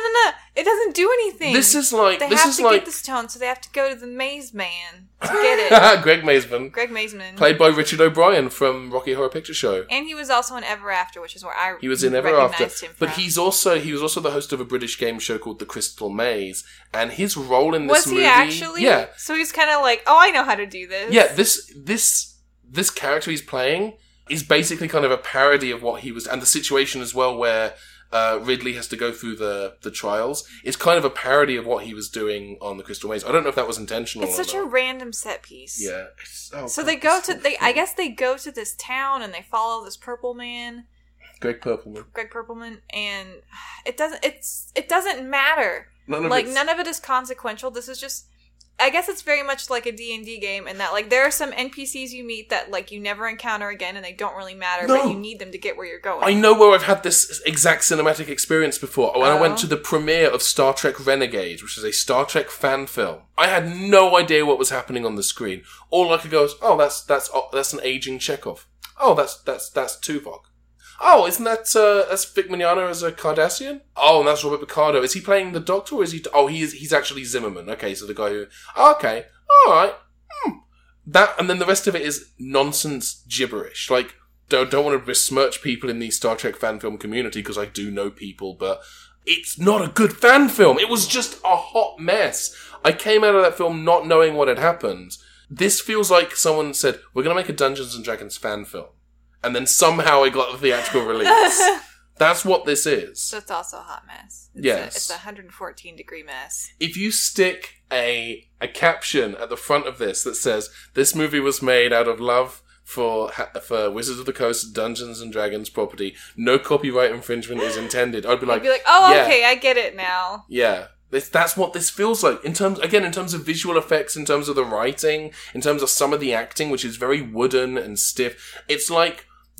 [SPEAKER 2] no it doesn't do anything.
[SPEAKER 1] this is like
[SPEAKER 2] they
[SPEAKER 1] this
[SPEAKER 2] have
[SPEAKER 1] is
[SPEAKER 2] to
[SPEAKER 1] like
[SPEAKER 2] get the stone, so they have to go to the Maze Man to get it.
[SPEAKER 1] Greg Maysman,
[SPEAKER 2] Greg Mazeman,
[SPEAKER 1] played by Richard O'Brien from Rocky Horror Picture Show.
[SPEAKER 2] and he was also in Ever After, which is where I
[SPEAKER 1] He was in Ever
[SPEAKER 2] recognized
[SPEAKER 1] After,
[SPEAKER 2] him
[SPEAKER 1] but
[SPEAKER 2] from.
[SPEAKER 1] he's also he was also the host of a British game show called The Crystal Maze, and his role in this
[SPEAKER 2] was
[SPEAKER 1] movie,
[SPEAKER 2] he actually?
[SPEAKER 1] yeah,
[SPEAKER 2] So he's kind of like, oh, I know how to do this.
[SPEAKER 1] yeah, this this this character he's playing is basically kind of a parody of what he was, and the situation as well where. Uh, Ridley has to go through the the trials. It's kind of a parody of what he was doing on the Crystal Maze. I don't know if that was intentional.
[SPEAKER 2] it's
[SPEAKER 1] or
[SPEAKER 2] such a
[SPEAKER 1] not.
[SPEAKER 2] random set piece.
[SPEAKER 1] Yeah. It's- oh,
[SPEAKER 2] So
[SPEAKER 1] God,
[SPEAKER 2] they go
[SPEAKER 1] it's
[SPEAKER 2] to
[SPEAKER 1] so
[SPEAKER 2] they. I
[SPEAKER 1] funny.
[SPEAKER 2] guess they go to this town and they follow this purple man,
[SPEAKER 1] Greg Purpleman.
[SPEAKER 2] Greg Purpleman, and it doesn't. It's it doesn't matter
[SPEAKER 1] None of
[SPEAKER 2] like
[SPEAKER 1] it's-
[SPEAKER 2] none of it is consequential this is just i guess it's very much like a d&d game in that like there are some npcs you meet that like you never encounter again and they don't really matter
[SPEAKER 1] No.
[SPEAKER 2] but you need them to get where you're going
[SPEAKER 1] I know where I've had this exact cinematic experience before. When I went
[SPEAKER 2] Oh.
[SPEAKER 1] to the premiere of Star Trek Renegade, which is a Star Trek fan film, I had no idea what was happening on the screen. All I could go is, "Oh, that's that's oh, that's an aging Chekhov. Oh, that's that's that's Tuvok. Oh, isn't that uh, that's Vic Mignogna as a Cardassian? Oh, and that's Robert Picardo. Is he playing the Doctor? or Is he? Oh, he is. He's actually Zimmerman. Okay, so the guy who. Okay, all right. Hmm. That and then the rest of it is nonsense gibberish. Like don't don't want to besmirch people in the Star Trek fan film community because I do know people, but it's not a good fan film. It was just a hot mess. I came out of that film not knowing what had happened. This feels like someone said, "We're going to make a Dungeons and Dragons fan film," and then somehow it got a theatrical release. That's what this is.
[SPEAKER 2] so it's also a hot mess it's a,
[SPEAKER 1] Yes.
[SPEAKER 2] it's a 114 degree mess
[SPEAKER 1] if you stick a a caption at the front of this that says this movie was made out of love for ha- for Wizards of the Coast Dungeons and Dragons property, no copyright infringement is intended. I'd be like,
[SPEAKER 2] you'd be like oh
[SPEAKER 1] yeah.
[SPEAKER 2] okay i get it now
[SPEAKER 1] yeah. This, that's what this feels like in terms again in terms of visual effects in terms of the writing in terms of some of the acting which is very wooden and stiff it's like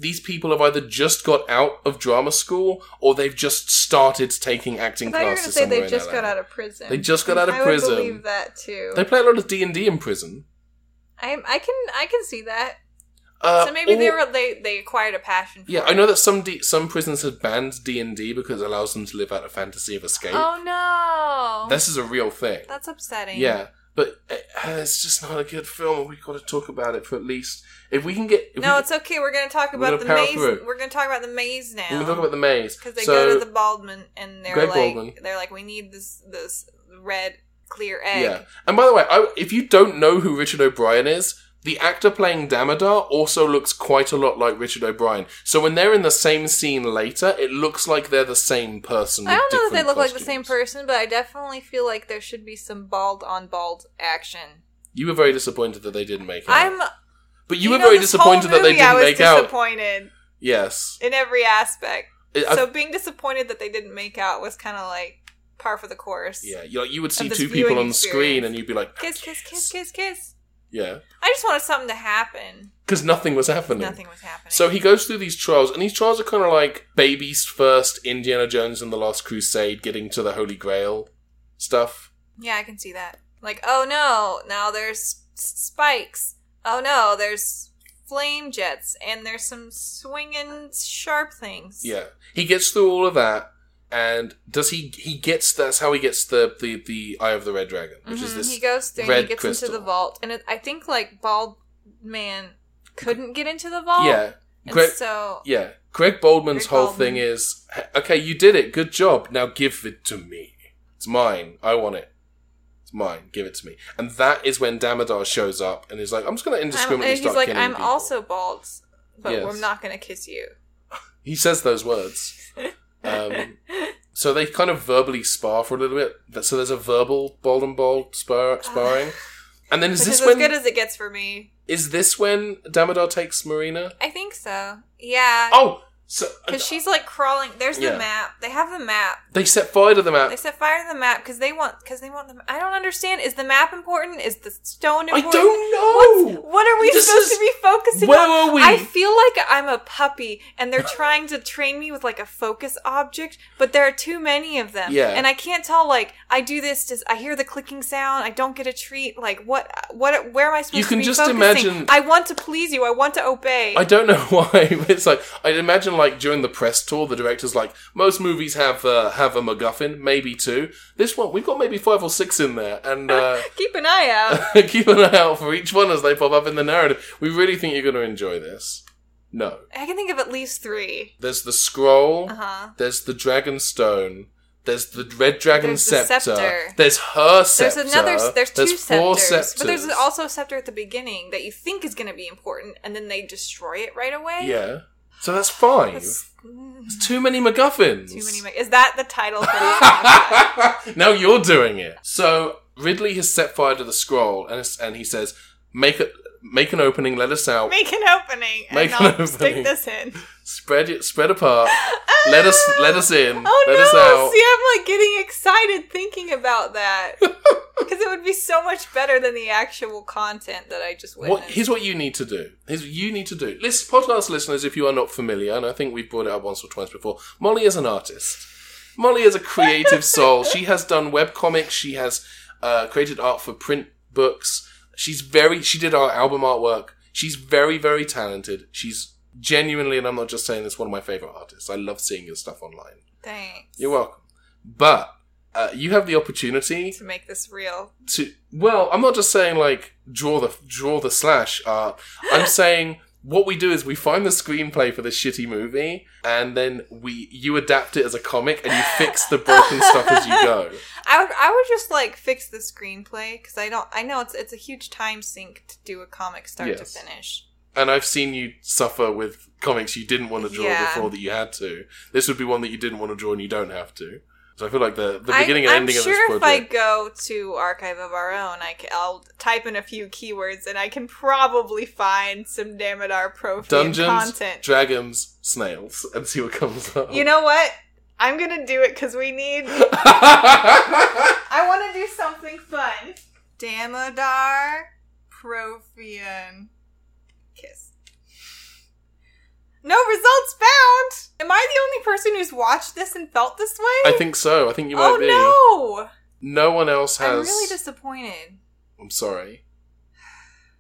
[SPEAKER 1] these people have either just got out of drama school or they've just started taking
[SPEAKER 2] i
[SPEAKER 1] acting
[SPEAKER 2] thought you were
[SPEAKER 1] classes
[SPEAKER 2] going to say they
[SPEAKER 1] somewhere in
[SPEAKER 2] just got
[SPEAKER 1] LA.
[SPEAKER 2] out of prison
[SPEAKER 1] They just got out of
[SPEAKER 2] I would
[SPEAKER 1] prison.
[SPEAKER 2] believe that too
[SPEAKER 1] They play a lot of D and D in prison.
[SPEAKER 2] I, I can i can see that
[SPEAKER 1] Uh,
[SPEAKER 2] so maybe they
[SPEAKER 1] or-
[SPEAKER 2] were they, they acquired a passion for
[SPEAKER 1] Yeah,
[SPEAKER 2] it.
[SPEAKER 1] I know that some D- some prisons have banned D and D because it allows them to live out a fantasy of escape.
[SPEAKER 2] oh no
[SPEAKER 1] This is a real thing.
[SPEAKER 2] that's upsetting
[SPEAKER 1] Yeah, but uh, it's just not a good film. We've got to talk about it for at least if we can get. If
[SPEAKER 2] no,
[SPEAKER 1] we,
[SPEAKER 2] it's okay. We're gonna talk
[SPEAKER 1] We're
[SPEAKER 2] about
[SPEAKER 1] gonna
[SPEAKER 2] the
[SPEAKER 1] power
[SPEAKER 2] maze.
[SPEAKER 1] through.
[SPEAKER 2] We're gonna talk about the maze now.
[SPEAKER 1] we can talk about the maze
[SPEAKER 2] because they
[SPEAKER 1] so,
[SPEAKER 2] go to the Baldwin and they're
[SPEAKER 1] Greg
[SPEAKER 2] like,
[SPEAKER 1] Baldwin.
[SPEAKER 2] they're like, we need this this red clear egg.
[SPEAKER 1] Yeah, and by the way, I, if you don't know who Richard O'Brien is. The actor playing Damodar also looks quite a lot like Richard O'Brien. So when they're in the same scene later, it looks like they're the same person.
[SPEAKER 2] I
[SPEAKER 1] with
[SPEAKER 2] don't know that they
[SPEAKER 1] different
[SPEAKER 2] look like the same
[SPEAKER 1] costumes.
[SPEAKER 2] person, but I definitely feel like there should be some bald on bald action.
[SPEAKER 1] You were very disappointed that they didn't make it.
[SPEAKER 2] I'm.
[SPEAKER 1] But you, were
[SPEAKER 2] know,
[SPEAKER 1] very
[SPEAKER 2] this
[SPEAKER 1] disappointed
[SPEAKER 2] whole
[SPEAKER 1] that they
[SPEAKER 2] movie I
[SPEAKER 1] didn't
[SPEAKER 2] was
[SPEAKER 1] make out.
[SPEAKER 2] disappointed
[SPEAKER 1] Yes.
[SPEAKER 2] in every aspect.
[SPEAKER 1] It- I-
[SPEAKER 2] so being disappointed that they didn't make out was kind of like par for the course.
[SPEAKER 1] yeah, you, like, you would see
[SPEAKER 2] this
[SPEAKER 1] two people
[SPEAKER 2] viewing
[SPEAKER 1] on the screen
[SPEAKER 2] experience.
[SPEAKER 1] and you'd be like,
[SPEAKER 2] Kiss, kiss, kiss, kiss, kiss.
[SPEAKER 1] yeah.
[SPEAKER 2] I just wanted something to happen.
[SPEAKER 1] Because nothing was happening.
[SPEAKER 2] Nothing was happening.
[SPEAKER 1] So he goes through these trials, and these trials are kind of like baby's first Indiana Jones and the Last Crusade getting to the Holy Grail stuff.
[SPEAKER 2] Yeah, I can see that. Like, oh no, now there's s- spikes. Oh no, there's flame jets, and there's some swinging sharp things.
[SPEAKER 1] Yeah. He gets through all of that, and does he, he gets, that's how he gets the, the, the Eye of the Red Dragon, which is
[SPEAKER 2] Mhm,
[SPEAKER 1] this.
[SPEAKER 2] he goes through and
[SPEAKER 1] red
[SPEAKER 2] he gets into
[SPEAKER 1] crystal.
[SPEAKER 2] the vault, and it, I think like bald man couldn't get into the vault.
[SPEAKER 1] yeah.
[SPEAKER 2] and
[SPEAKER 1] Greg,
[SPEAKER 2] so
[SPEAKER 1] yeah. Greg Baldwin's
[SPEAKER 2] Greg
[SPEAKER 1] whole
[SPEAKER 2] Baldwin.
[SPEAKER 1] thing is, "H- okay, you did it. Good job. Now give it to me. It's mine. I want it. It's mine. Give it to me. And that is when Damodar shows up and is like, I'm just going to
[SPEAKER 2] I'm- and
[SPEAKER 1] indiscriminately
[SPEAKER 2] he's
[SPEAKER 1] start
[SPEAKER 2] like,
[SPEAKER 1] killing
[SPEAKER 2] I'm
[SPEAKER 1] people."
[SPEAKER 2] also bald, but
[SPEAKER 1] Yes.
[SPEAKER 2] we're not gonna kiss you.
[SPEAKER 1] He says those words. Um, so they kind of verbally spar for a little bit. But- So there's a verbal bold and bold spar- sparring. And then is
[SPEAKER 2] Uh, Which is
[SPEAKER 1] this
[SPEAKER 2] as
[SPEAKER 1] when
[SPEAKER 2] good as it gets for me.
[SPEAKER 1] is this when Damodar takes Marina?
[SPEAKER 2] I think so. Yeah.
[SPEAKER 1] Oh, so
[SPEAKER 2] Because she's like crawling. There's the
[SPEAKER 1] Yeah.
[SPEAKER 2] map. They have the map.
[SPEAKER 1] they set fire to the map.
[SPEAKER 2] They set fire to the map because they want. Because they want the. I don't understand. Is the map important? Is the stone
[SPEAKER 1] I
[SPEAKER 2] important?
[SPEAKER 1] don't know.
[SPEAKER 2] What are we
[SPEAKER 1] This
[SPEAKER 2] supposed
[SPEAKER 1] is-
[SPEAKER 2] to be focusing
[SPEAKER 1] Where
[SPEAKER 2] on?
[SPEAKER 1] are we?
[SPEAKER 2] I feel like I'm a puppy, and they're trying to train me with like a focus object, but there are too many of them.
[SPEAKER 1] Yeah.
[SPEAKER 2] and I can't tell. Like I do this, just I hear the clicking sound. I don't get a treat. Like what? What? Where am I supposed
[SPEAKER 1] You can
[SPEAKER 2] to be
[SPEAKER 1] just
[SPEAKER 2] focusing?
[SPEAKER 1] imagine-
[SPEAKER 2] I want to please you. I want to obey.
[SPEAKER 1] I don't know why, but it's like I'd imagine like during the press tour, the director's like most movies have uh, have a MacGuffin, maybe two. This one we've got maybe five or six in there, and uh,
[SPEAKER 2] Keep an eye out.
[SPEAKER 1] keep an eye out for each one as they pop up in the narrative. We really think you're going to enjoy this. No,
[SPEAKER 2] I can think of at least three.
[SPEAKER 1] there's the scroll,
[SPEAKER 2] Uh huh.
[SPEAKER 1] there's the dragon stone. There's the red dragon
[SPEAKER 2] There's the
[SPEAKER 1] scepter.
[SPEAKER 2] scepter.
[SPEAKER 1] There's her
[SPEAKER 2] There's
[SPEAKER 1] scepter.
[SPEAKER 2] another. There's two
[SPEAKER 1] four
[SPEAKER 2] scepters, but there's
[SPEAKER 1] scepters.
[SPEAKER 2] also a scepter at the beginning that you think is going to be important, and then they destroy it right away.
[SPEAKER 1] yeah. So that's five.
[SPEAKER 2] That's- mm,
[SPEAKER 1] It's too many MacGuffins.
[SPEAKER 2] too many. ma- Is that the title for this?
[SPEAKER 1] now you're doing it. So Ridley has set fire to the scroll, and it's- and he says, "Make a make an opening. Let us out."
[SPEAKER 2] Make an opening,
[SPEAKER 1] Make
[SPEAKER 2] and
[SPEAKER 1] an
[SPEAKER 2] I'll stick
[SPEAKER 1] opening.
[SPEAKER 2] this in.
[SPEAKER 1] Spread it, spread apart. Let us let us in.
[SPEAKER 2] Oh
[SPEAKER 1] let
[SPEAKER 2] no!
[SPEAKER 1] us out.
[SPEAKER 2] See, I'm like getting excited thinking about that because it would be so much better than the actual content that I just witnessed.
[SPEAKER 1] What, here's what you need to do. Here's what you need to do. List, podcast listeners, if you are not familiar, and I think we've brought it up once or twice before, Molly is an artist. Molly is a creative soul. She has done webcomics. She has uh, created art for print books. She's very, she did our album artwork. She's very, very talented. She's genuinely, and I'm not just saying this, one of my favorite artists. I love seeing your stuff online.
[SPEAKER 2] Thanks.
[SPEAKER 1] You're welcome. But uh, you have the opportunity
[SPEAKER 2] to make this real.
[SPEAKER 1] to well i'm not just saying like draw the draw the slash up i'm saying what we do is we find the screenplay for this shitty movie and then we you adapt it as a comic and you fix the broken stuff as you go
[SPEAKER 2] I would, I would just like fix the screenplay because I don't. I know it's it's a huge time sink to do a comic start
[SPEAKER 1] Yes.
[SPEAKER 2] to finish.
[SPEAKER 1] and i've seen you suffer with comics you didn't want to draw
[SPEAKER 2] Yeah.
[SPEAKER 1] before that you had to this would be one that you didn't want to draw and you don't have to so i feel like the the
[SPEAKER 2] I-
[SPEAKER 1] beginning and
[SPEAKER 2] I'm
[SPEAKER 1] ending
[SPEAKER 2] sure
[SPEAKER 1] of this
[SPEAKER 2] if I
[SPEAKER 1] project
[SPEAKER 2] go to Archive of Our Own, I can, I'll type in a few keywords and I can probably find some Damodar Profian
[SPEAKER 1] dungeons
[SPEAKER 2] content.
[SPEAKER 1] dragons snails and see what comes up
[SPEAKER 2] you know what? I'm gonna do it because we need. I want to do something fun. Damodar Profian kiss. No results found. Am I the only person who's watched this and felt this way?
[SPEAKER 1] I think so. I think you might
[SPEAKER 2] oh
[SPEAKER 1] be.
[SPEAKER 2] no!
[SPEAKER 1] No one else has.
[SPEAKER 2] I'm really disappointed.
[SPEAKER 1] I'm sorry.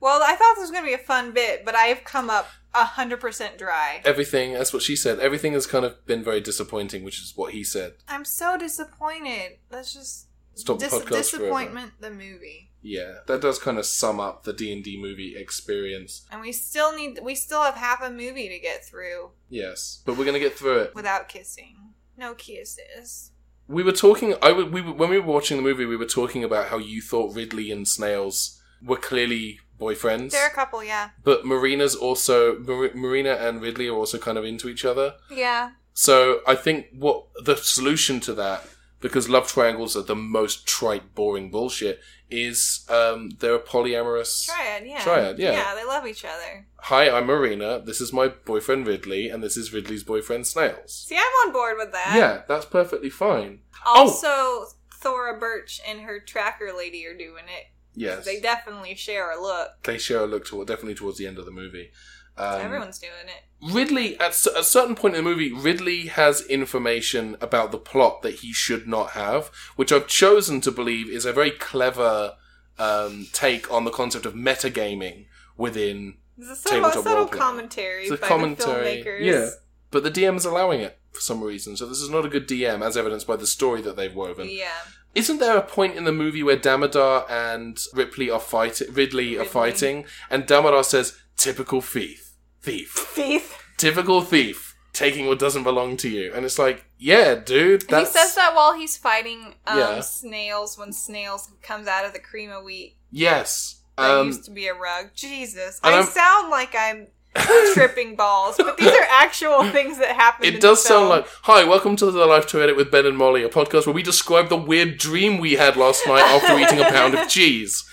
[SPEAKER 2] Well, I thought this was gonna be a fun bit, but I have come up hundred percent dry.
[SPEAKER 1] Everything. That's what she said. Everything has kind of been very disappointing, which is what he said.
[SPEAKER 2] I'm so disappointed. That's just
[SPEAKER 1] Stop the
[SPEAKER 2] dis-
[SPEAKER 1] podcast
[SPEAKER 2] disappointment. The movie,
[SPEAKER 1] forever. Yeah, that does kind of sum up the D and D movie experience.
[SPEAKER 2] and we still need. We still have half a movie to get through
[SPEAKER 1] Yes, but we're gonna get through it.
[SPEAKER 2] without kissing. No kisses.
[SPEAKER 1] We were talking. I w- we were, when we were watching the movie, we were talking about how you thought Ridley and Snails were clearly boyfriends,
[SPEAKER 2] They're a couple, yeah.
[SPEAKER 1] but Marina's also Mar- Marina and Ridley are also kind of into each other.
[SPEAKER 2] Yeah.
[SPEAKER 1] So I think what the solution to that, because love triangles are the most trite, boring bullshit, is um, they're a polyamorous.
[SPEAKER 2] Triad, yeah.
[SPEAKER 1] Triad, yeah.
[SPEAKER 2] Yeah, they love each other.
[SPEAKER 1] Hi, I'm Marina. This is my boyfriend Ridley, and this is Ridley's boyfriend Snails.
[SPEAKER 2] See, I'm on board with that.
[SPEAKER 1] yeah, Oh! that's perfectly fine.
[SPEAKER 2] Also, Thora Birch and her tracker lady are doing it.
[SPEAKER 1] Yes,
[SPEAKER 2] They definitely share a look.
[SPEAKER 1] they share a look toward definitely towards the end of the movie. Um,
[SPEAKER 2] Everyone's doing it.
[SPEAKER 1] Ridley, at s- a certain point in the movie, Ridley has information about the plot that he should not have, which I've chosen to believe is a very clever um, take on the concept of metagaming within.
[SPEAKER 2] It's a subtle,
[SPEAKER 1] Tabletop
[SPEAKER 2] subtle
[SPEAKER 1] role play.
[SPEAKER 2] commentary
[SPEAKER 1] It's a
[SPEAKER 2] by
[SPEAKER 1] commentary.
[SPEAKER 2] the filmmakers.
[SPEAKER 1] Yeah. But the DM is allowing it for some reason, so this is not a good DM, as evidenced by the story that they've woven.
[SPEAKER 2] Yeah.
[SPEAKER 1] Isn't there a point in the movie where Damodar and Ripley are fighting? Ridley, are
[SPEAKER 2] Ridley.
[SPEAKER 1] fighting, and Damodar says, "Typical thief, thief."
[SPEAKER 2] Thief.
[SPEAKER 1] typical thief taking what doesn't belong to you. And it's like, yeah, dude,
[SPEAKER 2] He
[SPEAKER 1] that's
[SPEAKER 2] says that while he's fighting um,
[SPEAKER 1] Yeah.
[SPEAKER 2] snails when snails comes out of the cream of wheat
[SPEAKER 1] yes.
[SPEAKER 2] that
[SPEAKER 1] Um,
[SPEAKER 2] used to be a rug. Jesus,
[SPEAKER 1] and
[SPEAKER 2] I
[SPEAKER 1] I'm-
[SPEAKER 2] sound like I'm tripping balls, but these are actual things that happen.
[SPEAKER 1] it does sound like, hi, welcome to the Life to Edit with Ben and Molly, a podcast where we describe the weird dream we had last night after eating a pound of cheese.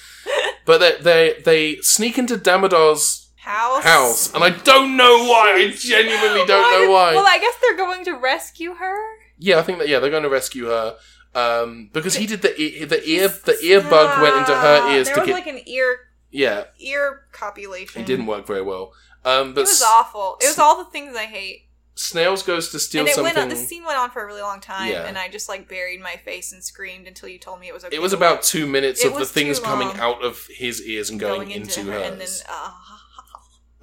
[SPEAKER 1] But they they, they sneak into Damodar's
[SPEAKER 2] house.
[SPEAKER 1] house, and I don't know why. I genuinely don't know
[SPEAKER 2] did-
[SPEAKER 1] why.
[SPEAKER 2] Well, I guess they're going to rescue her.
[SPEAKER 1] yeah, I think that yeah, they're going to rescue her. Um, because he did the ear, the ear, the ear bug went into her ears
[SPEAKER 2] There
[SPEAKER 1] to
[SPEAKER 2] was
[SPEAKER 1] get
[SPEAKER 2] like an ear
[SPEAKER 1] yeah,
[SPEAKER 2] ear copulation.
[SPEAKER 1] it didn't work very well. Um, but
[SPEAKER 2] It was
[SPEAKER 1] s-
[SPEAKER 2] awful. It was all the things I hate.
[SPEAKER 1] Snails goes to steal
[SPEAKER 2] And it
[SPEAKER 1] something.
[SPEAKER 2] went on. The scene went on for a really long time,
[SPEAKER 1] Yeah.
[SPEAKER 2] and I just like buried my face and screamed until you told me it was okay.
[SPEAKER 1] it was
[SPEAKER 2] to
[SPEAKER 1] about
[SPEAKER 2] watch.
[SPEAKER 1] two minutes
[SPEAKER 2] It
[SPEAKER 1] of the
[SPEAKER 2] was
[SPEAKER 1] things
[SPEAKER 2] too
[SPEAKER 1] coming
[SPEAKER 2] long.
[SPEAKER 1] out of his ears and going, into,
[SPEAKER 2] and then.
[SPEAKER 1] hers.
[SPEAKER 2] Uh,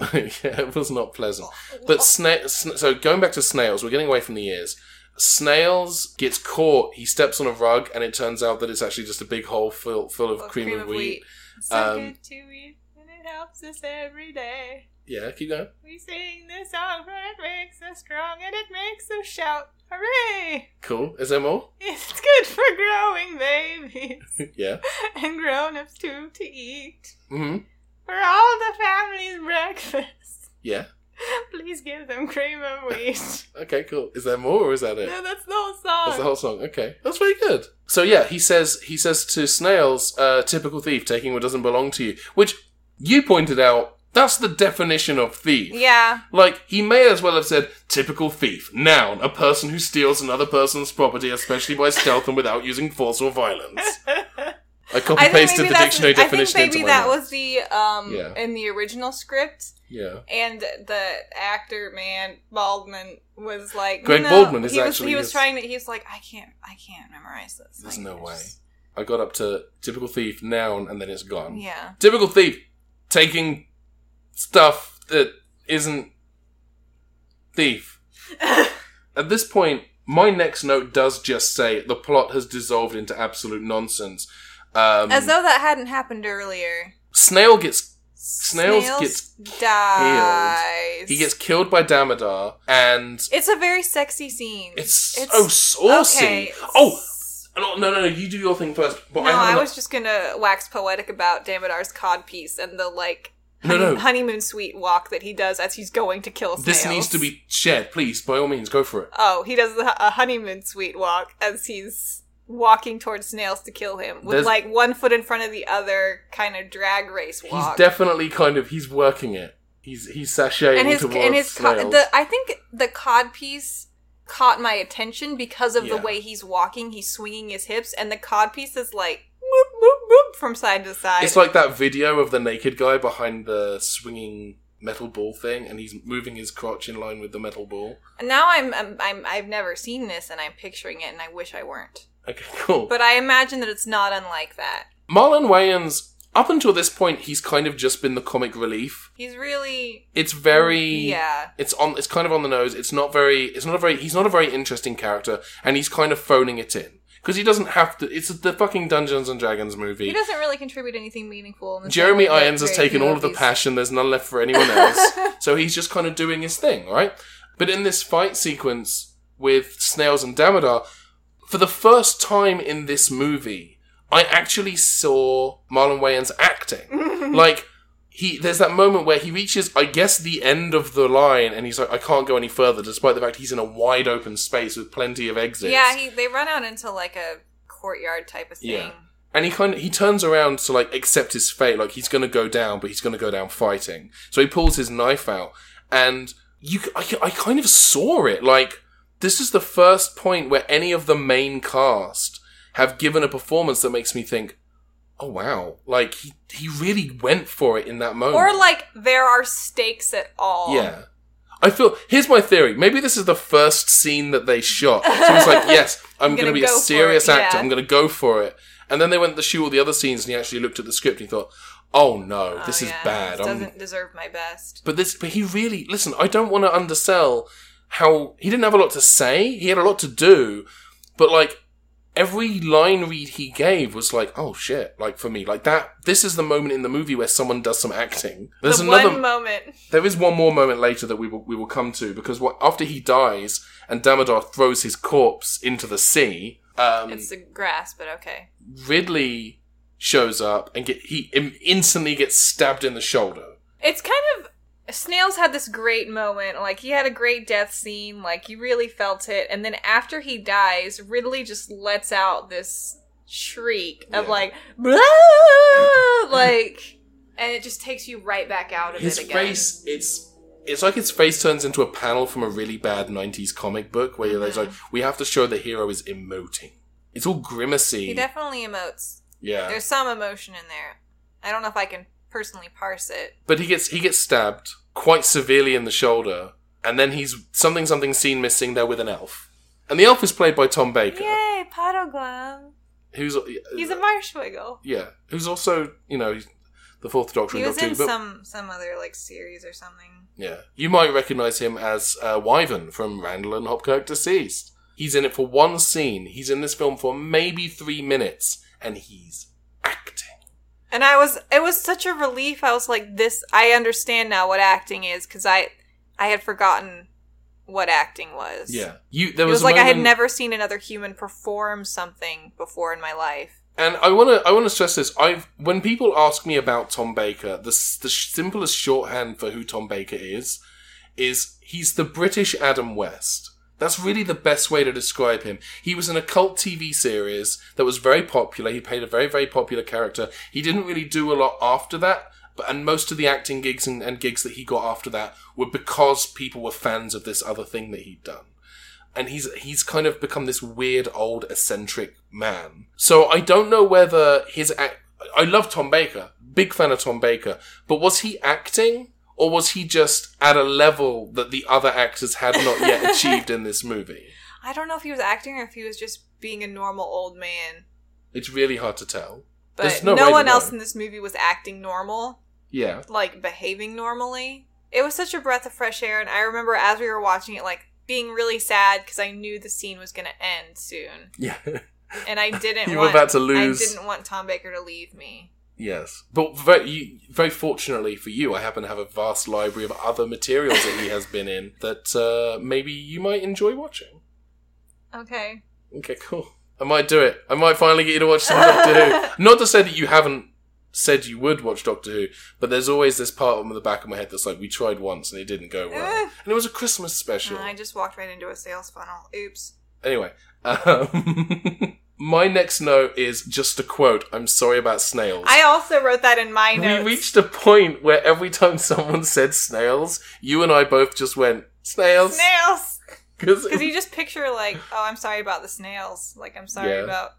[SPEAKER 1] yeah, it was not pleasant. But sna- sn- so going back to snails, we're getting away from the ears. Snails gets caught. He steps on a rug, and it turns out that it's actually just a big hole full full of
[SPEAKER 2] well,
[SPEAKER 1] cream, of wheat.
[SPEAKER 2] So
[SPEAKER 1] Um,
[SPEAKER 2] good to eat, and it helps us every day.
[SPEAKER 1] Yeah, keep going.
[SPEAKER 2] We sing this song, for it makes us strong, and it makes us shout, "Hooray!"
[SPEAKER 1] Cool. Is there more?
[SPEAKER 2] It's good for growing babies
[SPEAKER 1] yeah.
[SPEAKER 2] and grown-ups too to eat.
[SPEAKER 1] hmm
[SPEAKER 2] For all the family's breakfast.
[SPEAKER 1] Yeah.
[SPEAKER 2] Please give them cream of wheat.
[SPEAKER 1] Okay. Cool. Is there more, or is that it?
[SPEAKER 2] no, that's the whole song.
[SPEAKER 1] That's the whole song. Okay, that's very good. So yeah, he says he says to snails, uh, "Typical thief, taking what doesn't belong to you," which you pointed out That's the definition of thief.
[SPEAKER 2] Yeah.
[SPEAKER 1] Like, he may as well have said, typical thief, noun, a person who steals another person's property, especially by stealth and without using force or violence. I copy pasted the dictionary
[SPEAKER 2] I think
[SPEAKER 1] definition
[SPEAKER 2] maybe
[SPEAKER 1] into my
[SPEAKER 2] that
[SPEAKER 1] notes.
[SPEAKER 2] was the um
[SPEAKER 1] Yeah.
[SPEAKER 2] in the original script,
[SPEAKER 1] Yeah.
[SPEAKER 2] and the actor man Baldwin was like
[SPEAKER 1] Greg
[SPEAKER 2] no,
[SPEAKER 1] Baldwin is
[SPEAKER 2] he was,
[SPEAKER 1] actually
[SPEAKER 2] he was
[SPEAKER 1] his-
[SPEAKER 2] trying to he was like I can't I can't memorize this.
[SPEAKER 1] There's
[SPEAKER 2] Like,
[SPEAKER 1] no
[SPEAKER 2] I
[SPEAKER 1] way.
[SPEAKER 2] just-
[SPEAKER 1] I got up to typical thief, noun, and then it's gone.
[SPEAKER 2] yeah.
[SPEAKER 1] Typical thief, taking stuff that isn't thief. At this point, my next note does just say the plot has dissolved into absolute nonsense. Um,
[SPEAKER 2] As though that hadn't happened earlier.
[SPEAKER 1] Snail gets Snails gets
[SPEAKER 2] dies.
[SPEAKER 1] he gets killed by Damodar, and
[SPEAKER 2] It's a very sexy scene.
[SPEAKER 1] it's, so saucy.
[SPEAKER 2] okay.
[SPEAKER 1] Oh no, no, no! You do your thing first. But
[SPEAKER 2] No,
[SPEAKER 1] I, have
[SPEAKER 2] I
[SPEAKER 1] ano-
[SPEAKER 2] was just gonna wax poetic about Damodar's codpiece and the like
[SPEAKER 1] No,
[SPEAKER 2] honey-
[SPEAKER 1] no.
[SPEAKER 2] honeymoon suite walk that he does as he's going to kill snails.
[SPEAKER 1] This needs to be shared, please. By all means, go for it.
[SPEAKER 2] Oh, he does the- a honeymoon suite walk as he's walking towards snails to kill him with
[SPEAKER 1] There's-
[SPEAKER 2] like one foot in front of the other, kind of drag race walk.
[SPEAKER 1] He's definitely kind of he's working it. He's he's sashaying
[SPEAKER 2] and his
[SPEAKER 1] towards
[SPEAKER 2] and his co-
[SPEAKER 1] snails.
[SPEAKER 2] the I think the cod piece caught my attention because of
[SPEAKER 1] Yeah.
[SPEAKER 2] the way he's walking. He's swinging his hips, and the cod piece is like whoop whoop whoop from side to side.
[SPEAKER 1] It's like that video of the naked guy behind the swinging metal ball thing, and he's moving his crotch in line with the metal ball.
[SPEAKER 2] And now I'm, I'm I'm I've never seen this, and I'm picturing it, and I wish I weren't.
[SPEAKER 1] Okay, cool.
[SPEAKER 2] But I imagine that it's not unlike that.
[SPEAKER 1] Marlon Wayans, up until this point, he's kind of just been the comic relief.
[SPEAKER 2] He's really
[SPEAKER 1] It's very
[SPEAKER 2] yeah.
[SPEAKER 1] It's on. It's kind of on the nose. It's not very. It's not a very. He's not a very interesting character, and he's kind of phoning it in because he doesn't have to. It's the fucking Dungeons and Dragons movie.
[SPEAKER 2] He doesn't really contribute anything meaningful. In the same way
[SPEAKER 1] Jeremy
[SPEAKER 2] that
[SPEAKER 1] Irons has
[SPEAKER 2] Greg
[SPEAKER 1] taken all of the
[SPEAKER 2] Nobody's-
[SPEAKER 1] passion. There's none left for anyone else. so he's just kind of doing his thing, right? But in this fight sequence with Snails and Damodar, for the first time in this movie, I actually saw Marlon Wayans acting. like he, there's that moment where he reaches, I guess, the end of the line, and he's like, I can't go any further, despite the fact he's in a wide open space with plenty of exits.
[SPEAKER 2] Yeah, he, they run out into like a courtyard type of thing.
[SPEAKER 1] Yeah. and he kind of he turns around to like accept his fate like he's going to go down but he's going to go down fighting so he pulls his knife out and you c- I, c- I kind of saw it like this is the first point where any of the main cast have given a performance that makes me think oh wow like he he really went for it in that moment
[SPEAKER 2] Or like there are stakes at all.
[SPEAKER 1] Oh. yeah. I feel here's my theory. Maybe this is the first scene that they shot. So it's like, yes, I'm,
[SPEAKER 2] gonna
[SPEAKER 1] gonna, be
[SPEAKER 2] go
[SPEAKER 1] a
[SPEAKER 2] for
[SPEAKER 1] serious
[SPEAKER 2] it,
[SPEAKER 1] actor,
[SPEAKER 2] yeah.
[SPEAKER 1] I'm gonna go for it. And then they went to shoot all the other scenes and he actually looked at the script and he thought, Oh no,
[SPEAKER 2] Oh,
[SPEAKER 1] this is
[SPEAKER 2] yeah,
[SPEAKER 1] bad.
[SPEAKER 2] This
[SPEAKER 1] I'm-
[SPEAKER 2] doesn't deserve my best.
[SPEAKER 1] but this but he really listen, I don't wanna undersell how he didn't have a lot to say, he had a lot to do, but like every line read he gave was like, Oh shit, like for me, like that this is the moment in the movie where someone does some acting. There's
[SPEAKER 2] the
[SPEAKER 1] another
[SPEAKER 2] one moment.
[SPEAKER 1] there is one more moment later that we will we will come to because what, after he dies and Damodar throws his corpse into the sea, um,
[SPEAKER 2] It's the grass, but okay.
[SPEAKER 1] Ridley shows up and get he im- instantly gets stabbed in the shoulder.
[SPEAKER 2] It's kind of Snails had this great moment. Like he had a great death scene. Like you really felt it. And then after he dies, Ridley just lets out this shriek of
[SPEAKER 1] Yeah.
[SPEAKER 2] like, "Blah!" like, and it just takes you right back out of
[SPEAKER 1] His
[SPEAKER 2] it again.
[SPEAKER 1] face it's it's like his face turns into a panel from a really bad '90s comic book where you're
[SPEAKER 2] Mm-hmm.
[SPEAKER 1] like, we have to show the hero is emoting. It's all grimacy.
[SPEAKER 2] He definitely emotes.
[SPEAKER 1] yeah,
[SPEAKER 2] There's some emotion in there. I don't know if I can personally parse it.
[SPEAKER 1] But he gets he gets stabbed quite severely in the shoulder, and then he's something something seen missing there with an elf, and the elf is played by Tom Baker,
[SPEAKER 2] Yay, Potoglam.
[SPEAKER 1] who's uh,
[SPEAKER 2] He's a marshwiggle.
[SPEAKER 1] yeah, who's also you know he's the Fourth Doctor
[SPEAKER 2] He
[SPEAKER 1] and
[SPEAKER 2] was
[SPEAKER 1] Doctor
[SPEAKER 2] in
[SPEAKER 1] Who, but
[SPEAKER 2] some some other like series or something.
[SPEAKER 1] yeah, you might recognise him as uh, Wyvern from Randall and Hopkirk Deceased. He's in it for one scene. He's in this film for maybe three minutes, and he's acting.
[SPEAKER 2] And I was, it was such a relief. I was like, this, I understand now what acting is because I, I had forgotten what acting was.
[SPEAKER 1] Yeah, you. There
[SPEAKER 2] It
[SPEAKER 1] was,
[SPEAKER 2] was
[SPEAKER 1] a
[SPEAKER 2] like I had
[SPEAKER 1] moment-
[SPEAKER 2] never seen another human perform something before in my life.
[SPEAKER 1] And I want to I want to stress this. I've when people ask me about Tom Baker, the s- the sh- simplest shorthand for who Tom Baker is is he's the British Adam West. That's really the best way to describe him. He was in a cult TV series that was very popular. He played a very very popular character. He didn't really do a lot after that. But and most of the acting gigs and, and gigs that he got after that were because people were fans of this other thing that he'd done. And he's he's kind of become this weird old eccentric man. So I don't know whether his act. I love Tom Baker, big fan of Tom Baker, but was he acting or was he just at a level that the other actors had not yet achieved in this movie?
[SPEAKER 2] I don't know if he was acting or if he was just being a normal old man.
[SPEAKER 1] It's really hard to tell.
[SPEAKER 2] But
[SPEAKER 1] There's
[SPEAKER 2] no,
[SPEAKER 1] no way to
[SPEAKER 2] one
[SPEAKER 1] know.
[SPEAKER 2] else in this movie was acting normal,
[SPEAKER 1] Yeah.
[SPEAKER 2] like behaving normally. It was such a breath of fresh air, and I remember as we were watching it, like being really sad because I knew the scene was going to end soon,
[SPEAKER 1] Yeah.
[SPEAKER 2] and I didn't.
[SPEAKER 1] You were
[SPEAKER 2] want,
[SPEAKER 1] about to lose.
[SPEAKER 2] I didn't want Tom Baker to leave me.
[SPEAKER 1] Yes, but very, you, very fortunately for you, I happen to have a vast library of other materials that he has been in that uh, maybe you might enjoy watching.
[SPEAKER 2] Okay.
[SPEAKER 1] Okay, cool. I might do it. I might finally get you to watch some Doctor Who. Not to say that you haven't said you would watch Doctor Who, but there's always this part in the back of my head that's like, we tried once and it didn't go well,
[SPEAKER 2] Eh.
[SPEAKER 1] and it was a Christmas special.
[SPEAKER 2] I just walked right into a sales funnel. Oops.
[SPEAKER 1] Anyway, um, my next note is just a quote. I'm sorry about snails.
[SPEAKER 2] I also wrote that in my notes.
[SPEAKER 1] We reached a point where every time someone said snails, you and I both just went snails
[SPEAKER 2] snails.
[SPEAKER 1] because
[SPEAKER 2] Because you just picture like, oh, I'm sorry about the snails. Like, I'm sorry
[SPEAKER 1] Yeah.
[SPEAKER 2] about.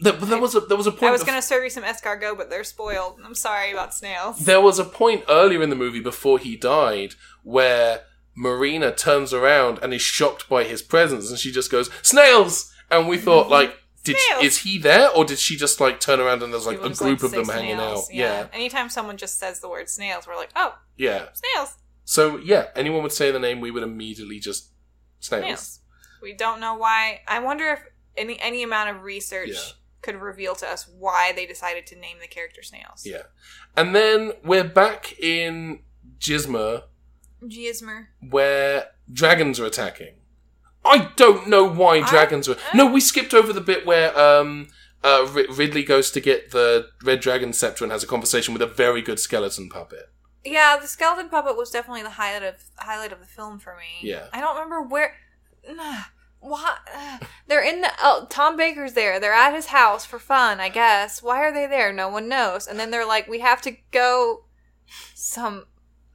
[SPEAKER 1] there, there was a there was a point
[SPEAKER 2] I was
[SPEAKER 1] bef-
[SPEAKER 2] gonna serve you some escargot, but they're spoiled. I'm sorry about snails.
[SPEAKER 1] there was a point earlier in the movie before he died where Marina turns around and is shocked by his presence, and she just goes snails, and we thought like. Did
[SPEAKER 2] Snails.
[SPEAKER 1] she, is he there, or did she just like turn around and there's like
[SPEAKER 2] People
[SPEAKER 1] a
[SPEAKER 2] just,
[SPEAKER 1] group of
[SPEAKER 2] say
[SPEAKER 1] them hanging out?
[SPEAKER 2] snails,
[SPEAKER 1] Yeah.
[SPEAKER 2] Anytime someone just says the word snails, we're like, oh,
[SPEAKER 1] yeah,
[SPEAKER 2] snails,
[SPEAKER 1] So yeah, anyone would say the name, we would immediately just snails.
[SPEAKER 2] snails. We don't know why. I wonder if any any amount of research
[SPEAKER 1] Yeah.
[SPEAKER 2] could reveal to us why they decided to name the character snails.
[SPEAKER 1] Yeah. And then we're back in Jizma
[SPEAKER 2] Gismer.
[SPEAKER 1] where dragons are attacking. I don't know why
[SPEAKER 2] I-
[SPEAKER 1] dragons were. No, we skipped over the bit where um, uh, Ri- Ridley goes to get the red dragon scepter and has a conversation with a very good skeleton puppet.
[SPEAKER 2] Yeah, the skeleton puppet was definitely the highlight of highlight of the film for me.
[SPEAKER 1] Yeah.
[SPEAKER 2] I don't remember where. Nah, why? uh, They're in the oh, Tom Baker's there. They're at his house for fun, I guess. Why are they there? No one knows. And then they're like, we have to go some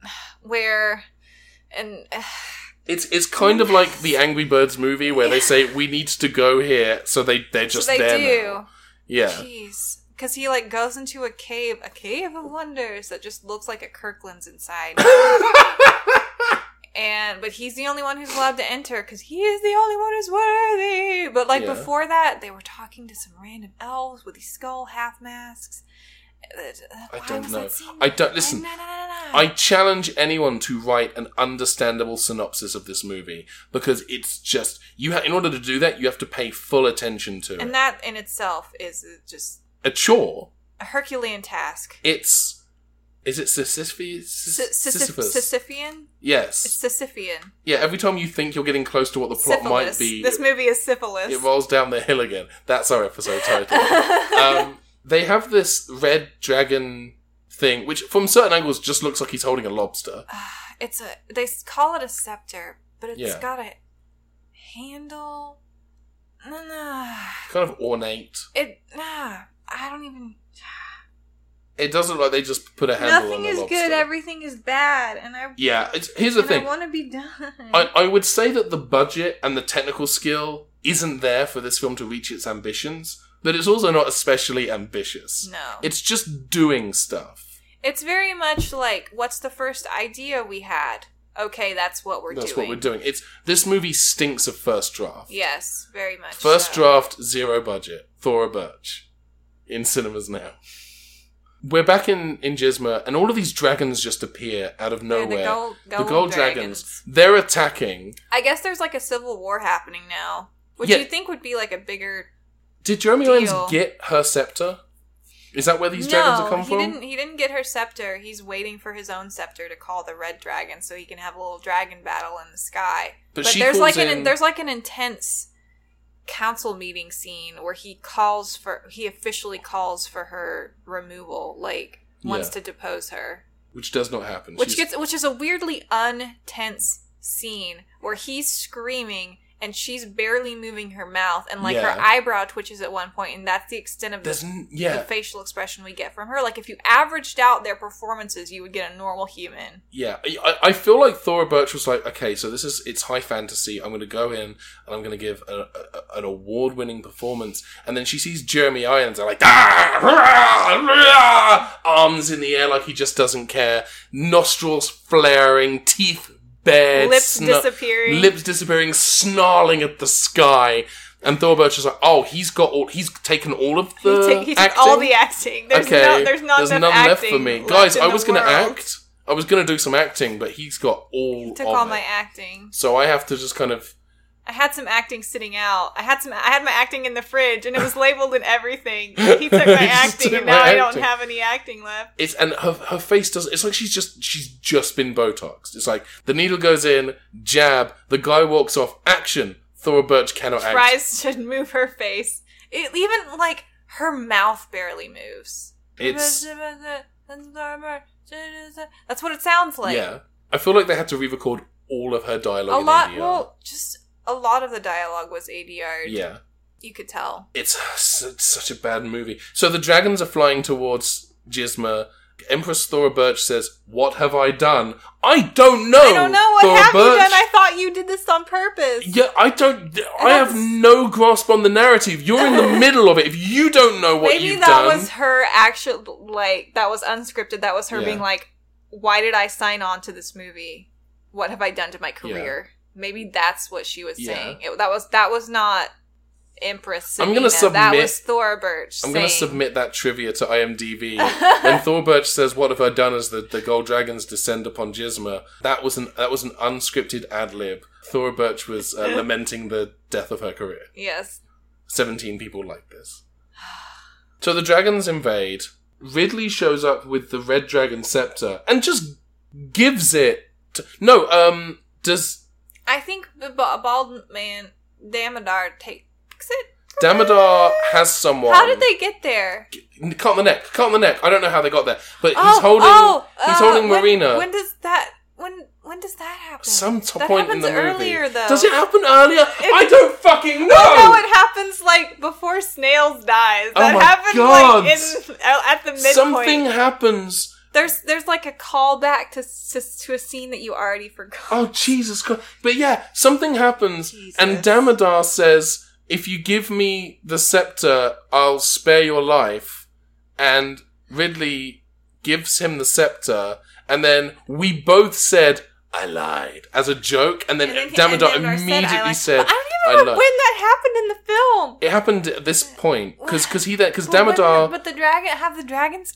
[SPEAKER 2] where, and uh,
[SPEAKER 1] It's it's kind of like the Angry Birds movie where they say we need to go here, so they they're just
[SPEAKER 2] so they
[SPEAKER 1] there.
[SPEAKER 2] do.
[SPEAKER 1] now. Yeah,
[SPEAKER 2] Jeez. Because he like goes into a cave, a cave of wonders that just looks like a Kirkland's inside. and but he's the only one who's allowed to enter because he is the only one who's worthy. But like
[SPEAKER 1] Yeah.
[SPEAKER 2] before that, they were talking to some random elves with these skull half masks. Uh,
[SPEAKER 1] I don't know. I don't listen. I challenge anyone to write an understandable synopsis of this movie because it's just you. Ha- in order to do that, you have to pay full attention to
[SPEAKER 2] and
[SPEAKER 1] it.
[SPEAKER 2] that in itself is just
[SPEAKER 1] A chore.
[SPEAKER 2] a Herculean task.
[SPEAKER 1] It's is it Sisyphus?
[SPEAKER 2] Sy- Sisyph-
[SPEAKER 1] Sisyphus.
[SPEAKER 2] Sisyphian? It's
[SPEAKER 1] yes.
[SPEAKER 2] Sisyphian.
[SPEAKER 1] Yeah. Every time you think you're getting close to what the plot might
[SPEAKER 2] Syphilis.
[SPEAKER 1] be,
[SPEAKER 2] This movie is syphilis.
[SPEAKER 1] it rolls down the hill again. That's our episode title. um, they have this red dragon thing, which from certain angles just looks like he's holding a lobster.
[SPEAKER 2] It's a they s- call it a scepter, but it's
[SPEAKER 1] Yeah.
[SPEAKER 2] got a handle. No, no,
[SPEAKER 1] Kind of ornate.
[SPEAKER 2] it. Nah, I don't even.
[SPEAKER 1] It doesn't look like they just put a handle on
[SPEAKER 2] Nothing
[SPEAKER 1] the
[SPEAKER 2] is
[SPEAKER 1] lobster.
[SPEAKER 2] good. Everything is bad, and I
[SPEAKER 1] Yeah, it's, here's the
[SPEAKER 2] and I
[SPEAKER 1] thing.
[SPEAKER 2] want to be done.
[SPEAKER 1] I, I would say that the budget and the technical skill isn't there for this film to reach its ambitions, but it's also not especially ambitious.
[SPEAKER 2] no,
[SPEAKER 1] It's just doing stuff.
[SPEAKER 2] it's very much like what's the first idea we had? Okay, that's what we're
[SPEAKER 1] That's
[SPEAKER 2] doing.
[SPEAKER 1] what we're doing. It's this movie stinks of first draft.
[SPEAKER 2] Yes, very much.
[SPEAKER 1] First
[SPEAKER 2] so.
[SPEAKER 1] draft, zero budget. Thora Birch. In cinemas now. We're back in, in Jizma, and all of these dragons just appear out of
[SPEAKER 2] They're
[SPEAKER 1] nowhere.
[SPEAKER 2] The gold,
[SPEAKER 1] The gold dragons. They're attacking.
[SPEAKER 2] I guess there's like a civil war happening now, which
[SPEAKER 1] Yeah.
[SPEAKER 2] you think would be like a bigger
[SPEAKER 1] Did Jeremy
[SPEAKER 2] Deal.
[SPEAKER 1] Irons get her scepter? Is that where these dragons have come
[SPEAKER 2] he
[SPEAKER 1] from?
[SPEAKER 2] didn't. He didn't get her scepter. He's waiting for his own scepter to call the red dragon, so he can have a little dragon battle in the sky.
[SPEAKER 1] But she
[SPEAKER 2] there's
[SPEAKER 1] calls
[SPEAKER 2] like an
[SPEAKER 1] in-
[SPEAKER 2] there's like an intense council meeting scene where he calls for he officially calls for her removal, like wants
[SPEAKER 1] Yeah.
[SPEAKER 2] to depose her,
[SPEAKER 1] Which does not happen.
[SPEAKER 2] which
[SPEAKER 1] She's-
[SPEAKER 2] gets which is a weirdly untense scene where he's screaming and she's barely moving her mouth, and like her
[SPEAKER 1] Yeah.
[SPEAKER 2] eyebrow twitches at one point, and that's the extent of
[SPEAKER 1] There's
[SPEAKER 2] the,
[SPEAKER 1] n-
[SPEAKER 2] the
[SPEAKER 1] yeah,
[SPEAKER 2] facial expression we get from her. Like if you averaged out their performances, you would get a normal human.
[SPEAKER 1] yeah. I, I- I feel like Thora Birch was like, okay, so this is it's high fantasy. I'm going to go in and I'm going to give a, a, an award winning performance. And then she sees Jeremy Irons, and like "Ah, rah, rah," arms in the air like he just doesn't care, nostrils flaring, teeth bared,
[SPEAKER 2] Lips
[SPEAKER 1] sno-
[SPEAKER 2] disappearing.
[SPEAKER 1] lips disappearing, snarling at the sky. And Thor Birch is like, oh, he's got all, he's taken all of
[SPEAKER 2] He,
[SPEAKER 1] the
[SPEAKER 2] took- he took
[SPEAKER 1] acting?
[SPEAKER 2] all the acting. There's
[SPEAKER 1] uh, okay,
[SPEAKER 2] no, there's not enough
[SPEAKER 1] none left
[SPEAKER 2] acting
[SPEAKER 1] for me,
[SPEAKER 2] left
[SPEAKER 1] guys.
[SPEAKER 2] in
[SPEAKER 1] I
[SPEAKER 2] the
[SPEAKER 1] was gonna
[SPEAKER 2] world.
[SPEAKER 1] act. I was gonna do some acting, but he's got all.
[SPEAKER 2] He took
[SPEAKER 1] of
[SPEAKER 2] all
[SPEAKER 1] it.
[SPEAKER 2] my acting.
[SPEAKER 1] So I have to just kind of.
[SPEAKER 2] I had some acting sitting out. I had some. I had my acting in the fridge, and it was labeled and everything. He took my
[SPEAKER 1] He just
[SPEAKER 2] acting,
[SPEAKER 1] took
[SPEAKER 2] and
[SPEAKER 1] my
[SPEAKER 2] now I don't
[SPEAKER 1] acting.
[SPEAKER 2] have any acting left.
[SPEAKER 1] It's and her her face does. It's like she's just she's just been Botoxed. It's like the needle goes in, jab. The guy walks off. Action. Thora Birch cannot act.
[SPEAKER 2] Tries to move her face. It even like her mouth barely moves.
[SPEAKER 1] It's
[SPEAKER 2] That's what it sounds like.
[SPEAKER 1] yeah. I feel like they had to re-record all of her dialogue.
[SPEAKER 2] a
[SPEAKER 1] in
[SPEAKER 2] lot.
[SPEAKER 1] ADR.
[SPEAKER 2] Well, just a lot of the dialogue was ADR.
[SPEAKER 1] yeah.
[SPEAKER 2] you could tell.
[SPEAKER 1] it's su- such a bad movie. So the dragons are flying towards Gizma. Empress Thora Birch says, "What have I done? I don't know.
[SPEAKER 2] I don't know what
[SPEAKER 1] Thora
[SPEAKER 2] have you
[SPEAKER 1] Birch."
[SPEAKER 2] done. I thought you did this on purpose.
[SPEAKER 1] yeah, I don't. I
[SPEAKER 2] that's-
[SPEAKER 1] have no grasp on the narrative. You're in the middle of it. If you don't know what
[SPEAKER 2] Maybe
[SPEAKER 1] you've
[SPEAKER 2] that
[SPEAKER 1] done,
[SPEAKER 2] was her actual like that was unscripted. That was her
[SPEAKER 1] Yeah.
[SPEAKER 2] being like, "Why did I sign on to this movie? What have I done to my career?" Maybe that's what she was
[SPEAKER 1] Yeah.
[SPEAKER 2] saying. It, that was that was not Empress.
[SPEAKER 1] I'm gonna
[SPEAKER 2] Selena. That
[SPEAKER 1] submit-
[SPEAKER 2] was Thora Birch.
[SPEAKER 1] I'm going to
[SPEAKER 2] saying-
[SPEAKER 1] submit that trivia to IMDb. when Thor Birch says, "What have I done?" as the, the gold dragons descend upon Gizma, that was an that was an unscripted ad lib. Thor Birch was uh, lamenting the death of her career.
[SPEAKER 2] Yes.
[SPEAKER 1] 17 people like this. So the dragons invade. Ridley shows up with the red dragon scepter and just gives it. To, no, um, does
[SPEAKER 2] I think the ba- bald man Damodar takes it.
[SPEAKER 1] Damodar has someone?
[SPEAKER 2] How did they get there?
[SPEAKER 1] Cut the neck. Cut the neck. I don't know how they got there, but
[SPEAKER 2] Oh,
[SPEAKER 1] he's holding.
[SPEAKER 2] oh,
[SPEAKER 1] he's
[SPEAKER 2] uh,
[SPEAKER 1] holding
[SPEAKER 2] when-
[SPEAKER 1] Marina.
[SPEAKER 2] When does that? When when does that happen?
[SPEAKER 1] some t-
[SPEAKER 2] That
[SPEAKER 1] point in
[SPEAKER 2] happens
[SPEAKER 1] the movie.
[SPEAKER 2] earlier, though.
[SPEAKER 1] Does it happen earlier? I don't fucking know.
[SPEAKER 2] No, it happens like before Snails dies.
[SPEAKER 1] Oh
[SPEAKER 2] That
[SPEAKER 1] my
[SPEAKER 2] happened
[SPEAKER 1] God.
[SPEAKER 2] like in at the midpoint.
[SPEAKER 1] Something happens.
[SPEAKER 2] There's there's like a callback to, to to a scene that you already forgot.
[SPEAKER 1] Oh Jesus Christ! But yeah, something happens, and
[SPEAKER 2] Jesus.
[SPEAKER 1] Damodar says, "If you give me the scepter, I'll spare your life." And Ridley gives him the scepter, and then we both said, "I lied" as a joke, and then,
[SPEAKER 2] And then-
[SPEAKER 1] Damodar
[SPEAKER 2] and then Narcissa,
[SPEAKER 1] immediately
[SPEAKER 2] like-
[SPEAKER 1] said,
[SPEAKER 2] "I
[SPEAKER 1] "I
[SPEAKER 2] don't even know
[SPEAKER 1] lied."
[SPEAKER 2] when that happened in the film."
[SPEAKER 1] It happened at this point because he then because
[SPEAKER 2] But when
[SPEAKER 1] Damodar
[SPEAKER 2] the- but the dragon have the dragons.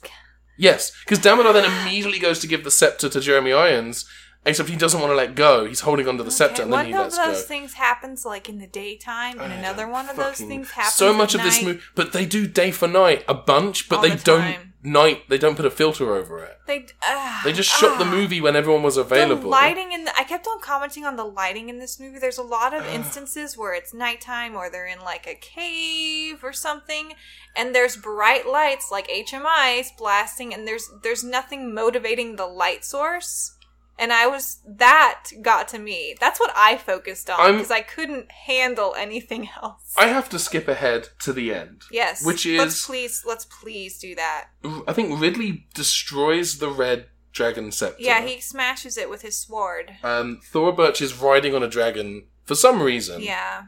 [SPEAKER 1] Yes, because Damodar then immediately goes to give the scepter to Jeremy Irons, except he doesn't want to let go. He's holding onto the scepter,
[SPEAKER 2] Okay,
[SPEAKER 1] and then
[SPEAKER 2] one
[SPEAKER 1] he
[SPEAKER 2] of
[SPEAKER 1] lets
[SPEAKER 2] those
[SPEAKER 1] go.
[SPEAKER 2] things happens like in the daytime, and
[SPEAKER 1] I
[SPEAKER 2] another
[SPEAKER 1] don't
[SPEAKER 2] one of those
[SPEAKER 1] fucking-
[SPEAKER 2] things happens.
[SPEAKER 1] So much
[SPEAKER 2] at
[SPEAKER 1] of this
[SPEAKER 2] night.
[SPEAKER 1] movie, but they do day for night a bunch, but
[SPEAKER 2] All
[SPEAKER 1] they
[SPEAKER 2] the
[SPEAKER 1] don't
[SPEAKER 2] time.
[SPEAKER 1] night. They don't put a filter over it.
[SPEAKER 2] They uh,
[SPEAKER 1] They just shot the movie when everyone was available.
[SPEAKER 2] The lighting in the, I kept on commenting on the lighting in this movie. There's a lot of instances where it's nighttime or they're in like a cave or something and there's bright lights like HMIs blasting and there's there's nothing motivating the light source. And I was that got to me. That's what I focused on
[SPEAKER 1] I'm-
[SPEAKER 2] because I couldn't handle anything else.
[SPEAKER 1] I have to skip ahead to the end.
[SPEAKER 2] yes.
[SPEAKER 1] which
[SPEAKER 2] let's
[SPEAKER 1] is-
[SPEAKER 2] please let's please do that.
[SPEAKER 1] I think Ridley destroys the red dragon scepter.
[SPEAKER 2] Yeah, he smashes it with his sword.
[SPEAKER 1] Um, Thor Birch is riding on a dragon for some reason.
[SPEAKER 2] Yeah.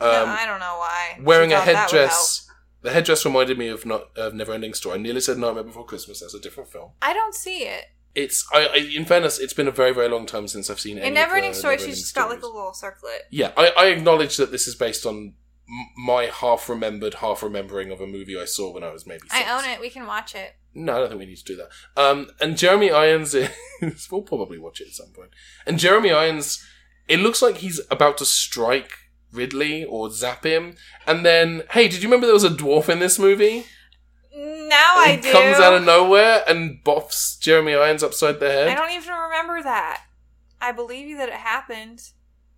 [SPEAKER 1] Um,
[SPEAKER 2] No, I don't know why. She
[SPEAKER 1] wearing a
[SPEAKER 2] thought that would help.
[SPEAKER 1] headdress. The headdress reminded me of not of Neverending Story. I nearly said Nightmare Before Christmas. That's a different film.
[SPEAKER 2] I don't see it.
[SPEAKER 1] It's I, I in fairness, it's been a very very long time since I've seen.
[SPEAKER 2] In
[SPEAKER 1] any
[SPEAKER 2] Never
[SPEAKER 1] of
[SPEAKER 2] Ending
[SPEAKER 1] the
[SPEAKER 2] Story, she's
[SPEAKER 1] Neverending
[SPEAKER 2] just got like a
[SPEAKER 1] Stories.
[SPEAKER 2] little circlet.
[SPEAKER 1] Yeah, I, I acknowledge that this is based on m- my half remembered, half remembering of a movie I saw when I was maybe. Six.
[SPEAKER 2] I own it. We can watch it.
[SPEAKER 1] No, I don't think we need to do that. Um, and Jeremy Irons is. we'll probably watch it at some point. And Jeremy Irons, it looks like he's about to strike Ridley or zap him. And then, hey, did you remember there was a dwarf in this movie?
[SPEAKER 2] Now Oh, I
[SPEAKER 1] It
[SPEAKER 2] do.
[SPEAKER 1] comes out of nowhere and boffs Jeremy Irons upside the
[SPEAKER 2] I
[SPEAKER 1] head.
[SPEAKER 2] don't even remember that. I believe you that it happened.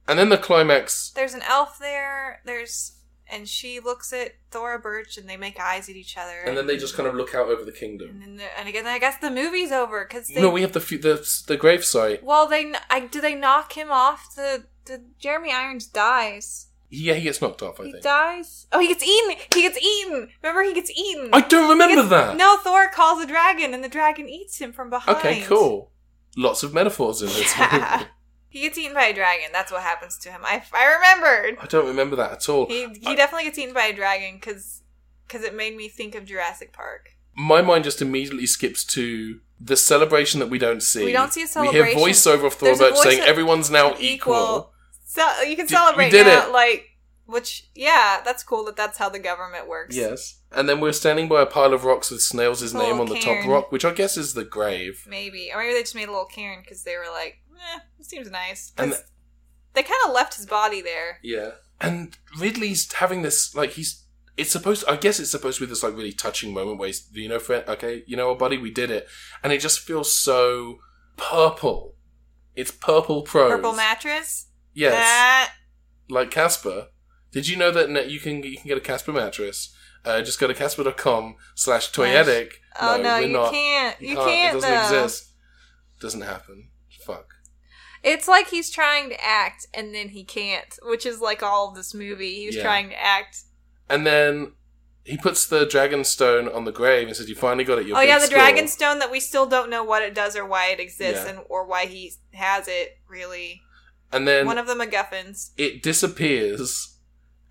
[SPEAKER 1] And then the climax.
[SPEAKER 2] There's an elf there. There's and she looks at Thora Birch and they make eyes at each other.
[SPEAKER 1] And then they just kind of look out over the
[SPEAKER 2] and
[SPEAKER 1] kingdom.
[SPEAKER 2] then the- and again I guess the movie's over because they
[SPEAKER 1] No, we have the fu- the, the gravesite.
[SPEAKER 2] well they kn- I, do they knock him off the the Jeremy Irons dies.
[SPEAKER 1] Yeah, he gets knocked off. I
[SPEAKER 2] he
[SPEAKER 1] think.
[SPEAKER 2] dies. Oh, he gets eaten. He gets eaten. Remember, he gets eaten.
[SPEAKER 1] I don't
[SPEAKER 2] He
[SPEAKER 1] remember
[SPEAKER 2] gets-
[SPEAKER 1] that.
[SPEAKER 2] No, Thor calls a dragon, and the dragon eats him from behind.
[SPEAKER 1] Okay, cool. Lots of metaphors in this
[SPEAKER 2] Yeah.
[SPEAKER 1] movie.
[SPEAKER 2] He gets eaten by a dragon. That's what happens to him. I, I remembered.
[SPEAKER 1] I don't remember that at all.
[SPEAKER 2] He he definitely gets eaten by a dragon because it made me think of Jurassic Park.
[SPEAKER 1] My mind just immediately skips to the celebration that we don't see.
[SPEAKER 2] We don't see a
[SPEAKER 1] We hear
[SPEAKER 2] celebration.
[SPEAKER 1] voiceover of
[SPEAKER 2] There's a
[SPEAKER 1] Thorberg saying
[SPEAKER 2] voice-
[SPEAKER 1] everyone's now
[SPEAKER 2] Equal.
[SPEAKER 1] Oh, equal.
[SPEAKER 2] So you can
[SPEAKER 1] You- you
[SPEAKER 2] celebrate
[SPEAKER 1] did
[SPEAKER 2] now,
[SPEAKER 1] it.
[SPEAKER 2] like which yeah, that's cool that that's how the government works.
[SPEAKER 1] Yes. And then we're standing by a pile of rocks with Snails'
[SPEAKER 2] Little
[SPEAKER 1] name on the top
[SPEAKER 2] cairn.
[SPEAKER 1] rock, which I guess is the grave.
[SPEAKER 2] Maybe. Or maybe they just made a little Karen because they were like, eh, it seems nice. 'Cause
[SPEAKER 1] And
[SPEAKER 2] they kind of left his body there.
[SPEAKER 1] Yeah. And Ridley's having this like he's it's supposed I guess it's supposed to be this like really touching moment where he's you know friend okay, you know what buddy, we did it. And it just feels so purple. It's purple prose.
[SPEAKER 2] Purple Ah. mattress?
[SPEAKER 1] Yes.
[SPEAKER 2] That-
[SPEAKER 1] Like Casper. Did you know that no, you can you can get a Casper mattress? Uh, just go to casper.com slash toyetic.
[SPEAKER 2] oh no,
[SPEAKER 1] we're
[SPEAKER 2] you
[SPEAKER 1] not.
[SPEAKER 2] can't. You,
[SPEAKER 1] It
[SPEAKER 2] can't,
[SPEAKER 1] doesn't
[SPEAKER 2] though.
[SPEAKER 1] exist. Doesn't happen. Fuck.
[SPEAKER 2] It's like he's trying to act and then he can't, which is like all of this movie. He was
[SPEAKER 1] Yeah.
[SPEAKER 2] trying to act.
[SPEAKER 1] And then he puts the dragon stone on the grave and says, "You finally got it. Your
[SPEAKER 2] oh
[SPEAKER 1] big
[SPEAKER 2] yeah, the
[SPEAKER 1] score."
[SPEAKER 2] dragon stone that we still don't know what it does or why it exists
[SPEAKER 1] Yeah.
[SPEAKER 2] and or why he has it really.
[SPEAKER 1] And then
[SPEAKER 2] One of the MacGuffins.
[SPEAKER 1] it disappears,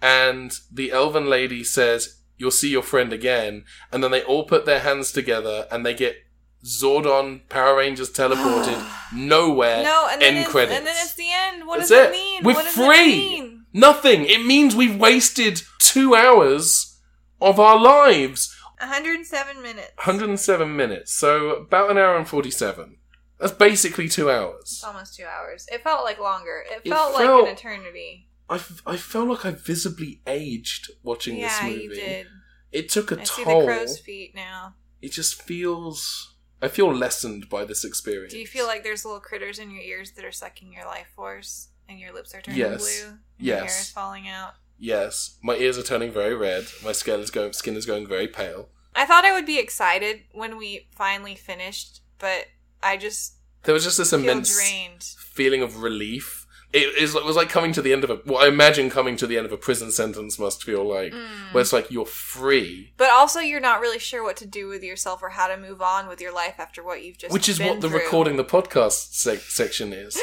[SPEAKER 1] and the elven lady says, You'll see your friend again. And then they all put their hands together and they get Zordon Power Rangers teleported nowhere.
[SPEAKER 2] No, and then
[SPEAKER 1] end
[SPEAKER 2] it's,
[SPEAKER 1] credits.
[SPEAKER 2] and then it's the end. What
[SPEAKER 1] That's
[SPEAKER 2] does it,
[SPEAKER 1] it.
[SPEAKER 2] mean?
[SPEAKER 1] We're
[SPEAKER 2] what does
[SPEAKER 1] free!
[SPEAKER 2] it mean?
[SPEAKER 1] Nothing. It means we've wasted two hours of our lives.
[SPEAKER 2] 107 minutes.
[SPEAKER 1] 107 minutes. So about an hour and 47. That's basically two hours.
[SPEAKER 2] Almost two hours. It felt like longer. It,
[SPEAKER 1] It
[SPEAKER 2] felt,
[SPEAKER 1] felt-
[SPEAKER 2] like an eternity.
[SPEAKER 1] I, f- I felt like I visibly aged watching this
[SPEAKER 2] Yeah,
[SPEAKER 1] movie.
[SPEAKER 2] you did.
[SPEAKER 1] It took a
[SPEAKER 2] I see
[SPEAKER 1] toll.
[SPEAKER 2] the crow's feet now.
[SPEAKER 1] it just feels I feel lessened by this experience.
[SPEAKER 2] Do you feel like there's little critters in your ears that are sucking your life force and your lips are turning
[SPEAKER 1] Yes.
[SPEAKER 2] blue? And Your hair
[SPEAKER 1] Yes.
[SPEAKER 2] is falling out.
[SPEAKER 1] Yes, my ears are turning very red. My skin is going skin is going very pale.
[SPEAKER 2] I thought I would be excited when we finally finished, but I just
[SPEAKER 1] There was just this
[SPEAKER 2] feel
[SPEAKER 1] immense
[SPEAKER 2] drained.
[SPEAKER 1] feeling of relief. It is it was like coming to the end of a what I imagine coming to the end of a prison sentence must feel like
[SPEAKER 2] Mm.
[SPEAKER 1] where it's like you're free,
[SPEAKER 2] But also, you're not really sure what to do with yourself or how to move on with your life after what you've just
[SPEAKER 1] which is
[SPEAKER 2] been
[SPEAKER 1] what the
[SPEAKER 2] through.
[SPEAKER 1] recording the podcast sec- section is.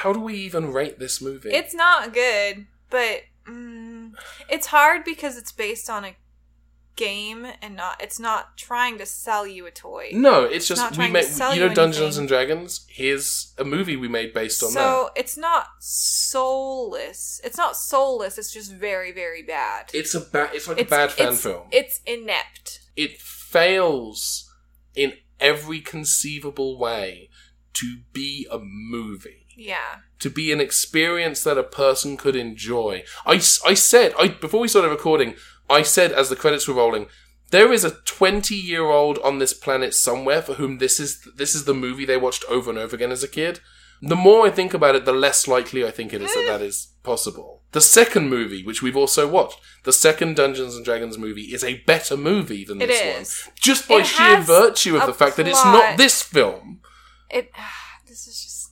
[SPEAKER 1] How do we even rate this movie?
[SPEAKER 2] It's not good, but mm, it's hard because it's based on a game and not. It's not trying to sell you a toy.
[SPEAKER 1] no, it's
[SPEAKER 2] not
[SPEAKER 1] just we
[SPEAKER 2] trying to
[SPEAKER 1] made
[SPEAKER 2] sell
[SPEAKER 1] you
[SPEAKER 2] you
[SPEAKER 1] know Dungeons
[SPEAKER 2] anything.
[SPEAKER 1] and Dragons. Here's a movie we made based on that.
[SPEAKER 2] So it's not soulless. It's not soulless. It's just very, very bad.
[SPEAKER 1] It's a bad. It's like a bad fan
[SPEAKER 2] it's-
[SPEAKER 1] film. It,
[SPEAKER 2] It's inept.
[SPEAKER 1] fails in every conceivable way to be a movie,
[SPEAKER 2] Yeah.
[SPEAKER 1] to be an experience that a person could enjoy. I, s- I said I before we started recording. I said as the credits were rolling, there is a twenty year old on this planet somewhere for whom this is this is the movie they watched over and over again as a kid. The more I think about it, the less likely I think it is that that is possible. The second movie, which we've also watched, the second Dungeons and Dragons movie, is a better movie than
[SPEAKER 2] It
[SPEAKER 1] this
[SPEAKER 2] is.
[SPEAKER 1] one, just by
[SPEAKER 2] It
[SPEAKER 1] sheer
[SPEAKER 2] has
[SPEAKER 1] virtue of
[SPEAKER 2] a
[SPEAKER 1] the fact that it's
[SPEAKER 2] plot.
[SPEAKER 1] not this film.
[SPEAKER 2] It. This is just.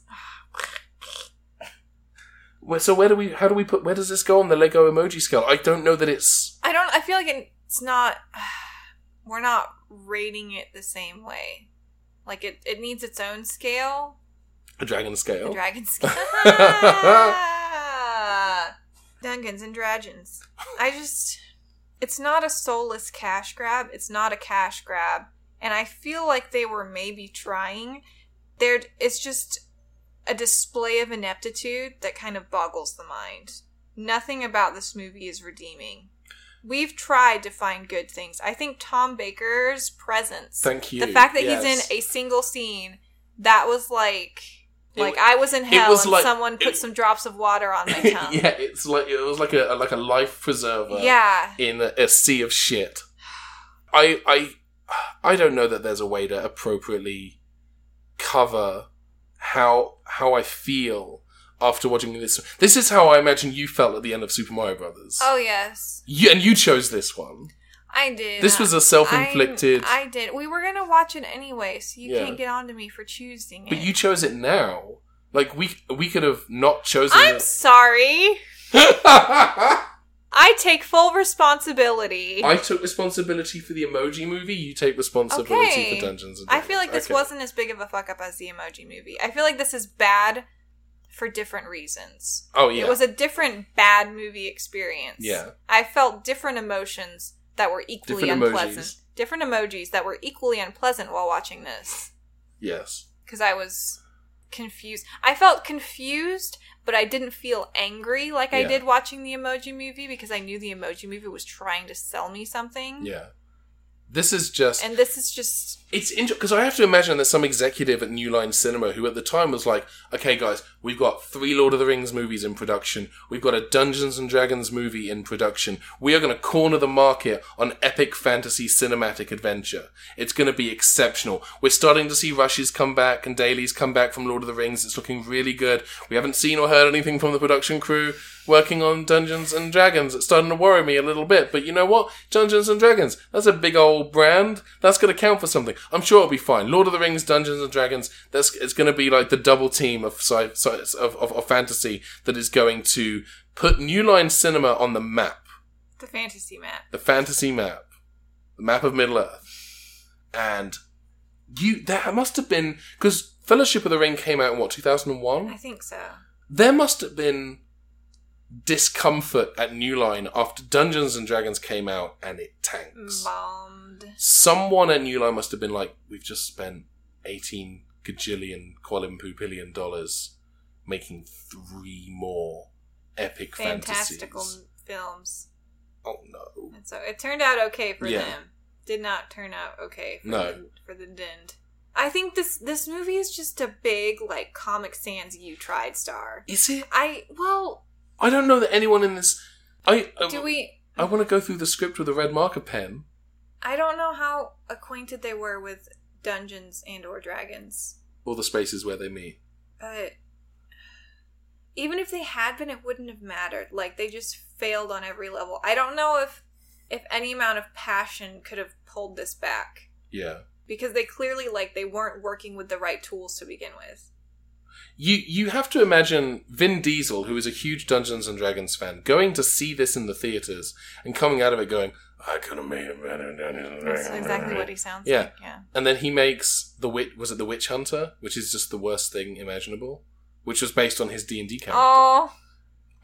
[SPEAKER 1] Where- So where do we? How do we put? Where does this go on the Lego emoji scale? I don't know that it's.
[SPEAKER 2] I don't. I feel like it's not. We're not rating it the same way. Like it. It needs its own scale.
[SPEAKER 1] A dragon scale.
[SPEAKER 2] The dragon scale. Ah! Dungeons and Dragons. I just. It's not a soulless cash grab. It's not a cash grab. And I feel like they were maybe trying. There, it's just a display of ineptitude that kind of boggles the mind. Nothing about this movie is redeeming. We've tried to find good things. I think Tom Baker's presence
[SPEAKER 1] Thank you.
[SPEAKER 2] the fact that
[SPEAKER 1] yes.
[SPEAKER 2] he's in a single scene that was like
[SPEAKER 1] It
[SPEAKER 2] like
[SPEAKER 1] wa-
[SPEAKER 2] i was in hell
[SPEAKER 1] was
[SPEAKER 2] and
[SPEAKER 1] like-
[SPEAKER 2] someone put
[SPEAKER 1] it-
[SPEAKER 2] some drops of water on my tongue yeah,
[SPEAKER 1] yeah, it's like it was like a like a life preserver. in a, a sea of shit. I I I don't know that there's a way to appropriately cover how how I feel after watching this. This is how I imagine you felt at the end of Super Mario Brothers.
[SPEAKER 2] oh yes
[SPEAKER 1] You, and you chose this one.
[SPEAKER 2] i did
[SPEAKER 1] This was a self-inflicted.
[SPEAKER 2] I, I did we were gonna watch it anyway so you
[SPEAKER 1] Yeah.
[SPEAKER 2] can't get on to me for choosing it
[SPEAKER 1] but you chose it now, Like we we could have not chosen.
[SPEAKER 2] I'm
[SPEAKER 1] it.
[SPEAKER 2] sorry.
[SPEAKER 1] I
[SPEAKER 2] I take full responsibility. I,
[SPEAKER 1] took responsibility for the Emoji Movie. You take responsibility
[SPEAKER 2] Okay.
[SPEAKER 1] for Dungeons and
[SPEAKER 2] feel like this
[SPEAKER 1] Okay.
[SPEAKER 2] wasn't as big of a fuck up as the emoji movie. I feel like this is bad for different reasons.
[SPEAKER 1] Oh yeah.
[SPEAKER 2] It was a different bad movie experience.
[SPEAKER 1] Yeah.
[SPEAKER 2] I felt different emotions that were equally
[SPEAKER 1] Different emojis.
[SPEAKER 2] unpleasant. Different emojis that were equally unpleasant while watching this.
[SPEAKER 1] yes.
[SPEAKER 2] because I was confused. I felt confused, but I didn't feel angry like I
[SPEAKER 1] Yeah.
[SPEAKER 2] did watching the Emoji Movie because I knew the Emoji Movie was trying to sell me something.
[SPEAKER 1] Yeah. This is just
[SPEAKER 2] And this is just
[SPEAKER 1] It's interesting because I have to imagine there's some executive at New Line Cinema who at the time was like, okay, guys, we've got three Lord of the Rings movies in production. We've got a Dungeons and Dragons movie in production. We are going to corner the market on epic fantasy cinematic adventure. It's going to be exceptional. We're starting to see rushes come back and dailies come back from Lord of the Rings. It's looking really good. We haven't seen or heard anything from the production crew working on Dungeons and Dragons. It's starting to worry me a little bit, but you know what? Dungeons and Dragons, that's a big old brand. That's going to count for something. I'm sure it'll be fine. Lord of the Rings, Dungeons and Dragons, that's it's going to be like the double team of sci- sci- of, of, of fantasy that is going to put New Line Cinema on the map,
[SPEAKER 2] the fantasy map.
[SPEAKER 1] the fantasy map, the map of Middle Earth, and you that must have been because Fellowship of the Ring came out in what 2001
[SPEAKER 2] I think so.
[SPEAKER 1] there must have been discomfort at New Line after Dungeons and Dragons came out and it tanks.
[SPEAKER 2] Bombed.
[SPEAKER 1] Someone at New Line must have been like, we've just spent 18 gajillion qualimpupillion dollars making three more epic
[SPEAKER 2] Fantastical
[SPEAKER 1] fantasies.
[SPEAKER 2] films.
[SPEAKER 1] Oh no.
[SPEAKER 2] And so it turned out okay for
[SPEAKER 1] Yeah.
[SPEAKER 2] them. Did not turn out okay for,
[SPEAKER 1] No.
[SPEAKER 2] the, for the Dend. I think this this movie is just a big like Comic Sans you tried star.
[SPEAKER 1] Is it?
[SPEAKER 2] I well
[SPEAKER 1] I don't know that anyone in this. I, I,
[SPEAKER 2] do we
[SPEAKER 1] I want to go through the script with a red marker pen.
[SPEAKER 2] I don't know how acquainted they were with dungeons and or dragons,
[SPEAKER 1] All the spaces where they meet.
[SPEAKER 2] but even if they had been, it wouldn't have mattered. Like they just failed on every level. I don't know if if any amount of passion could have pulled this back
[SPEAKER 1] Yeah.
[SPEAKER 2] because they clearly like they weren't working with the right tools to begin with.
[SPEAKER 1] You you have to imagine Vin Diesel, who is a huge Dungeons and Dragons fan, going to see this in the theaters and coming out of it going, "I could have made it better." than Dungeons and
[SPEAKER 2] That's
[SPEAKER 1] Dragons."
[SPEAKER 2] exactly what he sounds
[SPEAKER 1] Yeah.
[SPEAKER 2] like. Yeah.
[SPEAKER 1] And then he makes the witch. Was it the Witch Hunter, which is just the worst thing imaginable, which was based on his D and D character.
[SPEAKER 2] Oh,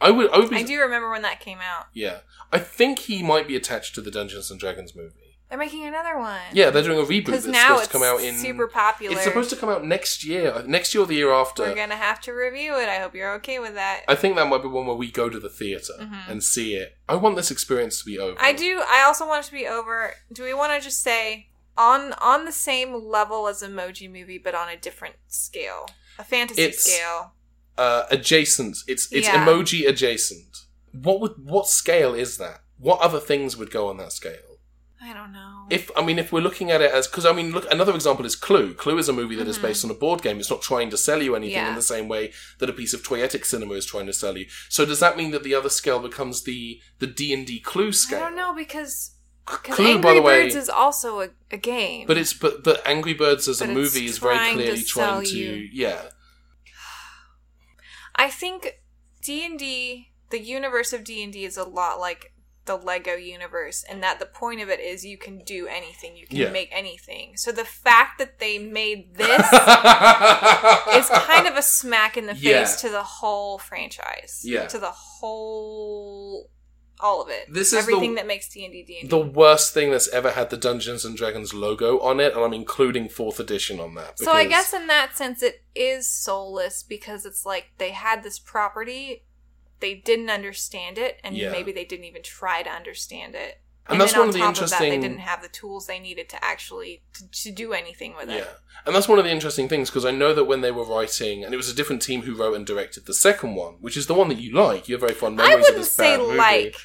[SPEAKER 1] I would. I would be.
[SPEAKER 2] I do remember when that came out.
[SPEAKER 1] Yeah, I think he might be attached to the Dungeons and Dragons movie.
[SPEAKER 2] They're making another one.
[SPEAKER 1] Yeah, they're doing a reboot that's
[SPEAKER 2] Because now
[SPEAKER 1] supposed
[SPEAKER 2] it's
[SPEAKER 1] to come out in.
[SPEAKER 2] super popular.
[SPEAKER 1] It's supposed to come out next year, uh, next year or the year after.
[SPEAKER 2] We're gonna have to review it. I hope you're okay with that.
[SPEAKER 1] I think that might be one where we go to the theater
[SPEAKER 2] Mhm.
[SPEAKER 1] and see it. I want this experience to be over.
[SPEAKER 2] I do. I also want it to be over. Do we want to just say on on the same level as Emoji Movie, but on a different scale, a fantasy
[SPEAKER 1] It's-
[SPEAKER 2] scale?
[SPEAKER 1] Uh, adjacent. It's it's
[SPEAKER 2] Yeah.
[SPEAKER 1] emoji adjacent. What would what scale is that? What other things would go on that scale?
[SPEAKER 2] I don't know.
[SPEAKER 1] If I mean, if we're looking at it as because I mean, look, another example is Clue. Clue is a movie that is
[SPEAKER 2] Mhm.
[SPEAKER 1] based on a board game. It's not trying to sell you anything
[SPEAKER 2] Yeah.
[SPEAKER 1] in the same way that a piece of toyetic cinema is trying to sell you. So does that mean that the other scale becomes the the D and D Clue
[SPEAKER 2] I
[SPEAKER 1] scale?
[SPEAKER 2] don't know because 'cause
[SPEAKER 1] Clue,
[SPEAKER 2] Angry
[SPEAKER 1] by the way,
[SPEAKER 2] Birds is also a, a game.
[SPEAKER 1] But it's but but Angry Birds as a
[SPEAKER 2] But it's
[SPEAKER 1] movie is very
[SPEAKER 2] trying to
[SPEAKER 1] clearly
[SPEAKER 2] sell
[SPEAKER 1] trying to
[SPEAKER 2] you.
[SPEAKER 1] yeah
[SPEAKER 2] I think D and D, the universe of D and D, is a lot like the Lego universe, and that the point of it is you can do anything, you can
[SPEAKER 1] Yeah.
[SPEAKER 2] make anything. So the fact that they made this
[SPEAKER 1] it's
[SPEAKER 2] is kind of a smack in the face
[SPEAKER 1] Yeah.
[SPEAKER 2] to the whole franchise,
[SPEAKER 1] Yeah.
[SPEAKER 2] to the whole, all of it.
[SPEAKER 1] This is
[SPEAKER 2] everything
[SPEAKER 1] the-
[SPEAKER 2] that makes D and D D and
[SPEAKER 1] the worst thing that's ever had the Dungeons and Dragons logo on it, and I'm including fourth edition on that.
[SPEAKER 2] So I
[SPEAKER 1] because-
[SPEAKER 2] guess in that sense, it is soulless because it's like they had this property, they didn't understand it, and
[SPEAKER 1] Yeah.
[SPEAKER 2] maybe they didn't even try to understand it.
[SPEAKER 1] And that's
[SPEAKER 2] then
[SPEAKER 1] one
[SPEAKER 2] on
[SPEAKER 1] of the
[SPEAKER 2] top Of that,
[SPEAKER 1] interesting-
[SPEAKER 2] they didn't have the tools they needed to actually to, to do anything with
[SPEAKER 1] Yeah.
[SPEAKER 2] it.
[SPEAKER 1] And that's one of the interesting things because I know that when they were writing, and it was a different team who wrote and directed the second one, which is the one that you like. You have very fond memories
[SPEAKER 2] I
[SPEAKER 1] of
[SPEAKER 2] wouldn't
[SPEAKER 1] this
[SPEAKER 2] say
[SPEAKER 1] bad movie.
[SPEAKER 2] like,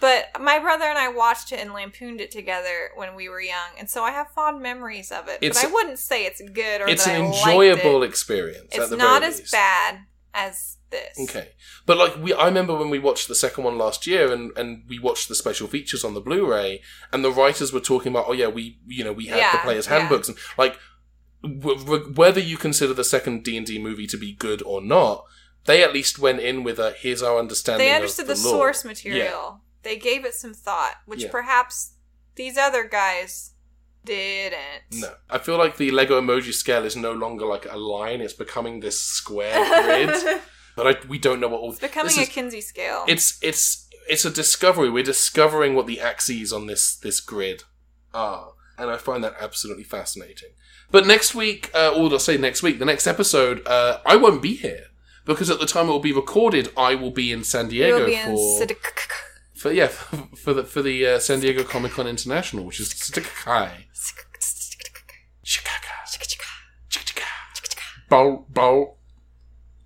[SPEAKER 2] but my brother and I watched it and lampooned it together when we were young, and so I have fond memories of it.
[SPEAKER 1] It's-
[SPEAKER 2] but I wouldn't say it's good or
[SPEAKER 1] It's
[SPEAKER 2] that
[SPEAKER 1] an
[SPEAKER 2] I liked
[SPEAKER 1] enjoyable
[SPEAKER 2] It.
[SPEAKER 1] experience. at
[SPEAKER 2] It's
[SPEAKER 1] the
[SPEAKER 2] not
[SPEAKER 1] very
[SPEAKER 2] as
[SPEAKER 1] least.
[SPEAKER 2] bad as this.
[SPEAKER 1] Okay, but like we, I remember when we watched the second one last year, and and we watched the special features on the Blu-ray, and the writers were talking about, oh yeah, we you know we had the
[SPEAKER 2] Yeah,
[SPEAKER 1] players'
[SPEAKER 2] yeah.
[SPEAKER 1] handbooks, and like w- w- whether you consider the second D and D movie to be good or not, they at least went in with a here's our understanding.
[SPEAKER 2] They
[SPEAKER 1] of
[SPEAKER 2] understood the,
[SPEAKER 1] lore."
[SPEAKER 2] source material. They gave it some thought, which
[SPEAKER 1] Yeah.
[SPEAKER 2] perhaps these other guys didn't.
[SPEAKER 1] No, I feel like the Lego emoji scale is no longer like a line; it's becoming this square grid. but I, we don't know what all.
[SPEAKER 2] it's becoming
[SPEAKER 1] this
[SPEAKER 2] a
[SPEAKER 1] is-
[SPEAKER 2] Kinsey scale.
[SPEAKER 1] it's it's it's a discovery. We're discovering what the axes on this this grid are, and I find that absolutely fascinating. But next week, uh, or I'll say next week, the next episode, uh, I won't be here because at the time it will be recorded, I will be in San Diego
[SPEAKER 2] We'll be in
[SPEAKER 1] for,
[SPEAKER 2] Sid-
[SPEAKER 1] for yeah for, for the for the uh, San Diego Comic Con International, which is Chicago, Chicago, Chicago, Bow Bow,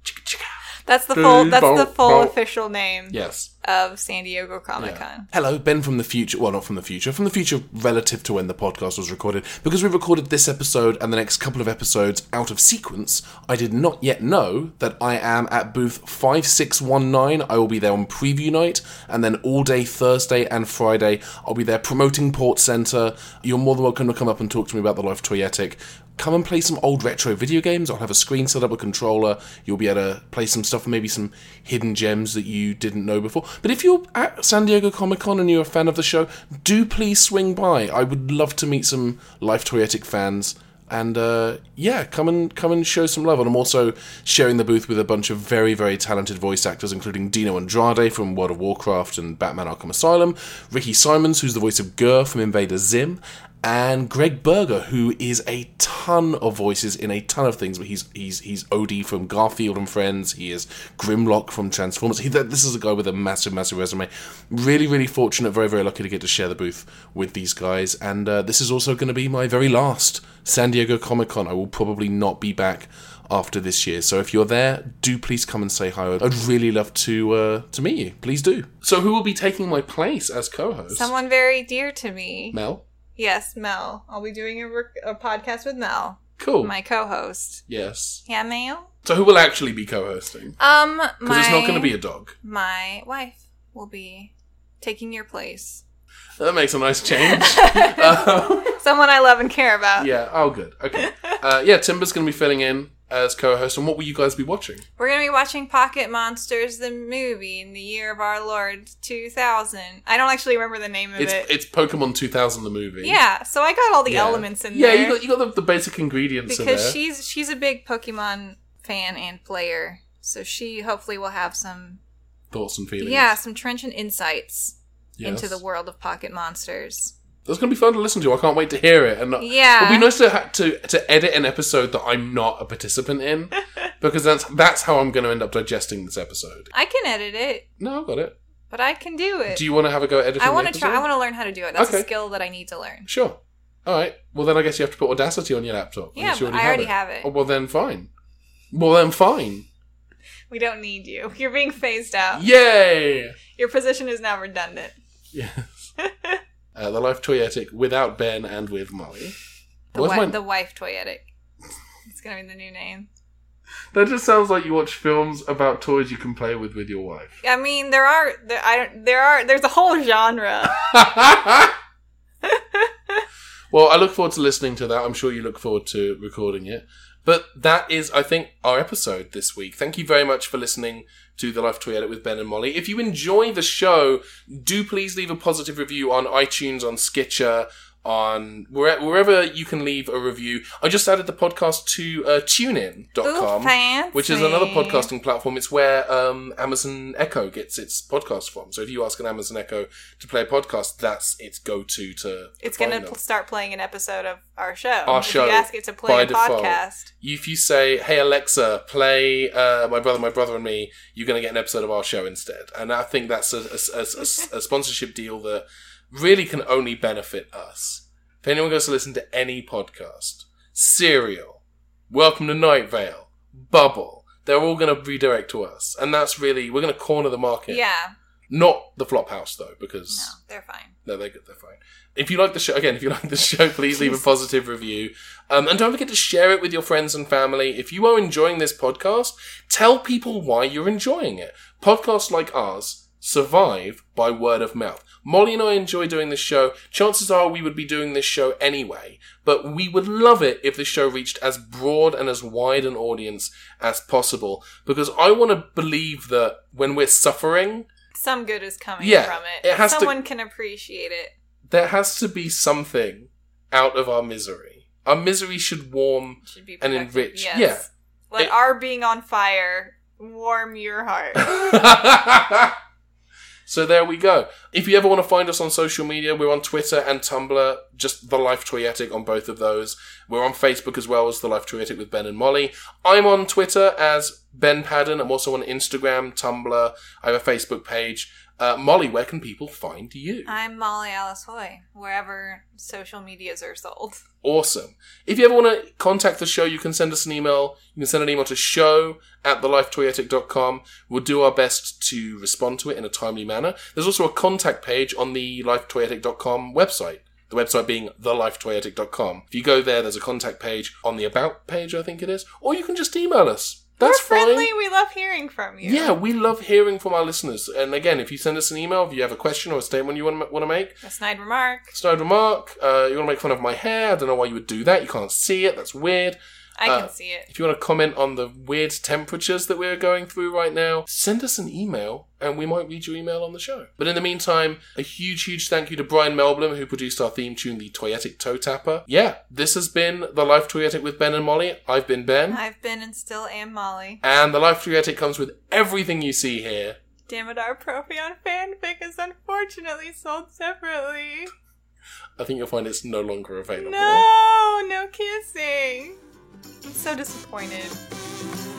[SPEAKER 1] Chicago.
[SPEAKER 2] That's the full. That's the
[SPEAKER 1] Bow,
[SPEAKER 2] full
[SPEAKER 1] bow.
[SPEAKER 2] official name
[SPEAKER 1] Yes.
[SPEAKER 2] of San Diego Comic Con.
[SPEAKER 1] Hello, Ben from the future. Well, not from the future, from the future relative to when the podcast was recorded. Because we recorded this episode and the next couple of episodes out of sequence, I did not yet know that I am at booth 5619. I will be there on preview night, and then all day Thursday and Friday, I'll be there promoting Port Centre. You're more than welcome to come up and talk to me about the Life Toyetic. Come and play some old retro video games. I'll have a screen set up, a controller. You'll be able to play some stuff, maybe some hidden gems that you didn't know before. But if you're at San Diego Comic Con and you're a fan of the show, do please swing by. I would love to meet some Life Toyetic fans. And uh, yeah, come and come and show some love. And I'm also sharing the booth with a bunch of very, very talented voice actors, including Dino Andrade from World of Warcraft and Batman Arkham Asylum, Ricky Simons, who's the voice of Gur from Invader Zim, and Greg Berger, who is a ton of voices in a ton of things. But he's he's he's Odie from Garfield and Friends. He is Grimlock from Transformers. He, th- this is a guy with a massive, massive resume. Really, really fortunate. Very, very lucky to get to share the booth with these guys. And uh, this is also going to be my very last San Diego Comic Con. I will probably not be back after this year. So if you're there, do please come and say hi. I'd really love to uh, to meet you. Please do. So who will be taking my place as co-host?
[SPEAKER 2] Someone very dear to me.
[SPEAKER 1] Mel.
[SPEAKER 2] Yes, Mel. I'll be doing a, rec- a podcast with Mel,
[SPEAKER 1] Cool.
[SPEAKER 2] my co-host.
[SPEAKER 1] yes.
[SPEAKER 2] Yeah, Mel.
[SPEAKER 1] So who will actually be co-hosting?
[SPEAKER 2] Um, my
[SPEAKER 1] Because it's not going to be a dog.
[SPEAKER 2] my wife will be taking your place.
[SPEAKER 1] That makes a nice change. Uh,
[SPEAKER 2] Someone I love and care about.
[SPEAKER 1] yeah. Oh, good. Okay. Uh, yeah, Timber's going to be filling in as co-host. And what will you guys be watching?
[SPEAKER 2] We're gonna be watching Pocket Monsters the movie in the year of our Lord 2000. I don't actually remember the name of
[SPEAKER 1] It's
[SPEAKER 2] it.
[SPEAKER 1] it's Pokemon 2000 the movie.
[SPEAKER 2] yeah, so I got all the
[SPEAKER 1] Yeah.
[SPEAKER 2] elements in
[SPEAKER 1] Yeah,
[SPEAKER 2] there
[SPEAKER 1] you got you got the, the basic ingredients in
[SPEAKER 2] because
[SPEAKER 1] there.
[SPEAKER 2] she's she's a big Pokemon fan and player. So she hopefully will have some
[SPEAKER 1] Thoughts and feelings.
[SPEAKER 2] yeah some trenchant insights
[SPEAKER 1] Yes.
[SPEAKER 2] into the world of Pocket Monsters.
[SPEAKER 1] That's going to be fun to listen to. I can't wait to hear it. And uh,
[SPEAKER 2] Yeah.
[SPEAKER 1] it'll be nice to ha- to to edit an episode that I'm not a participant in because that's that's how I'm going to end up digesting this episode.
[SPEAKER 2] I can edit it,
[SPEAKER 1] No, I've got it.
[SPEAKER 2] but I can do it.
[SPEAKER 1] Do you want to have a go at editing?
[SPEAKER 2] I
[SPEAKER 1] want to
[SPEAKER 2] try. I want to learn how to do it. That's a
[SPEAKER 1] Okay.
[SPEAKER 2] skill that I need to learn.
[SPEAKER 1] Sure. All right. Well, then I guess you have to put Audacity on your laptop.
[SPEAKER 2] Yeah,
[SPEAKER 1] unless you
[SPEAKER 2] but I already have it.
[SPEAKER 1] Oh, well, then fine. Well, then fine.
[SPEAKER 2] We don't need you. You're being phased out.
[SPEAKER 1] Yay!
[SPEAKER 2] Your position is now redundant.
[SPEAKER 1] Yes. uh, the Life Toyetic without Ben and with Molly.
[SPEAKER 2] The,
[SPEAKER 1] Where's
[SPEAKER 2] wi-
[SPEAKER 1] my-
[SPEAKER 2] the wife toyetic. It's gonna be the new name.
[SPEAKER 1] That just sounds like you watch films about toys you can play with with your wife.
[SPEAKER 2] I mean, there are there, I don't there are there's a whole genre.
[SPEAKER 1] well, I look forward to listening to that. I'm sure you look forward to recording it. But that is, I think, our episode this week. Thank you very much for listening to the Life Toy Edit with Ben and Molly. If you enjoy the show, do please leave a positive review on iTunes, on Skitcher, on where, wherever you can leave a review. I just added the podcast to uh,
[SPEAKER 2] Ooh,
[SPEAKER 1] tunein.com
[SPEAKER 2] fancy.
[SPEAKER 1] which is another podcasting platform. It's where um, Amazon Echo gets its podcast from. So if you ask an Amazon Echo to play a podcast, that's its go-to to.
[SPEAKER 2] It's
[SPEAKER 1] find
[SPEAKER 2] gonna
[SPEAKER 1] them.
[SPEAKER 2] pl- start playing an episode of our show.
[SPEAKER 1] Our
[SPEAKER 2] if
[SPEAKER 1] show,
[SPEAKER 2] You ask it to
[SPEAKER 1] by
[SPEAKER 2] play a
[SPEAKER 1] default.
[SPEAKER 2] podcast.
[SPEAKER 1] if you say, "Hey Alexa, play uh, My Brother, My Brother and Me," you're going to get an episode of our show instead. And I think that's a, a- a- a- a sponsorship deal that really can only benefit us. If anyone goes to listen to any podcast, Serial, Welcome to Night Vale, Bubble, they're all going to redirect to us, and that's really we're going to corner the market.
[SPEAKER 2] Yeah.
[SPEAKER 1] Not the flop house though, because
[SPEAKER 2] No, they're fine.
[SPEAKER 1] no, they're good. They're fine. If you like the show, again, if you like the show, please leave a positive review. Um, and don't forget to share it with your friends and family. If you are enjoying this podcast, tell people why you're enjoying it. Podcasts like ours survive by word of mouth. Molly and I enjoy doing this show. Chances are we would be doing this show anyway, but we would love it if this show reached as broad and as wide an audience as possible because I want to believe that when we're suffering,
[SPEAKER 2] Some good is coming
[SPEAKER 1] Yeah,
[SPEAKER 2] from it.
[SPEAKER 1] it has to-
[SPEAKER 2] Someone can appreciate it.
[SPEAKER 1] there has to be something out of our misery. Our misery should warm.
[SPEAKER 2] It should be
[SPEAKER 1] And
[SPEAKER 2] productive.
[SPEAKER 1] enrich-
[SPEAKER 2] Yes.
[SPEAKER 1] yeah.
[SPEAKER 2] Let
[SPEAKER 1] It-
[SPEAKER 2] our being on fire warm your heart.
[SPEAKER 1] so there we go. If you ever want to find us on social media, we're on Twitter and Tumblr, just The Life Toyetic on both of those. We're on Facebook as well as The Life Toyetic with Ben and Molly. I'm on Twitter as Ben Padden. I'm also on Instagram, Tumblr. I have a Facebook page. Uh, Molly, where can people find you?
[SPEAKER 2] I'm Molly Alice Hoy, wherever social medias are sold.
[SPEAKER 1] awesome. If you ever want to contact the show, you can send us an email. You can send an email to show at thelifetoyetic.com. We'll do our best to respond to it in a timely manner. There's also a contact page on the lifetoyetic.com website. The website being thelifetoyetic.com. If you go there, there's a contact page on the about page, I think it is. Or you can just email us. That's
[SPEAKER 2] We're
[SPEAKER 1] fine.
[SPEAKER 2] friendly. We love hearing from you.
[SPEAKER 1] Yeah, we love hearing from our listeners. And again, if you send us an email, if you have a question or a statement you want to make,
[SPEAKER 2] A snide remark.
[SPEAKER 1] Snide remark. Uh, you want to make fun of my hair? I don't know why you would do that. You can't see it. That's weird.
[SPEAKER 2] I
[SPEAKER 1] Uh,
[SPEAKER 2] can see it.
[SPEAKER 1] If you want to comment on the weird temperatures that we're going through right now, send us an email and we might read your email on the show. But in the meantime, a huge, huge thank you to Brian Melblum who produced our theme tune, the Toyetic Toe Tapper. Yeah, this has been The Life Toyetic with Ben and Molly. I've been Ben.
[SPEAKER 2] I've been and still am Molly.
[SPEAKER 1] And The Life Toyetic comes with everything you see here.
[SPEAKER 2] Damodar Propion fanfic is unfortunately sold separately.
[SPEAKER 1] I think you'll find it's no longer available.
[SPEAKER 2] No, no kissing. I'm so disappointed.